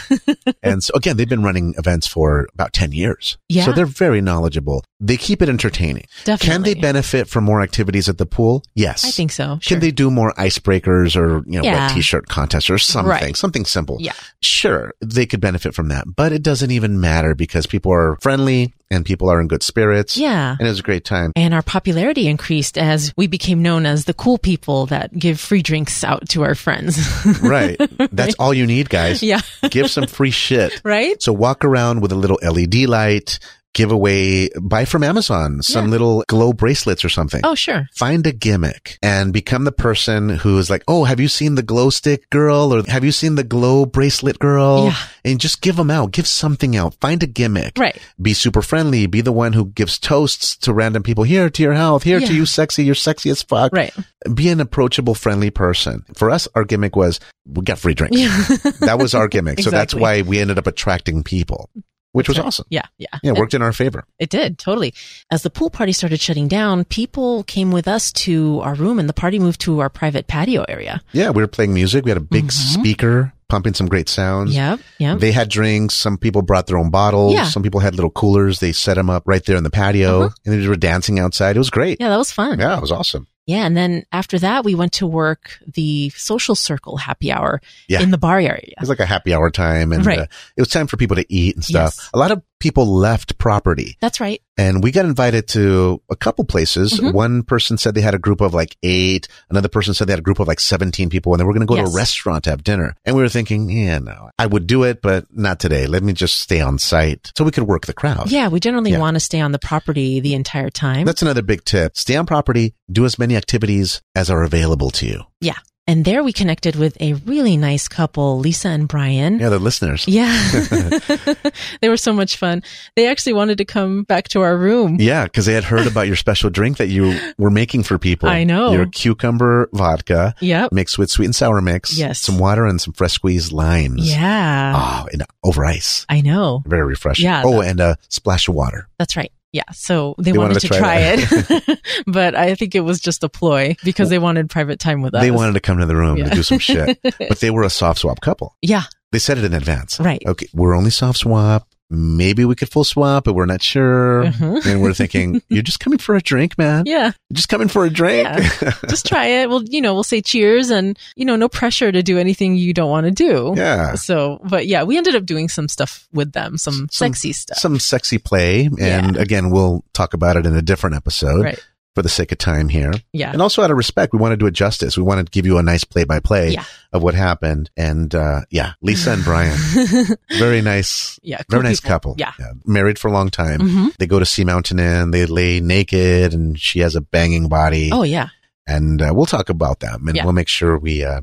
And so again, they've been running events for about 10 years.
Yeah.
So they're very knowledgeable. They keep it entertaining. Can
Definitely.
they benefit from more activities at the pool? Yes.
I think so.
Can
Sure.
they do more icebreakers or, you know,
Yeah.
wet t-shirt contests or something,
Right.
something simple?
Yeah.
Sure. They could benefit from that, but it doesn't even matter because people are friendly and people are in good spirits.
Yeah.
And it was a great time.
And our popularity increased as we became known as the cool people that give free drinks out to our friends. (laughs)
Right. That's all you need, guys.
Yeah.
Give some free shit.
(laughs) right?
So walk around with a little LED light, give away, buy from Amazon some little glow bracelets or something.
Oh, sure.
Find a gimmick and become the person who is like, Oh, have you seen the glow stick girl or have you seen the glow bracelet girl?
Yeah.
And just give them out, give something out, find a gimmick.
Right.
Be super friendly. Be the one who gives toasts to random people here to your health, here
Yeah.
to you sexy. You're sexy as fuck.
Right.
Be an approachable, friendly person. For us, our gimmick was we got free drinks. (laughs) that was our gimmick. So that's
Exactly.
why we ended up attracting people, which was
Right.
awesome.
Yeah. Yeah.
Yeah, it
And-
worked in our favor.
It did, totally. As the pool party started shutting down, people came with us to our room and the party moved to our private patio area.
Yeah, we were playing music. We had a big speaker pumping some great sounds.
Mm-hmm. Yep. Yep.
They had drinks. Some people brought their own bottles.
Yeah. Uh-huh.
Some people had little coolers. They set them up right there in the patio and they were dancing outside. It was great.
yeah, that was fun.
Yeah, it was awesome.
Yeah. And then after that, we went to work the social circle happy hour
Yeah.
in the bar area.
It was like a happy hour time and
Right.
uh, it was time for people to eat and stuff.
Yes.
A lot of people left property
That's right.
and we got invited to a couple places.
Mhm.
One person said they had a group of like eight. Another person said they had a group of like 17 people and they were going to go to
Yes.
a restaurant to have dinner. And we were thinking, yeah, no, I would do it, but not today. Let me just stay on site so we could work the crowd.
Yeah. We generally
Yeah.
want to stay on the property the entire time.
That's another big tip. Stay on property, do as many activities as are available to you.
yeah. And there we connected with a really nice couple, Lisa and Brian.
Yeah, the listeners.
(laughs) Yeah. they were so much fun. They actually wanted to come back to our room.
Yeah, because they had heard about your special drink that you were making for people.
I know.
Your cucumber vodka
Yep.
mixed with sweet and sour mix.
Yes.
Some water and some fresh squeezed limes.
Yeah.
Oh, and over ice.
I know.
Very refreshing.
Yeah,
Oh, and a splash of water.
That's right. Yeah. So they, wanted, to, try, (laughs) it, but I think it was just a ploy because they wanted private time with us.
They wanted to come to the room
Yeah.
to do some shit, but they were a soft swap couple.
Yeah.
They said it in advance.
Right.
Okay, we're only soft swap. Maybe we could full swap, but we're not sure.
Mhm.
And we're
(laughs)
thinking, you're just coming for a drink, man.
Yeah.
You're Just coming for a drink.
Yeah. Just try it. We'll, you know, we'll say cheers and, you know, no pressure to do anything you don't want to
(laughs)
do.
yeah.
So, but yeah, we ended up doing some stuff with them, some,
Some-
sexy stuff.
Some sexy play. And again, we'll talk about it in a different episode
Right.
for the sake of time here.
Yeah.
And also out of respect, we want to do it justice. We want to give you a nice play by play
Yeah.
of what happened. And uh, yeah, Lisa and
(laughs)
Brian, very nice.
Yeah, cool
Very nice
people.
couple.
Yeah.
Married for a long time.
Mhm.
They go to Sea Mountain Inn. They lay naked and she has a banging body.
Oh, yeah.
And uh, we'll talk about them and
Yeah.
we'll make sure we, uh,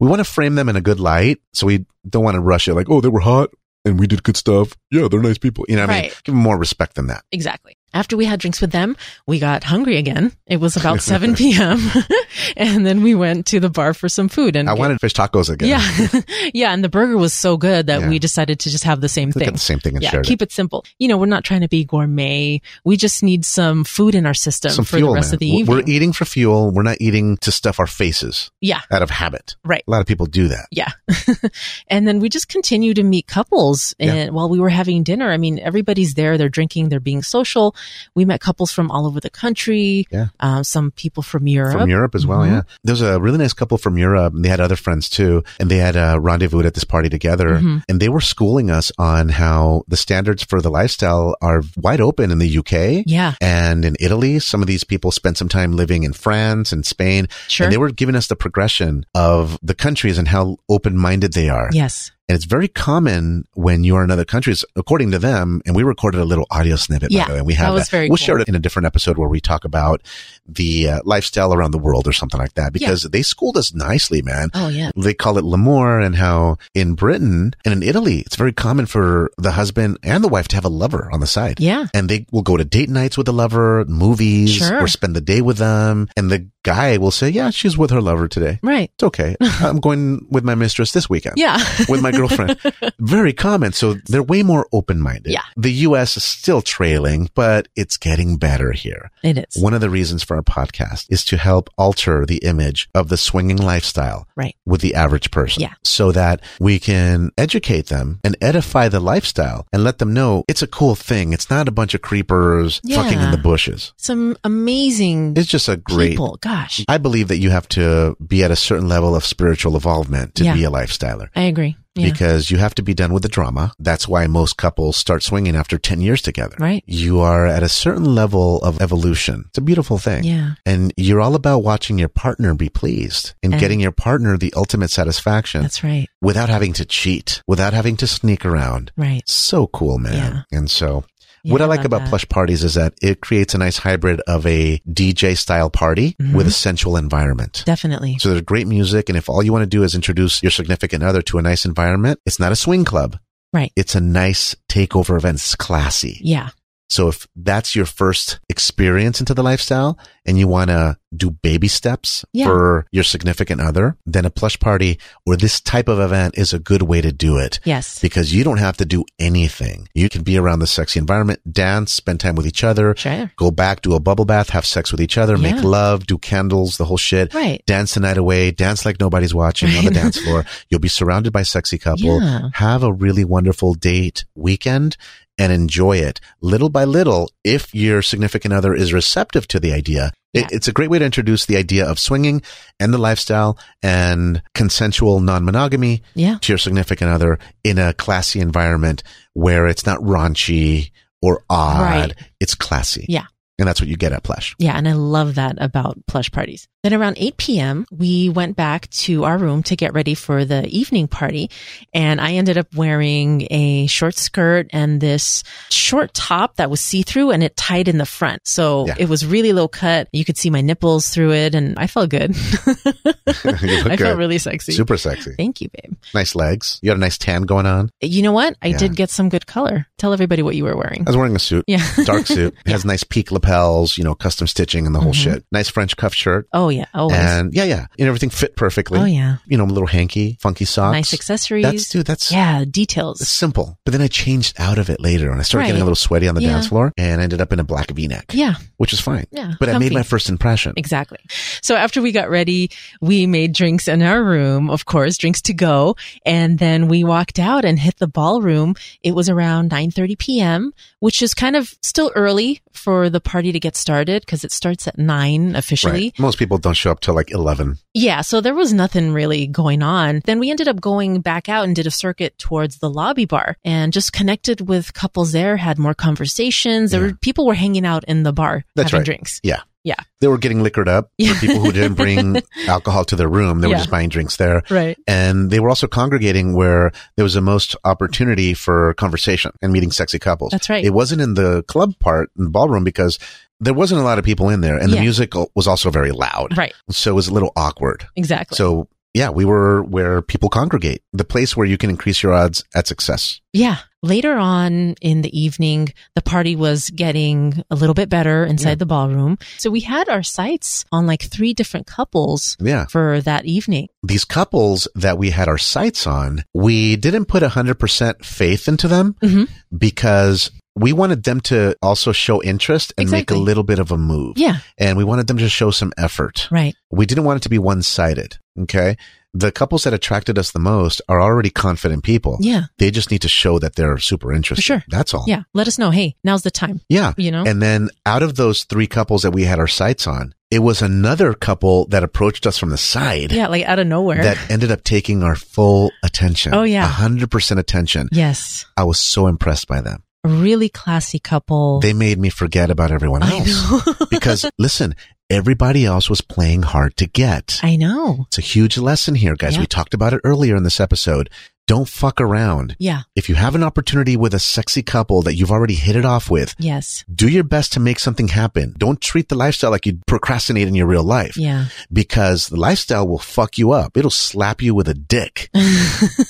we want to frame them in a good light. So we don't want to rush it like, oh, they were hot and we did good stuff. Yeah, they're nice people. You know what I mean?
Right.
Give them more respect than that.
Exactly. After we had drinks with them, we got hungry again. It
(laughs)
was about 7 p.m. (laughs) and then we went to the bar for some food. And
I wanted fish tacos again.
Yeah. (laughs) yeah. And the burger was so good that
Yeah.
we decided to just have the
(laughs)
same
Look
thing.
at the same thing and
yeah.
shared it.
Keep it simple. You know, we're not trying to be gourmet. We just need some food in our system for the rest
man.
of the
We're-
evening.
We're eating for fuel. We're not eating to stuff our faces
yeah.
out of habit.
Right.
A lot of people do that.
Yeah. (laughs) and then we just continue to meet couples and while we were having dinner. I mean, everybody's there, they're drinking, they're being social. We met couples from all over the country.
Yeah.
Um, some people from Europe. Mm-hmm.
From Europe as well, yeah. There's a really nice couple from Europe, and they had other friends too, and they had a rendezvous at this party together,
Mm-hmm.
and they were schooling us on how the standards for the lifestyle are wide open in the UK,
Yeah.
and in Italy. Some of these people spent some time living in France and Spain,
Sure.
and they were giving us the progression of the countries and how open-minded they are.
Yes.
And it's very common when you are in other countries, according to them. And we recorded a little audio snippet,
Yeah,
by the way. We have
that was very
We'll
cool.
share it in a different episode where we talk about the uh, lifestyle around the world or something like that, because they schooled us nicely, man.
Oh, yeah.
They call it l'amour and how in Britain and in Italy, it's very common for the husband and the wife to have a lover on the side.
Yeah.
And they will go to date nights with the lover, movies,
Sure.
or spend the day with them. And the guy will say, yeah, she's with her lover today.
Right.
It's
(laughs)
okay. I'm going with my mistress this weekend
Yeah. (laughs)
with my girlfriend. Very common. So they're way more open minded.
Yeah.
The US is still trailing, but it's getting better here.
it is.
One of the reasons for our podcast is to help alter the image of the swinging lifestyle
Right.
with the average person
Yeah.
so that we can educate them and edify the lifestyle and let them know it's a cool thing. It's not a bunch of creepers
Yeah.
fucking in the bushes.
Some amazing
It's just a great.
people. Gosh.
I believe that you have to be at a certain level of spiritual involvement to
Yeah.
be a lifestyler
I agree. Yeah.
because you have to be done with the drama. That's why most couples start swinging after 10 years together.
Right.
You are at a certain level of evolution. It's a beautiful thing.
Yeah.
And you're all about watching your partner be pleased and,
And-
getting your partner the ultimate satisfaction
That's right.
without having to cheat, without having to sneak around.
Right.
So cool, man. And so.
Yeah,
what I
I
like
love
about
that.
plush parties is that it creates a nice hybrid of a DJ style party
Mm-hmm.
with a sensual environment.
Definitely.
So there's great music. And if all you want to do is introduce your significant other to a nice environment, it's not a swing club.
Right.
It's a nice takeover event. It's classy.
Yeah.
So if that's your first experience into the lifestyle and you want to do baby steps
Yeah.
for your significant other, then a plush party or this type of event is a good way to do it
Yes.
because you don't have to do anything. You can be around the sexy environment, dance, spend time with each other,
Sure.
go back, do a bubble bath, have sex with each other,
Yeah.
make love, do candles, the whole shit.
Right.
Dance the night away, dance like nobody's watching on the dance
(laughs)
floor. You'll be surrounded by sexy couple.
Yeah.
Have a really wonderful date weekend and enjoy it little by little if your significant other is receptive to the idea It, It's a great way to introduce the idea of swinging and the lifestyle and consensual non monogamy
Yeah.
to your significant other in a classy environment where it's not raunchy or odd.
Right.
It's classy.
Yeah.
And that's what you get at Plush.
Yeah, and I love that about plush parties. Then around 8 p.m., we went back to our room to get ready for the evening party. And I ended up wearing a short skirt and this short top that was see through and it tied in the front. So
Yeah.
it was really low cut. You could see my nipples through it and I
(laughs)
felt good. (laughs) I
good.
felt really sexy.
Super sexy.
Thank you, babe.
Nice legs. You had a nice tan going on.
You know what? I
Yeah. Uh,
did get some good color. Tell everybody what you were wearing.
I was wearing a suit.
Yeah.
(laughs) Dark
(laughs)
suit. It has nice peak lapels, you know, custom stitching and the whole
Mm-hmm.
shit. Nice French cuff shirt.
Oh, yeah. Always.
And yeah, yeah. And everything fit perfectly.
oh, yeah.
You know, little hanky, funky socks.
Nice accessories.
That's dude, that's
yeah, details.
It's simple. But then I changed out of it later and I started
Right.
getting a little sweaty on the
Yeah.
dance floor and I ended up in a black v neck.
Yeah.
Which is fine.
Yeah,
But I made
comfy.
my first impression.
Exactly. So after we got ready, we made drinks in our room, of course, drinks to go, and then we walked out and hit the ballroom. It was around 9:30 p.m., which is kind of still early for the party to get started because it starts at 9 officially.
Right. Most people don't show up till like 11.
Yeah, so there was nothing really going on. Then we ended up going back out and did a circuit towards the lobby bar and just connected with couples there, had more conversations. There were, people were hanging out in the bar
That's
having
right.
drinks.
Yeah.
Yeah.
They were getting liquored up for people who didn't
(laughs)
bring alcohol to their room. They were
Yeah.
just buying drinks there.
Right.
And they were also congregating where there was the most opportunity for conversation and meeting sexy couples.
That's right.
It wasn't in the club part, in the ballroom, because there wasn't a lot of people in there. And
Yeah.
the music was also very loud.
Right.
So it was a little awkward.
Exactly.
So yeah, we were where people congregate, the place where you can increase your odds at success.
Yeah. Later on in the evening, the party was getting a little bit better inside the ballroom. So we had our sights on like three different couples
Yeah.
for that evening.
These couples that we had our sights on, we didn't put 100% faith into them
Mhm.
because we wanted them to also show interest and
Exactly.
make a little bit of a move.
Yeah.
And we wanted them to show some effort.
Right.
We didn't want it to be one sided. Okay. The couples that attracted us the most are already confident people.
Yeah.
They just need to show that they're super interested.
sure.
That's all.
Yeah. Let us know. Hey, now's the time.
Yeah.
You know?
And then out of those three couples that we had our sights on, it was another couple that approached us from the side
Yeah. Like out of nowhere.
that ended up taking our full attention.
Oh, yeah.
100% attention.
yes.
I was so impressed by them.
A really classy couple.
They made me forget about everyone
I
else.
know. (laughs)
because listen, everybody else was playing hard to get.
I know.
It's a huge lesson here, guys.
Yeah.
We talked about it earlier in this episode. Don't fuck around.
Yeah.
If you have an opportunity with a sexy couple that you've already hit it off with,
Yes.
do your best to make something happen. Don't treat the lifestyle like you procrastinate in your real life
Yeah.
because the lifestyle will fuck you up. It'll slap you with a
(laughs)
dick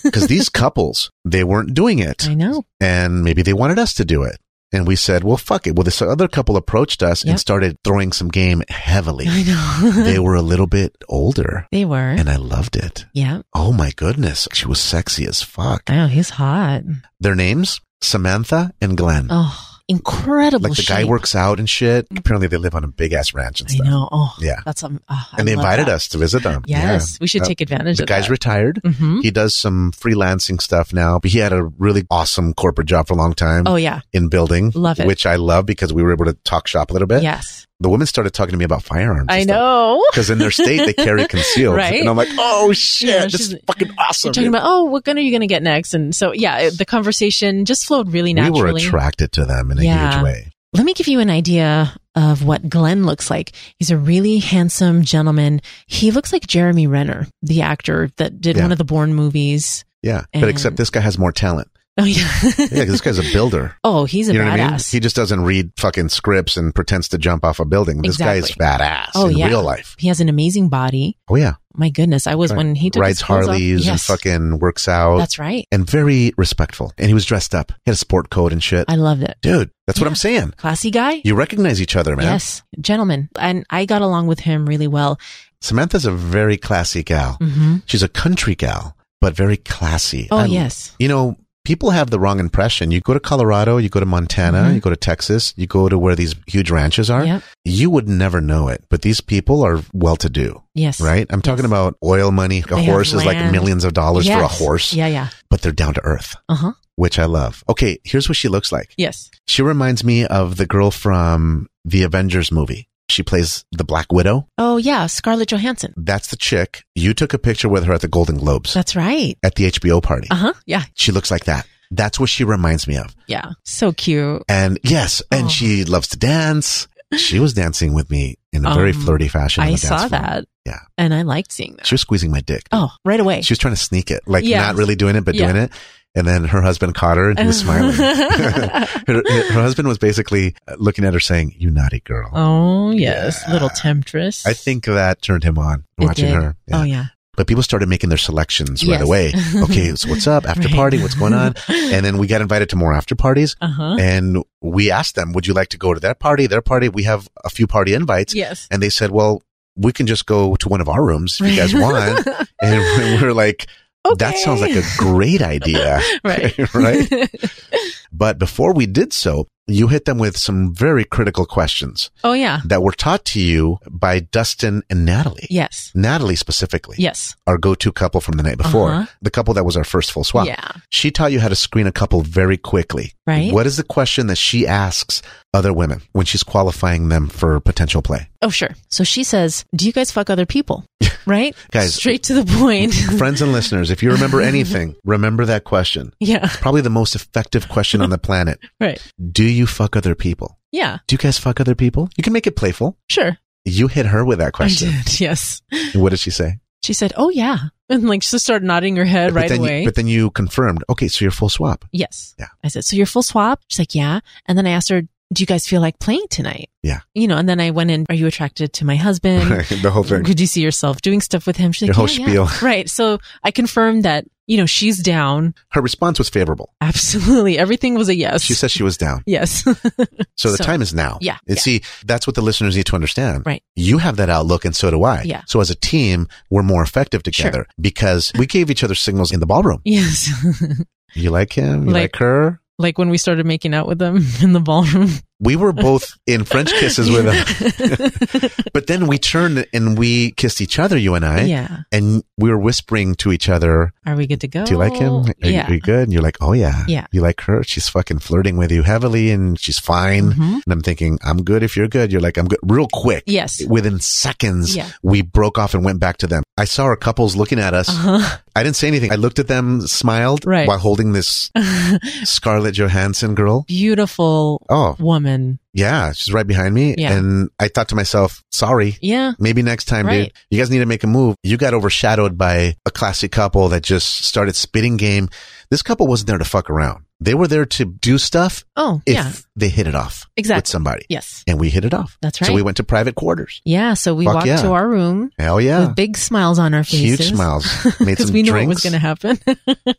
because these couples, they weren't doing it
I know.
and maybe they wanted us to do it. And we said, well, fuck it. Well, this other couple approached us
Yep.
and started throwing some game heavily.
I know. (laughs)
they were a little bit older
They were.
and I loved it.
Yeah.
Oh my goodness. She was sexy as fuck.
I know. He's hot.
Their names, Samantha and Glenn.
Oh, incredible.
like the guy
shape.
works out and shit. Apparently they live on a big ass ranch and
I
stuff.
know. Oh,
Yeah.
That's um. oh, I
and they
love
invited
that.
us to visit them.
Yes, we should
Uh,
take advantage
The
of
guy's
that.
retired.
Mhm.
He does some freelancing stuff now, but he had a really awesome corporate job for a long time
Oh yeah.
in building.
Love it.
Which I love because we were able to talk shop a little bit.
Yes.
The women started talking to me about firearms. (laughs)
I know.
Because in their state, they
(laughs)
carry concealed.
Right?
And I'm like, oh shit,
Yeah,
this is
she's-
fucking awesome.
You're talking about oh, what gun are you going to get next? And so yeah, it- the conversation just flowed really
we
naturally.
were attracted to them in a
Yeah.
huge way.
Let me give you an idea of what Glenn looks like. He's a really handsome gentleman. He looks like Jeremy Renner, the actor that did
Yeah.
one of the Bourne movies. (laughs)
Yeah.
And-
but except this guy has more talent.
Oh
Yeah,
yeah.
'cause this guy's a builder.
(laughs) oh, he's a
you know what I mean?
badass.
He just doesn't read fucking scripts and pretends to jump off a building. This
Exactly.
guy is badass
Oh,
in
yeah.
real life.
He has an amazing body.
Oh yeah,
My goodness, I was when he took
rides
his clothes off-
Harleys and
Yes.
fucking works out
That's right.
and very respectful. And he was dressed up. He had a sport coat and shit.
I loved it.
Dude, that's what
Yeah.
I'm saying.
Classy guy.
You recognize each other, man.
Yes, gentlemen. And I got along with him really well.
Samantha's a very classy gal.
Mm-hmm.
She's a country gal, but very classy.
Oh,
I-
yes.
You know, people have the wrong impression. You go to Colorado, you go to Montana,
Mhm.
you go to Texas, you go to where these huge ranches are.
Yep.
You would never know it, but these people are well to do,
Yes.
right? I'm talking about oil money. A
They have
horse is like
land.
millions of dollars for a
Yes.
horse,
Yeah, yeah.
but they're down to earth,
Uh huh.
which I love. Okay, here's what she looks like.
Yes.
She reminds me of the girl from the Avengers movie. She plays the Black Widow.
Oh, yeah, Scarlett Johansson.
That's the chick. You took a picture with her at the Golden Globes
That's right.
at the HBO party.
Uh huh. Yeah.
She looks like that. That's what she reminds me of.
Yeah. So cute.
And yes, and
Oh.
she loves to dance. She was dancing with me in a very
Um,
flirty fashion. on
I
the dance
saw
floor.
that.
Yeah.
And I liked seeing that.
She was squeezing my dick.
Oh, right away.
She was trying to sneak it, like
Yeah.
not really doing it, but
Yeah.
doing it. And then her husband caught her and he
(laughs)
was smiling. her, her husband was basically looking at her saying, You naughty girl.
Oh, yes. Little temptress.
I think that turned him on
It
watching
did.
her.
Oh, yeah.
But people started making their selections right
Yes. (laughs)
away. Okay, so what's up? After
Right.
party, what's going
(laughs)
on? And then we got invited to more after parties.
Uh huh.
And we asked them, Would you like to go to their party, their party? We have a few party invites.
Yes.
And they said, Well, we can just go to one of our rooms if you guys
(laughs)
want. and we were like, That sounds like a great
(laughs)
idea.
Right.
(laughs) right. But before we did so, you hit them with some very critical questions
(laughs) oh, yeah.
that were taught to you by Dustin and Natalie.
Yes.
Natalie specifically,
Yes.
our go-to couple from the night before,
Uh-huh.
the couple that was our first full swap.
Yeah.
She taught you how to screen a couple very quickly.
Right.
What is the question that she asks other women when she's qualifying them for potential
(laughs)
play?
Oh, sure. So she says, Do you guys fuck
(laughs)
other people? Right?
Guys-
Straight to the
(laughs)
point.
Friends and listeners, if you remember anything, remember that question.
(laughs) yeah.
Probably the most effective question on the planet.
Right.
Do you fuck other people?
Yeah.
Do you guys fuck other people? You can make it playful.
Sure.
You hit her with that question.
I did. (laughs) Yes.
What did she say?
She said, Oh, yeah. And like, she started nodding her head
but
right
then
away.
You, but then you confirmed. Okay, so you're full swap.
Yes.
Yeah.
I said, so you're full swap? She's like, yeah. And then I asked her, do you guys feel like playing tonight?
Yeah.
You know, and then I went in, are you attracted to
(laughs)
my husband?
(laughs) the whole thing.
Could you see yourself doing stuff with him? She's
Your
like,
whole
yeah, yeah."
spiel.
(laughs) Right. So I confirmed that, you know, she's down. (laughs)
Her response was favorable.
Absolutely. Everything was a yes.
She said she was down.
yes. (laughs)
So the
So-
time is now.
Yeah,
And
yeah.
see, that's what the listeners need to understand.
Right.
You have that outlook and so do I.
Yeah.
So as a team, we're more effective together because we gave each other signals in the ballroom.
yes. (laughs)
You like him? You like,
Like-
her?
like when we started making out with them (laughs) in the ballroom.
We were both in French kisses with him,
(laughs)
but then we turned and we kissed each other, you and I,
Yeah.
and we were whispering to each other,
Are we good to go?
do you like him? Are, you-
Oh, Yeah.
are you good? And you're like, oh yeah.
Yeah.
You like her? She's fucking flirting with you heavily and she's fine.
Mhm.
And I'm thinking, I'm good if you're good. You're like, I'm good. Real quick.
Yes.
Within seconds,
Yeah.
we broke off and went back to them. I saw our couples looking at us.
Uh-huh.
I didn't say anything. I looked at them, smiled
Right.
while holding
(laughs)
this Scarlett Johansson girl.
Beautiful
Oh.
woman.
Yeah. She's right behind me.
Yeah.
And I thought to myself, sorry.
Yeah.
Maybe next time, dude.
Right.
You guys need to make a move. You got overshadowed by a classic couple that just started spitting game. This couple wasn't there to fuck around. They were there to do stuff
Oh,
if
yeah.
they hit it off with
Exactly.
somebody.
Yes.
And we hit it off.
That's
So
right.
we went to private quarters.
Yeah. So we
Fuck
walked
yeah.
to our room
Hell yeah.
with big smiles on our faces.
Huge smiles.
(laughs)
Made
Because
some
we knew
drinks.
what was going to happen.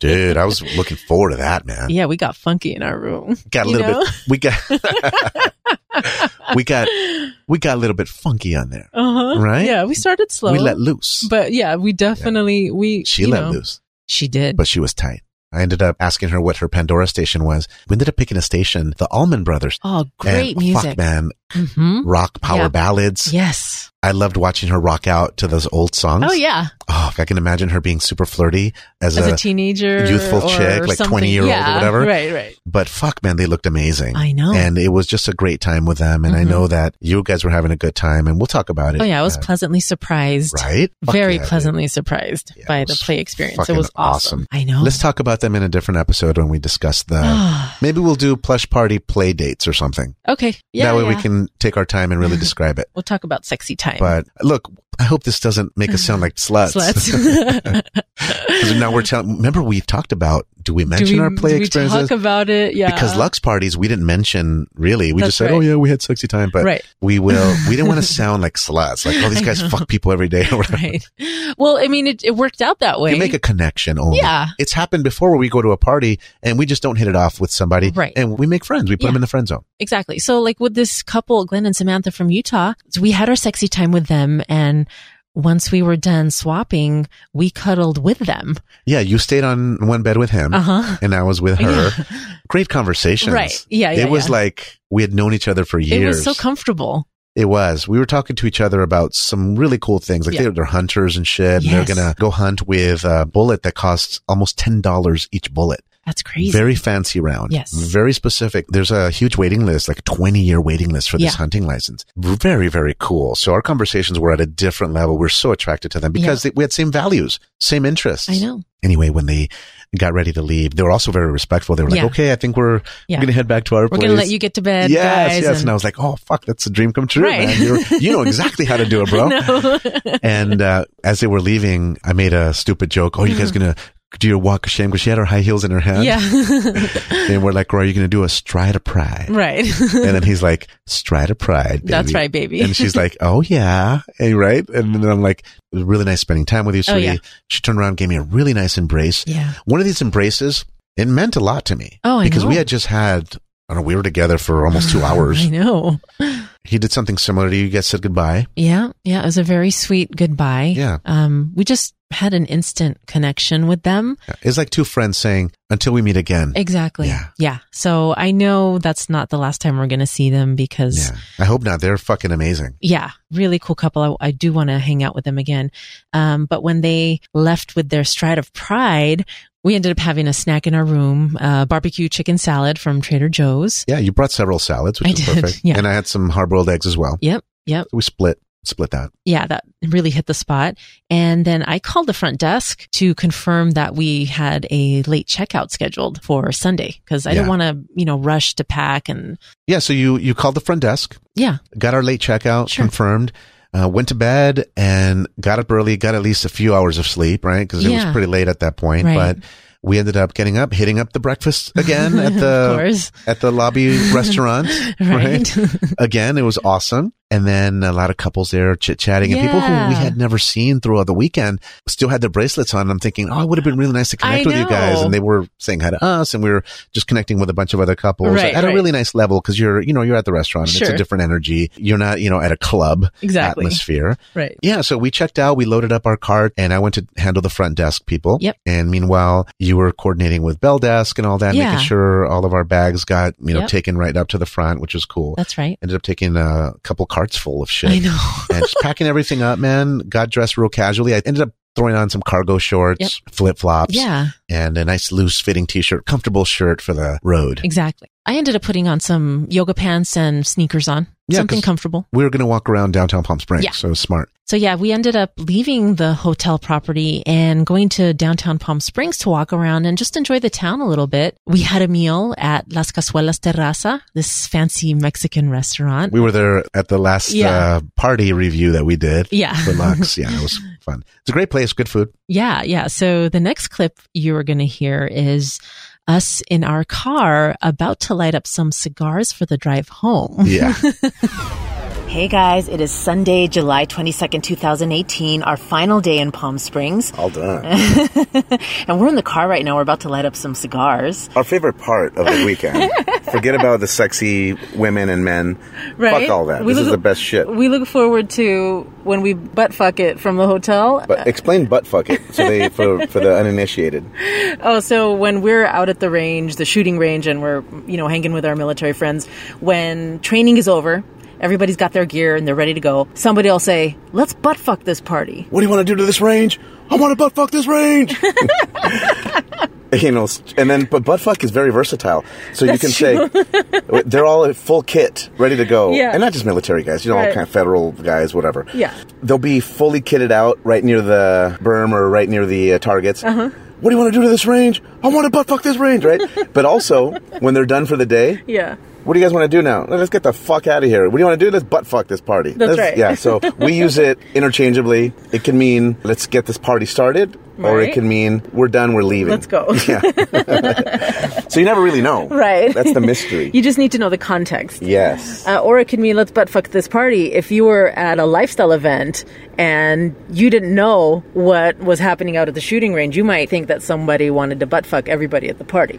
(laughs)
Dude, I was looking forward to that, man.
yeah, we got funky in our room.
Got a
You
little
know?
bit. (laughs) We
(laughs)
got. we got. We got a little bit funky on there.
Uh huh.
Right?
Yeah, we started slow.
we let loose.
but yeah, we definitely we
she
you
let
know,
loose.
She did.
but she was tight. I ended up asking her what her Pandora station was. We ended up picking a station, the Allman Brothers.
oh, great
And
music.
Fuck, man.
hmm
Rock power
Yeah.
ballads.
Yes.
I loved watching her rock out to those old songs.
Oh yeah.
Oh, I can imagine her being super flirty as,
As
a,
a teenager,
youthful
or
chick, like
something.
20-year-old or
Yeah,
whatever.
Right. Right.
but fuck, man, they looked amazing.
I know.
And it was just a great time with them. And I
Mhm.
know that you guys were having a good time and we'll talk about it.
Oh yeah, I was
Uh,
pleasantly surprised.
Right? Fuck
Very
yeah, dude.
pleasantly surprised
Yeah, it
by the
was
play experience. It
fucking
was awesome.
awesome.
I know. Ah,
Let's talk about them in a different episode when we discuss
(gasps)
the. Maybe we'll do plush party play dates or something.
okay. Yeah.
that way
yeah.
we can take our time
(laughs)
and really describe it.
We'll talk about sexy time.
But look, I hope this doesn't make us
(laughs)
sound like sluts. (laughs)
Sluts.
'Cause now we're telling. Remember, we talked about do we mention
do we,
our play
do we
experiences?
talk about it? Yeah.
Because Lux parties, we didn't mention really. We
That's
just said,
right.
"Oh yeah, we had sexy time," but
Right.
we will. We didn't
(laughs)
want to sound like sluts. Like, oh, these
I
guys
know.
fuck people every day. Or whatever.
(laughs) Right. Well, I mean, it, it worked out that way.
You make a connection only.
Yeah.
It's happened before where we go to a party and we just don't hit it off with somebody.
Right.
And we make friends. We put
Yeah.
them in the friend zone.
exactly. So, like with this couple, Glenn and Samantha from Utah, so we had our sexy time with them. And once we were done swapping, we cuddled with them.
Yeah. You stayed on one bed with him.
Uh huh.
and I was with
(laughs)
her. Great conversations.
Right. Yeah, yeah,
It was
yeah.
like we had known each other for years.
It was so comfortable.
It was. We were talking to each other about some really cool things. Like
Yeah.
they're, they're hunters and shit. And
Yes.
they're going to go hunt with a bullet that costs almost $10 each bullet.
That's crazy.
Very fancy round.
Yes.
Very specific. There's a huge waiting list, like 20 year waiting list for this
Yeah.
hunting license. Very, very cool. So our conversations were at a different level. We're so attracted to them because they, we had same values, same interests.
I know.
Anyway, when they got ready to leave, they were also very respectful. They were like,
Yeah.
okay, I think we're,
Yeah.
going to head back to our
We're
place.
gonna let you get to bed,
Yes,
guys.
yes.
and-
And, I was like, oh, fuck, that's a dream come true,
Right.
man. You're, you know exactly how to do
(laughs)
it, bro. and uh, as they were leaving, I made a stupid joke. Oh, you guys going to do your walk of shame? Because she had her high heels in her hand.
Mm. yeah, (laughs)
And we're like, Roy, are you going to do a stride of pride?
right.
And then he's like, stride of pride. Baby.
That's right, baby.
And she's like, oh, yeah. And, right. And then I'm like, it was really nice spending time with you,
Oh,
sweetie.
yeah.
She turned around, gave me a really nice embrace.
Yeah.
One of these embraces, it meant a lot to me.
Oh, I
Because we
know.
had just had, I don't know, we were together for almost two hours.
(sighs) I know.
He did something similar to you. You guys said goodbye.
Yeah, yeah. It was a very sweet goodbye.
Yeah.
Um, we just had an instant connection with them.
It's like two friends saying, until we meet again.
Exactly.
Yeah.
So I know that's not the last time we're going to see them because
Yeah. I hope not. They're fucking amazing.
yeah, really cool couple. I, I do want to hang out with them again. Um, but when they left with their stride of pride, we ended up having a snack in our room, uh, barbecue chicken salad from Trader Joe's.
Yeah. You brought several salads, which
I
is
did,
perfect.
yeah.
And I had some hard boiled eggs as well.
Yep. Yep.
We split, split that.
yeah, that really hit the spot. And then I called the front desk to confirm that we had a late checkout scheduled for Sunday because I
Yeah.
didn't want to, you know, rush to pack and (laughs)
Yeah, so you you called the front desk,
yeah,
got our late checkout
Sure.
confirmed, uh, went to bed, and got up early, got at least a few hours of sleep, right? Because it
Yeah.
was pretty late at that point.
Right.
But we ended up getting up, hitting up the breakfast again
(laughs)
at
of
the
course,
at the
(laughs)
lobby restaurant.
right? (laughs)
again, it was awesome. And then a lot of couples there chit chatting, and people who we
Yeah.
had never seen throughout the weekend still had their bracelets on. I'm thinking, oh, it would have been really nice to connect
I
with you guys.
know.
And they were saying hi to us, and we were just connecting with a bunch of other couples
Right,
at a
right.
really nice level because you're, you know, you're at the restaurant and it's a
Sure.
different energy. You're not, you know, at a club
Exactly.
atmosphere.
right.
Yeah, so we checked out, we loaded up our cart, and I went to handle the front desk people.
Yep.
And meanwhile, you were coordinating with Bell Desk and all that,
Yeah.
making sure all of our bags got, you know,
Yep.
taken right up to the front, which was cool
That's right.
ended up taking a couple carts full of shit
I know.
(laughs)
(laughs)
and just packing everything up, man. Got dressed real casually. I ended up throwing on some cargo shorts,
Yep.
flip flops,
Yeah,
and a nice loose fitting t shirt, comfortable shirt for the road.
exactly. I ended up putting on some yoga pants and sneakers on,
Yeah,
something
'cause-
comfortable.
We were going to walk around downtown Palm Springs,
Yeah.
so it was smart.
So yeah, we ended up leaving the hotel property and going to downtown Palm Springs to walk around and just enjoy the town a little bit. We had a meal at Las Cazuelas Terraza, this fancy Mexican restaurant.
We were there at the last
Yeah.
uh, party review that we did.
Yeah.
(laughs) For Lux. Yeah, it was
(laughs)
fun. It's a great place, good food.
yeah, yeah. So the next clip you are going to hear is us in our car about to light up some cigars for the drive home. (laughs)
Yeah.
Hey guys, it is Sunday, July 22nd, 2018, our final day in Palm Springs.
All done.
And we're in the car right now. We're about to light up some cigars.
Our favorite part of the
(laughs)
weekend. Forget about the sexy women and men.
Right?
Fuck all that.
We
this is
look-
the best shit.
We look forward to when we butt fuck it from the hotel.
But explain butt fuck it so they for for the uninitiated.
Oh, so when we're out at the range, the shooting range, and we're, you know, hanging with our military friends, when training is over, everybody's got their gear and they're ready to go. Somebody will say, let's butt fuck this party.
What do you want to do to this range? I want to butt fuck this range. (laughs) you know, and then but butt fuck is very versatile. So you can say they're all in full kit, ready to go,
Yeah.
and not just military guys. You know, all
Right.
kind of federal guys, whatever.
Yeah.
they'll be fully kitted out right near the berm or right near the uh, targets.
Uh-huh.
What do you want to do to this range? I want to butt fuck this range, right? but also, when they're done for the day,
Yeah.
what do you guys want to do now? Let's get the fuck out of here. What do you want to do? Let's butt fuck this party.
That's
Let's-
right.
Yeah, so
(laughs)
we use it interchangeably. It can mean let's get this party started, or it
Right.
can mean we're done, we're leaving.
Let's go. (laughs)
Yeah. so you never really know.
Right.
That's the mystery.
(laughs) You just need to know the context.
yes.
Uh, or it could mean let's butt fuck this party if you were at a lifestyle event and you didn't know what was happening out at the shooting range you might think that somebody wanted to butt fuck everybody at the party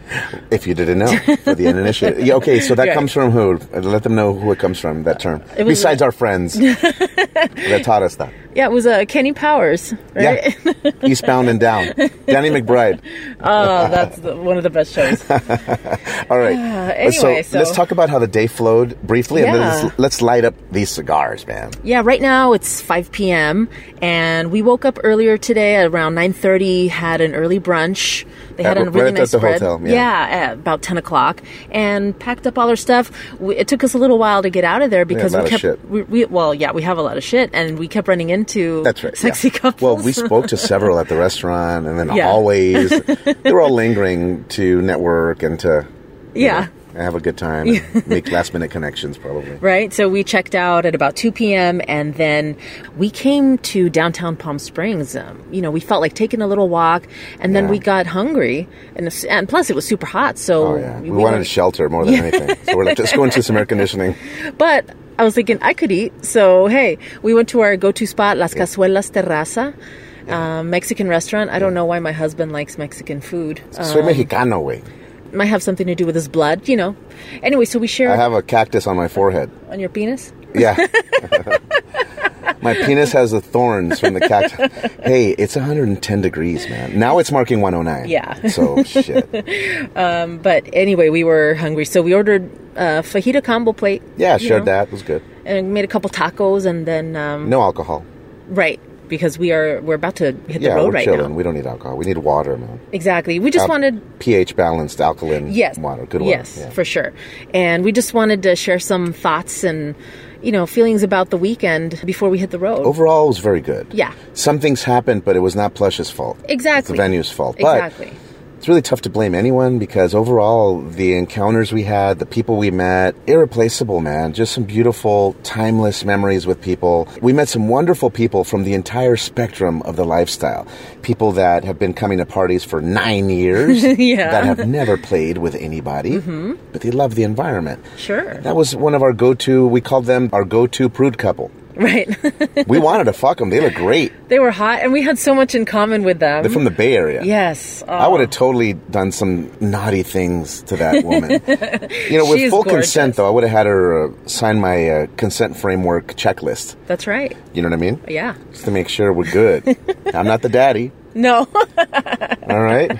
if you didn't know, for the uninitiated. Yeah, okay, so that
Right.
comes from who? Let them know who it comes from, that term.
was- (laughs)
Besides our friends that taught us that.
Yeah, it was uh, Kenny Powers, right?
Yeah. Eastbound
(laughs)
and down. Danny McBride.
oh, that's the, one of the best shows.
All right.
Ah, anyway, so-
let's talk about how the day flowed briefly, and
Yeah.
then let's, let's light up these cigars, man.
(laughs) Yeah, right now it's 5 p.m. and we woke up earlier today at around 9:30. Had an early brunch. They had
At-
a really
right at
nice
the
spread.
hotel, yeah.
at about 10 o'clock, and packed up all our stuff. We, it took us a little while to get out of there because
a lot
we
of
kept
shit.
We, we well, yeah, we have a lot of shit, and we kept running into
That's right. yeah.
sexy (laughs) couples.
Well, we spoke to several at the restaurant, and then
Yeah. (laughs)
always they were all lingering to network and to you
Yeah.
know, have a good time, and make last minute connections,
(laughs)
probably.
Right, so we checked out at about 2 p.m. and then we came to downtown Palm Springs. Um, you know, we felt like taking a little walk and then
Yeah.
we got hungry. And, it's- and plus, it was super hot, so
Oh yeah, we, wanted
were-
a shelter more than anything, so we're like, just go into some air
(laughs)
conditioning.
But I was thinking I could eat, so hey, we went to our go to spot, Las Cazuelas Terraza. Um, Mexican restaurant. I don't know why my husband likes Mexican food. Um,
Soy mexicano, way.
might have something to do with his blood, you know. Anyway, so
I
we shared
have a cactus on my forehead.
on your penis.
Yeah. (laughs) My penis has the thorns from the cactus. Hey, it's 110 degrees, man. Now it's marking 109.
Yeah.
So shit.
But anyway, we were hungry, so we ordered a fajita combo plate.
Yeah,
you
shared
know,
that. It was good.
And made a couple tacos, and then um,
No alcohol.
right because we are we're about to hit
Yeah,
the road
we're
right
chilling.
now.
We don't need alcohol. We need water, man.
Exactly. We just
Al-
wanted
pH balanced alkaline
yes
water. Good water.
Yes,
Yeah.
for sure. And we just wanted to share some thoughts and you know feelings about the weekend before we hit the road.
Overall, it was very good.
Yeah.
Some things happened, but it was not Plush's fault. It's
Exactly.
the venue's fault. But
Exactly.
it's really tough to blame anyone because overall, the encounters we had, the people we met, irreplaceable, man. Just some beautiful, timeless memories with people. We met some wonderful people from the entire spectrum of the lifestyle. People that have been coming to parties for nine years,
(laughs) Yeah. Mm-hmm.
that have never played with anybody, but they love the environment.
Sure. (laughs)
That was one of our go to, we called them our go to prude couple.
right. (laughs)
We wanted to fuck them. They look great.
they were hot, and we had so much in common with them.
They're from the Bay Area.
yes.
I
Oh,
would have totally done some naughty things to that
(laughs)
woman. you know, with
She's
full
gorgeous.
consent, though, I would have had her uh, sign my uh, consent framework checklist.
Oh, That's right.
You know what I mean?
Yeah.
Just to make sure we're
(laughs)
good. I'm not the daddy.
No, (laughs)
All right.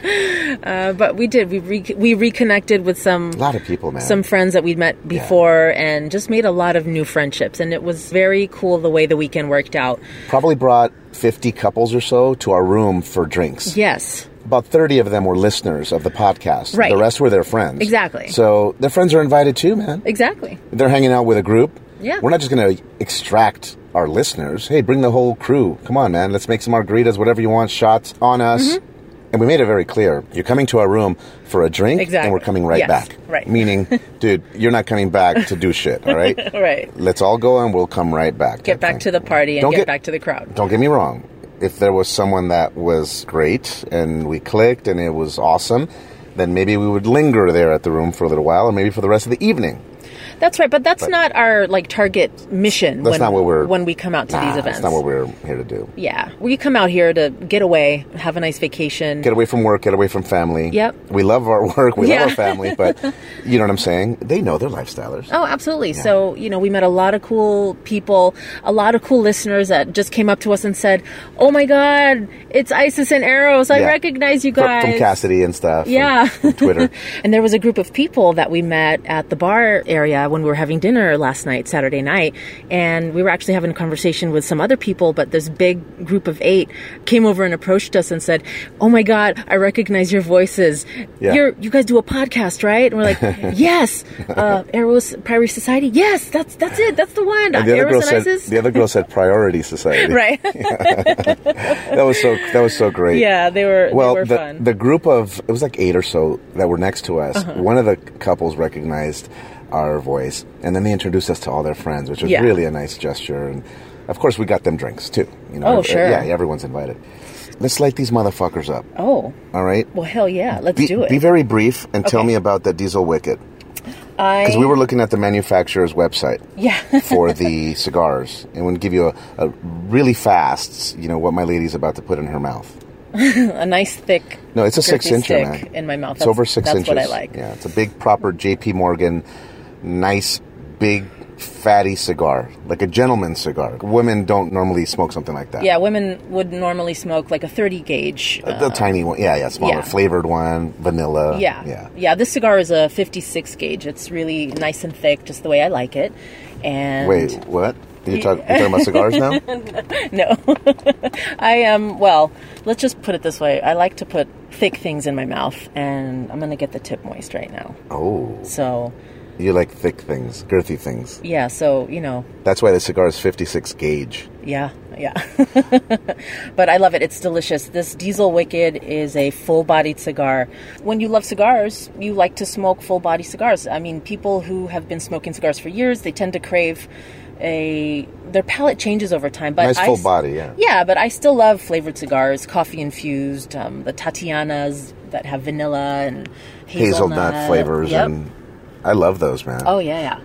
Uh, but we did. We re- we reconnected with some
A lot of people, man.
some friends that we'd met before, and just made a lot of new friendships. And it was very cool the way the weekend worked out.
Probably brought 50 couples or so to our room for drinks.
Yes.
About 30 of them were listeners of the podcast.
Right.
The rest were their friends.
Exactly.
So their friends are invited too, man.
Exactly.
they're hanging out with a group.
Yeah.
We're not just going to extract our listeners. Hey, bring the whole crew. Come on, man. Let's make some margaritas, whatever you want, shots on us.
Mm-hmm.
And we made it very clear. You're coming to our room for a drink,
Exactly.
and we're coming right
Yes,
back.
right.
Meaning,
(laughs)
dude, you're not coming back to do shit, all right?
Right.
Let's all go and we'll come right back.
Get back to the party and
Don't
get,
get-
back to the crowd.
Don't get me wrong. If there was someone that was great and we clicked and it was awesome, then maybe we would linger there at the room for a little while or maybe for the rest of the evening.
That's right, but that's not our like target mission.
That's
when,
not what we're
when we come out to
Nah,
these events.
That's not what we're here to do.
yeah, we come out here to get away, have a nice vacation.
Get away from work. Get away from family.
Yep.
We love our (laughs) work. We
Yeah.
love our family, but you know what I'm saying. They know they're lifestylers.
Oh, absolutely. So, you know, we met a lot of cool people, a lot of cool listeners that just came up to us and said, Oh my God, it's Isis and Eros. I
Yeah.
recognize you
Fr-
guys.
From, Cassidy and stuff. from-
Yeah.
From, Twitter.
(laughs) And there was a group of people that we met at the bar area when we were having dinner last night, Saturday night. And we were actually having a conversation with some other people, but this big group of eight came over and approached us and said, Oh my God, I recognize your voices.
Yeah.
You're, you guys do a podcast, right? And we're
(laughs)
like, Yes. Uh, Eros Priory Society. Yes, that's, that's it. That's the one.
And the other
Eros
girl
and
said.
Isis.
The other girl said priority society.
(laughs) right.
That was so. That was so great.
yeah, they were,
Well,
they were
the,
fun. Uh-huh.
the group of it was like eight or so that were next to us. One of the couples recognized our voice, and then they introduced us to all their friends, which was
Yeah.
really a nice gesture. And of course, we got them drinks too. You know,
Oh,
ev-
sure.
yeah, everyone's invited. Let's light these motherfuckers up.
oh,
All right.
well, hell yeah. Let's
Be,
do it.
be very brief and tell
Okay.
me about the diesel wicket
I,
because we were looking at the manufacturer's website
yeah. (laughs)
for the cigars and would give you a, a really fast, you know, what my lady's about to put in her mouth.
a nice thick.
No, it's a six
girthy
inch
stick
man.
in my mouth.
It's over six
that's
inches.
That's what I like.
Yeah, it's a big proper J.P. Morgan, nice big fatty cigar, like a gentleman's cigar. Women don't normally smoke something like that.
Yeah, women would normally smoke like a 30 gauge.
The tiny one, yeah, yeah, smaller,
yeah.
flavored one, vanilla.
Yeah.
yeah.
This cigar is a 56 gauge. It's really nice and thick, just the way I like it. And
Wait, what? You're, talk- you're talking about cigars now?
(laughs) no, (laughs) I am. Well, let's just put it this way. I like to put thick things in my mouth, and I'm gonna get the tip moist right now.
Oh,
So
you like thick things, girthy things.
yeah, so you know,
That's why the cigar is 56 gauge.
yeah, yeah. (laughs) but I love it. It's delicious. This Diesel Wicked is a full-bodied cigar. When you love cigars, you like to smoke full-body cigars. I mean, people who have been smoking cigars for years, they tend to crave a their palate changes over time. But
Nice
I
full
s-
body, yeah.
Yeah, but I still love flavored cigars, coffee infused, um, the Tatianas that have vanilla and hazelnut,
Hazelnut, flavors,
Yep.
and I love those, man.
oh yeah, yeah.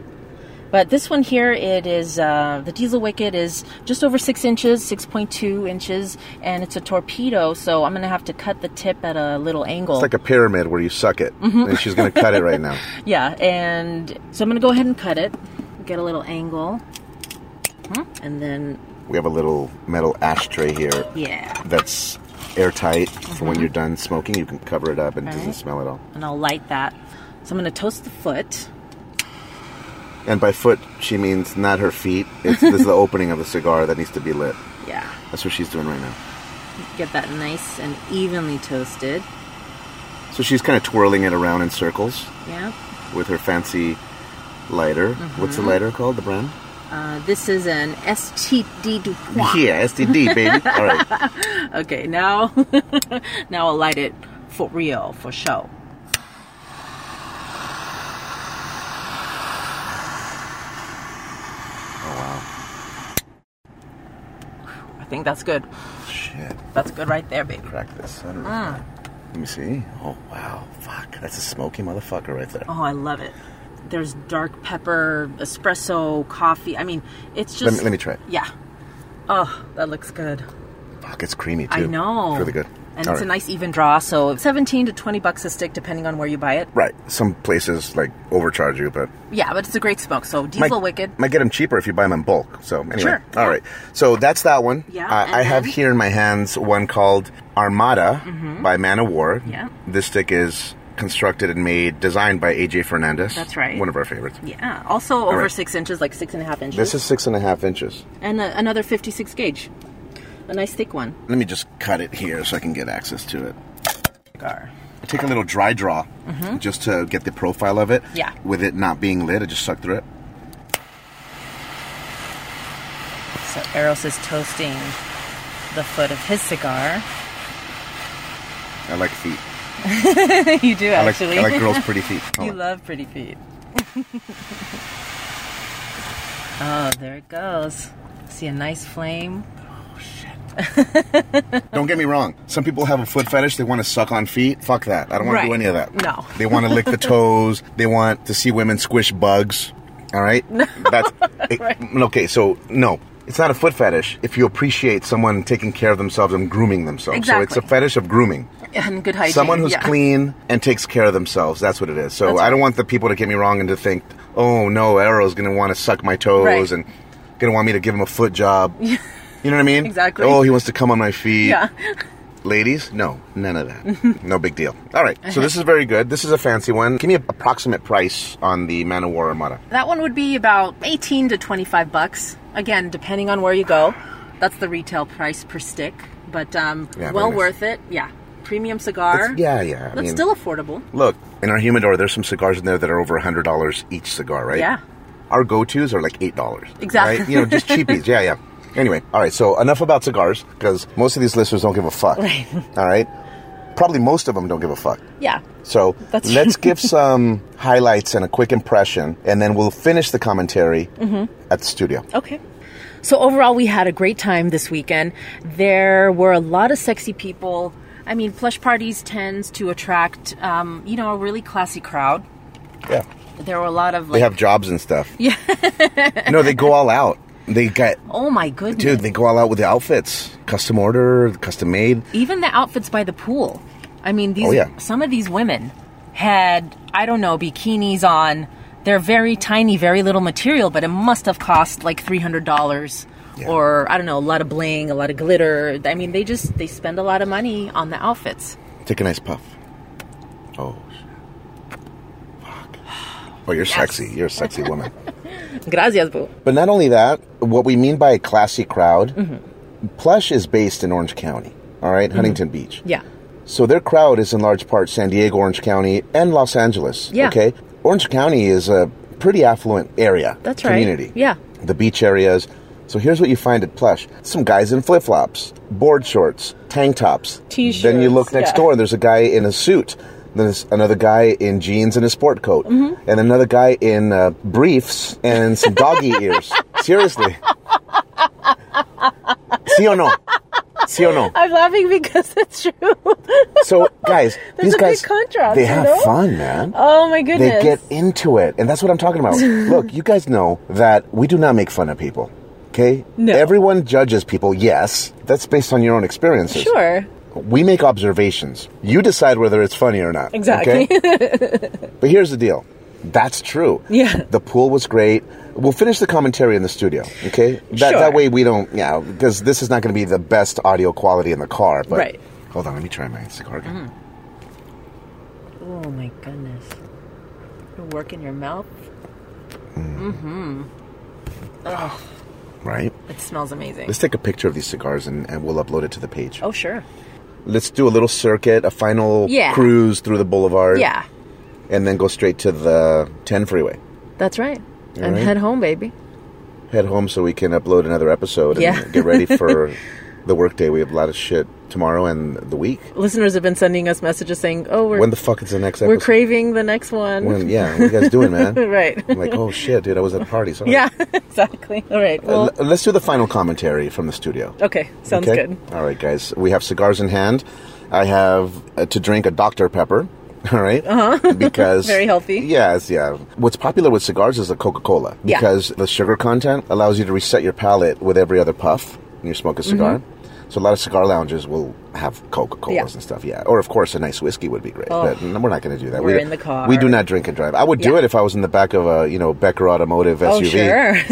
But this one here, it is uh, the Diesel Wicked is just over six inches, six point two inches, and it's a torpedo. So I'm gonna have to cut the tip at a little angle.
It's like a pyramid where you suck it,
Mm-hmm.
and she's going to cut it right
(laughs)
now.
yeah, and so I'm gonna go ahead and cut it, get a little angle, Mhm. and then
We have a little metal ashtray here
yeah,
that's airtight for when you're done smoking. You can cover it up and it doesn't smell at all.
and I'll light that. So I'm gonna toast the foot.
And by foot, she means not her feet. It's, this is
(laughs)
the opening of the cigar that needs to be lit.
Yeah.
That's what she's doing right now.
Get that nice and evenly toasted.
So she's kind of twirling it around in circles
Yeah.
with her fancy lighter.
Mm-hmm.
What's the lighter called? The brand?
Uh, this is an STD
(laughs)
Dupois.
Yeah, STD,
(laughs)
baby. All right.
Okay, now, (laughs) now I'll light it for real, for
Oh,
show.
I think that's good.
Shit.
That's good right there, baby.
Crack this. I don't know.
Ah.
Let me see. Oh, wow. Fuck. That's a smoky motherfucker right there.
Oh, I love it. There's dark pepper, espresso, coffee. I mean, it's just.
let, me, let me try it.
Yeah. Oh, that looks good.
Fuck, it's creamy, too.
I know.
It's really good.
And
All
it's a
right.
nice even draw, so 17 to 20 bucks a stick, depending on where you buy it.
Right. Some places, like, overcharge you, but...
Yeah, but it's a great smoke, so Diesel Wicked.
Might get them cheaper if you buy them in bulk. So anyway,
Sure.
all right. So that's that one. Uh,
Yeah, and
I, I have
then- Mm-hmm.
here in my hands one called Armada by Man of War.
Yeah.
This stick is constructed and made, designed by AJ Fernandez.
That's right.
One of our favorites.
Yeah, also over
right.
six inches, like six and a half inches.
This is six and a half inches.
and a, another 56 gauge. A nice thick one.
Let me just cut it here so I can get access to it. I take a little dry draw just to get the profile of it.
Mm-hmm. Yeah.
With it not being lit, I just suck through it.
So Eros is toasting the foot of his cigar. (laughs)
I like feet.
you do
I like,
actually.
I like girls' pretty feet.
(laughs) you love pretty feet. (laughs) oh, there it goes. See a nice flame.
Don't get me wrong. Some people have a foot fetish. They want to suck on feet. Fuck that. I don't want to
Right.
do any of that.
No.
They want to lick
(laughs)
the toes. They want to see women squish bugs. All right. No.
(laughs)
That's it- Mm, okay. So no, it's not a foot fetish. If you appreciate someone taking care of themselves and grooming themselves, so it's a
Exactly.
fetish of grooming.
And good hygiene.
Someone who's
yeah.
clean and takes care of themselves. That's what it is. So I don't want the people to get me wrong and to think, oh no, Arrow's going to want to suck my toes
Right.
and going to want me to give him a foot
(laughs)
job. you know what I mean?
Exactly.
Oh, he wants to come on my feet.
Yeah.
Ladies, no, none of
(laughs)
that. no big deal. All right, so this is very good. This is a fancy one. Give me an approximate price on the Man of War Armada.
That one would be about 18 to 25 bucks. Again, depending on where you go. That's the retail price per stick, but um,
Yeah,
well
very nice.
worth it. Yeah. Premium cigar.
It's- yeah, yeah, I
That's
mean-
still affordable.
Look, in our humidor, there's some cigars in there that are over $100 each cigar, right?
Yeah.
Our go tos are like $8.
Exactly.
Right? You know, just cheapies. yeah, yeah. Anyway, all right, so enough about cigars because most of these listeners don't give a fuck. Right. All right? Probably most of them don't give a fuck.
Yeah.
So
That's
let's give some highlights and a quick impression, and then we'll finish the commentary at the studio.
Okay. So overall, we had a great time this weekend. There were a lot of sexy people. I mean, plush parties tends to attract, um, you know, a really classy crowd.
Yeah.
There were a lot of
They
like,
have jobs and stuff. Yeah. (laughs) no, they go all out. They got
oh my goodness,
dude. They go all out with the outfits, custom order, custom made.
even the outfits by the pool. I mean, these
Oh, yeah.
some of these women had I don't know bikinis on.
They're very tiny, very little material, but it must have cost like three hundred dollars. Or I don't know, a lot of bling, a lot of glitter. I mean, they just they spend a lot of money on the outfits.
Take a nice puff. Oh, shit. fuck. Oh, you're sexy. You're a sexy woman.
Gracias, boo.
But not only that, what we mean by a classy crowd, Plush is based in Orange County, all right? Huntington Beach.
Yeah,
So their crowd is in large part San Diego, Orange County, and Los Angeles.
Yeah.
Okay. Orange County is a pretty affluent area.
That's right.
community.
Yeah.
The beach areas. So here's what you find at Plush: some guys in flip flops, board shorts, tank tops.
T-shirts,
Then you look next
yeah.
door, and there's a guy in a suit. Then there's another guy in jeans and a sport coat,
Mm-hmm.
and another guy in uh, briefs and some doggy
(laughs)
ears. Seriously. (laughs) Sí o no? Sí o no?
I'm laughing because (laughs) it's true. (laughs)
So, guys,
There's
these
a big
guys,
contrast,
they
you
have
know?
fun, man.
Oh my
they
goodness!
get into it. And that's what I'm
(laughs)
talking about. Look, you guys know that we do not make fun of people, okay?
No.
Everyone judges people, yes. That's based on your own experiences.
sure.
We make observations. You decide whether it's funny or not.
Exactly.
Okay?
(laughs)
but here's the deal that's true.
Yeah.
The pool was great. We'll finish the commentary in the studio, okay? That,
Sure.
that way we don't, yeah, because this is not going to be the best audio quality in the car. But
Right.
Hold on, let me try my cigar again.
Oh my goodness. You're working your mouth.
Right.
It smells amazing.
Let's take a picture of these cigars and, and we'll upload it to the page.
Oh, sure.
Let's do a little circuit, a final
Yeah.
cruise through the boulevard.
Yeah,
And then go straight to the 10 freeway.
that's right. and
right.
head home, baby.
Head home so we can upload another episode and
Yeah.
get ready
(laughs)
for the workday. We have a lot of shit tomorrow and the week.
Listeners have been sending us messages saying, "Oh, we're
When the fuck is the next episode?
we're craving the next one."
When, yeah, what you guys doing,
(laughs)
man?
right. (laughs)
I'm like, oh shit, dude, I was at a party. Sorry.
yeah. (laughs) Exactly. All right.
Uh,
Well.
l- let's do the final commentary from the studio.
Okay. Sounds
Okay?
good.
All right, guys. We have cigars in hand. I have uh, to drink a Dr. Pepper. (laughs) All right.
(laughs)
Uh-huh. Because
Very healthy.
Yes, yeah. What's popular with cigars is the Coca-Cola
Yeah.
because the sugar content allows you to reset your palate with every other puff when you smoke a
Mm-hmm.
cigar. So a lot of cigar lounges will have Coca-Colas
Yeah. Oh.
and stuff. Yeah. Or of course a nice whiskey would be great. But n- we're not going to do that.
We're
we
in the car.
We do not drink and drive. I would do
Yeah.
it if I was in the back of a, you know, Becker Automotive
Oh,
SUV.
sure. (laughs)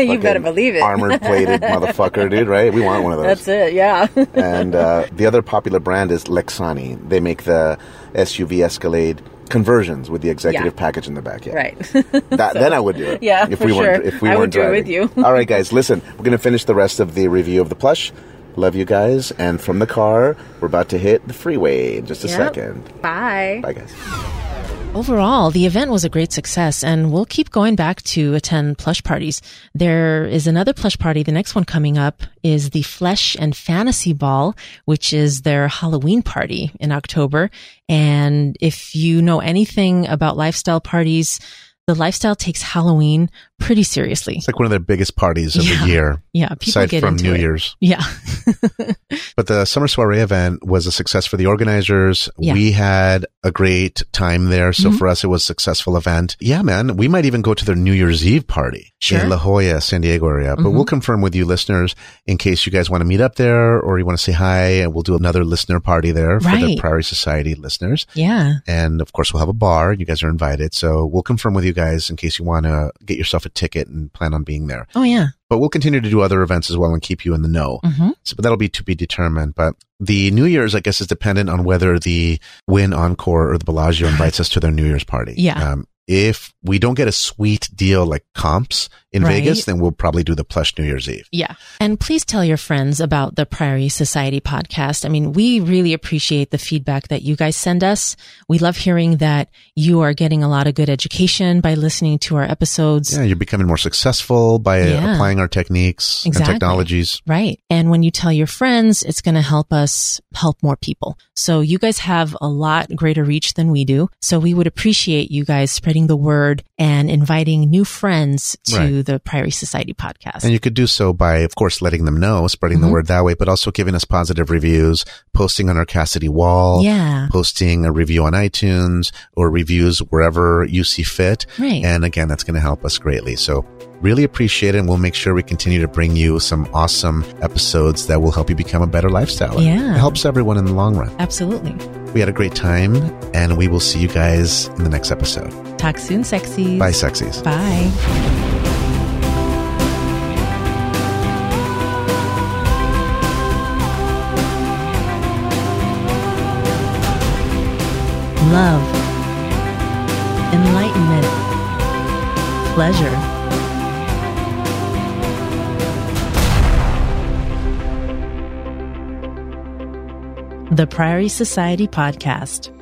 you better
Fucking
believe it.
Armored
(laughs)
plated motherfucker, dude, right? We want one of those
That's it. Yeah.
and uh, the other popular brand is Lexani. They make the SUV Escalade conversions with the executive
Yeah.
package in the back. Yeah.
right. (laughs)
That, then I would do it.
Yeah,
if
for
we weren't,
sure.
If we
I
weren't
would do it
driving.
with you.
All right, guys. Listen, we're gonna finish the rest of the review of the plush. Love you guys. And from the car, we're about to hit the freeway in just a
Yep.
second.
Bye.
Bye, guys.
Overall, the event was a great success and we'll keep going back to attend plush parties. There is another plush party. The next one coming up is the Flesh and Fantasy Ball, which is their Halloween party in October. And if you know anything about lifestyle parties, the lifestyle takes Halloween pretty seriously.
It's like one of their biggest parties of
Yeah.
the year.
Yeah, people
aside
get
from
into
New
it.
Year's.
Yeah. (laughs)
But the summer soiree event was a success for the organizers.
Yeah. Mm-hmm.
We had a great time there. So for us, it was a successful event. Yeah, man. We might even go to their New Year's Eve party
Sure. Mm-hmm.
in La Jolla, San Diego area. But we'll confirm with you listeners in case you guys want to meet up there or you want to say hi and we'll do another listener party there for the
Right.
Priory Society listeners.
yeah.
And of course, we'll have a bar. You guys are invited. So we'll confirm with you guys in case you want to get yourself a ticket and plan on being there.
Oh, yeah.
But we'll continue to do other events as well and keep you in the know.
hmm
So but that'll be to be determined. But the New Year's, I guess, is dependent on whether the Win Encore or the Bellagio invites us to their New Year's party.
Yeah.
Um, if we don't get a sweet deal like comps in
Right.
Vegas, then we'll probably do the plush New Year's Eve.
Yeah. And please tell your friends about the Priory Society podcast. I mean, we really appreciate the feedback that you guys send us. We love hearing that you are getting a lot of good education by listening to our episodes.
Yeah, you're becoming more successful by uh,
Yeah.
applying our techniques
Exactly.
and technologies.
Right. And when you tell your friends, it's going to help us help more people. So you guys have a lot greater reach than we do. So we would appreciate you guys spreading the word and inviting new friends to
Right.
the Priory Society podcast.
And you could do so by, of course, letting them know, spreading
Mhm.
the word that way, but also giving us positive reviews, posting on our Cassidy wall.
yeah.
Posting a review on iTunes or reviews wherever you see fit.
Right.
And again, that's going to help us greatly. So, really appreciate it. And we'll make sure we continue to bring you some awesome episodes that will help you become a better lifestyle.
Yeah.
It helps everyone in the long run.
Absolutely.
We had a great time, and we will see you guys in the next episode.
Talk soon, sexy.
Bye, sexies.
Bye. Love, enlightenment, pleasure. The Priory Society Podcast.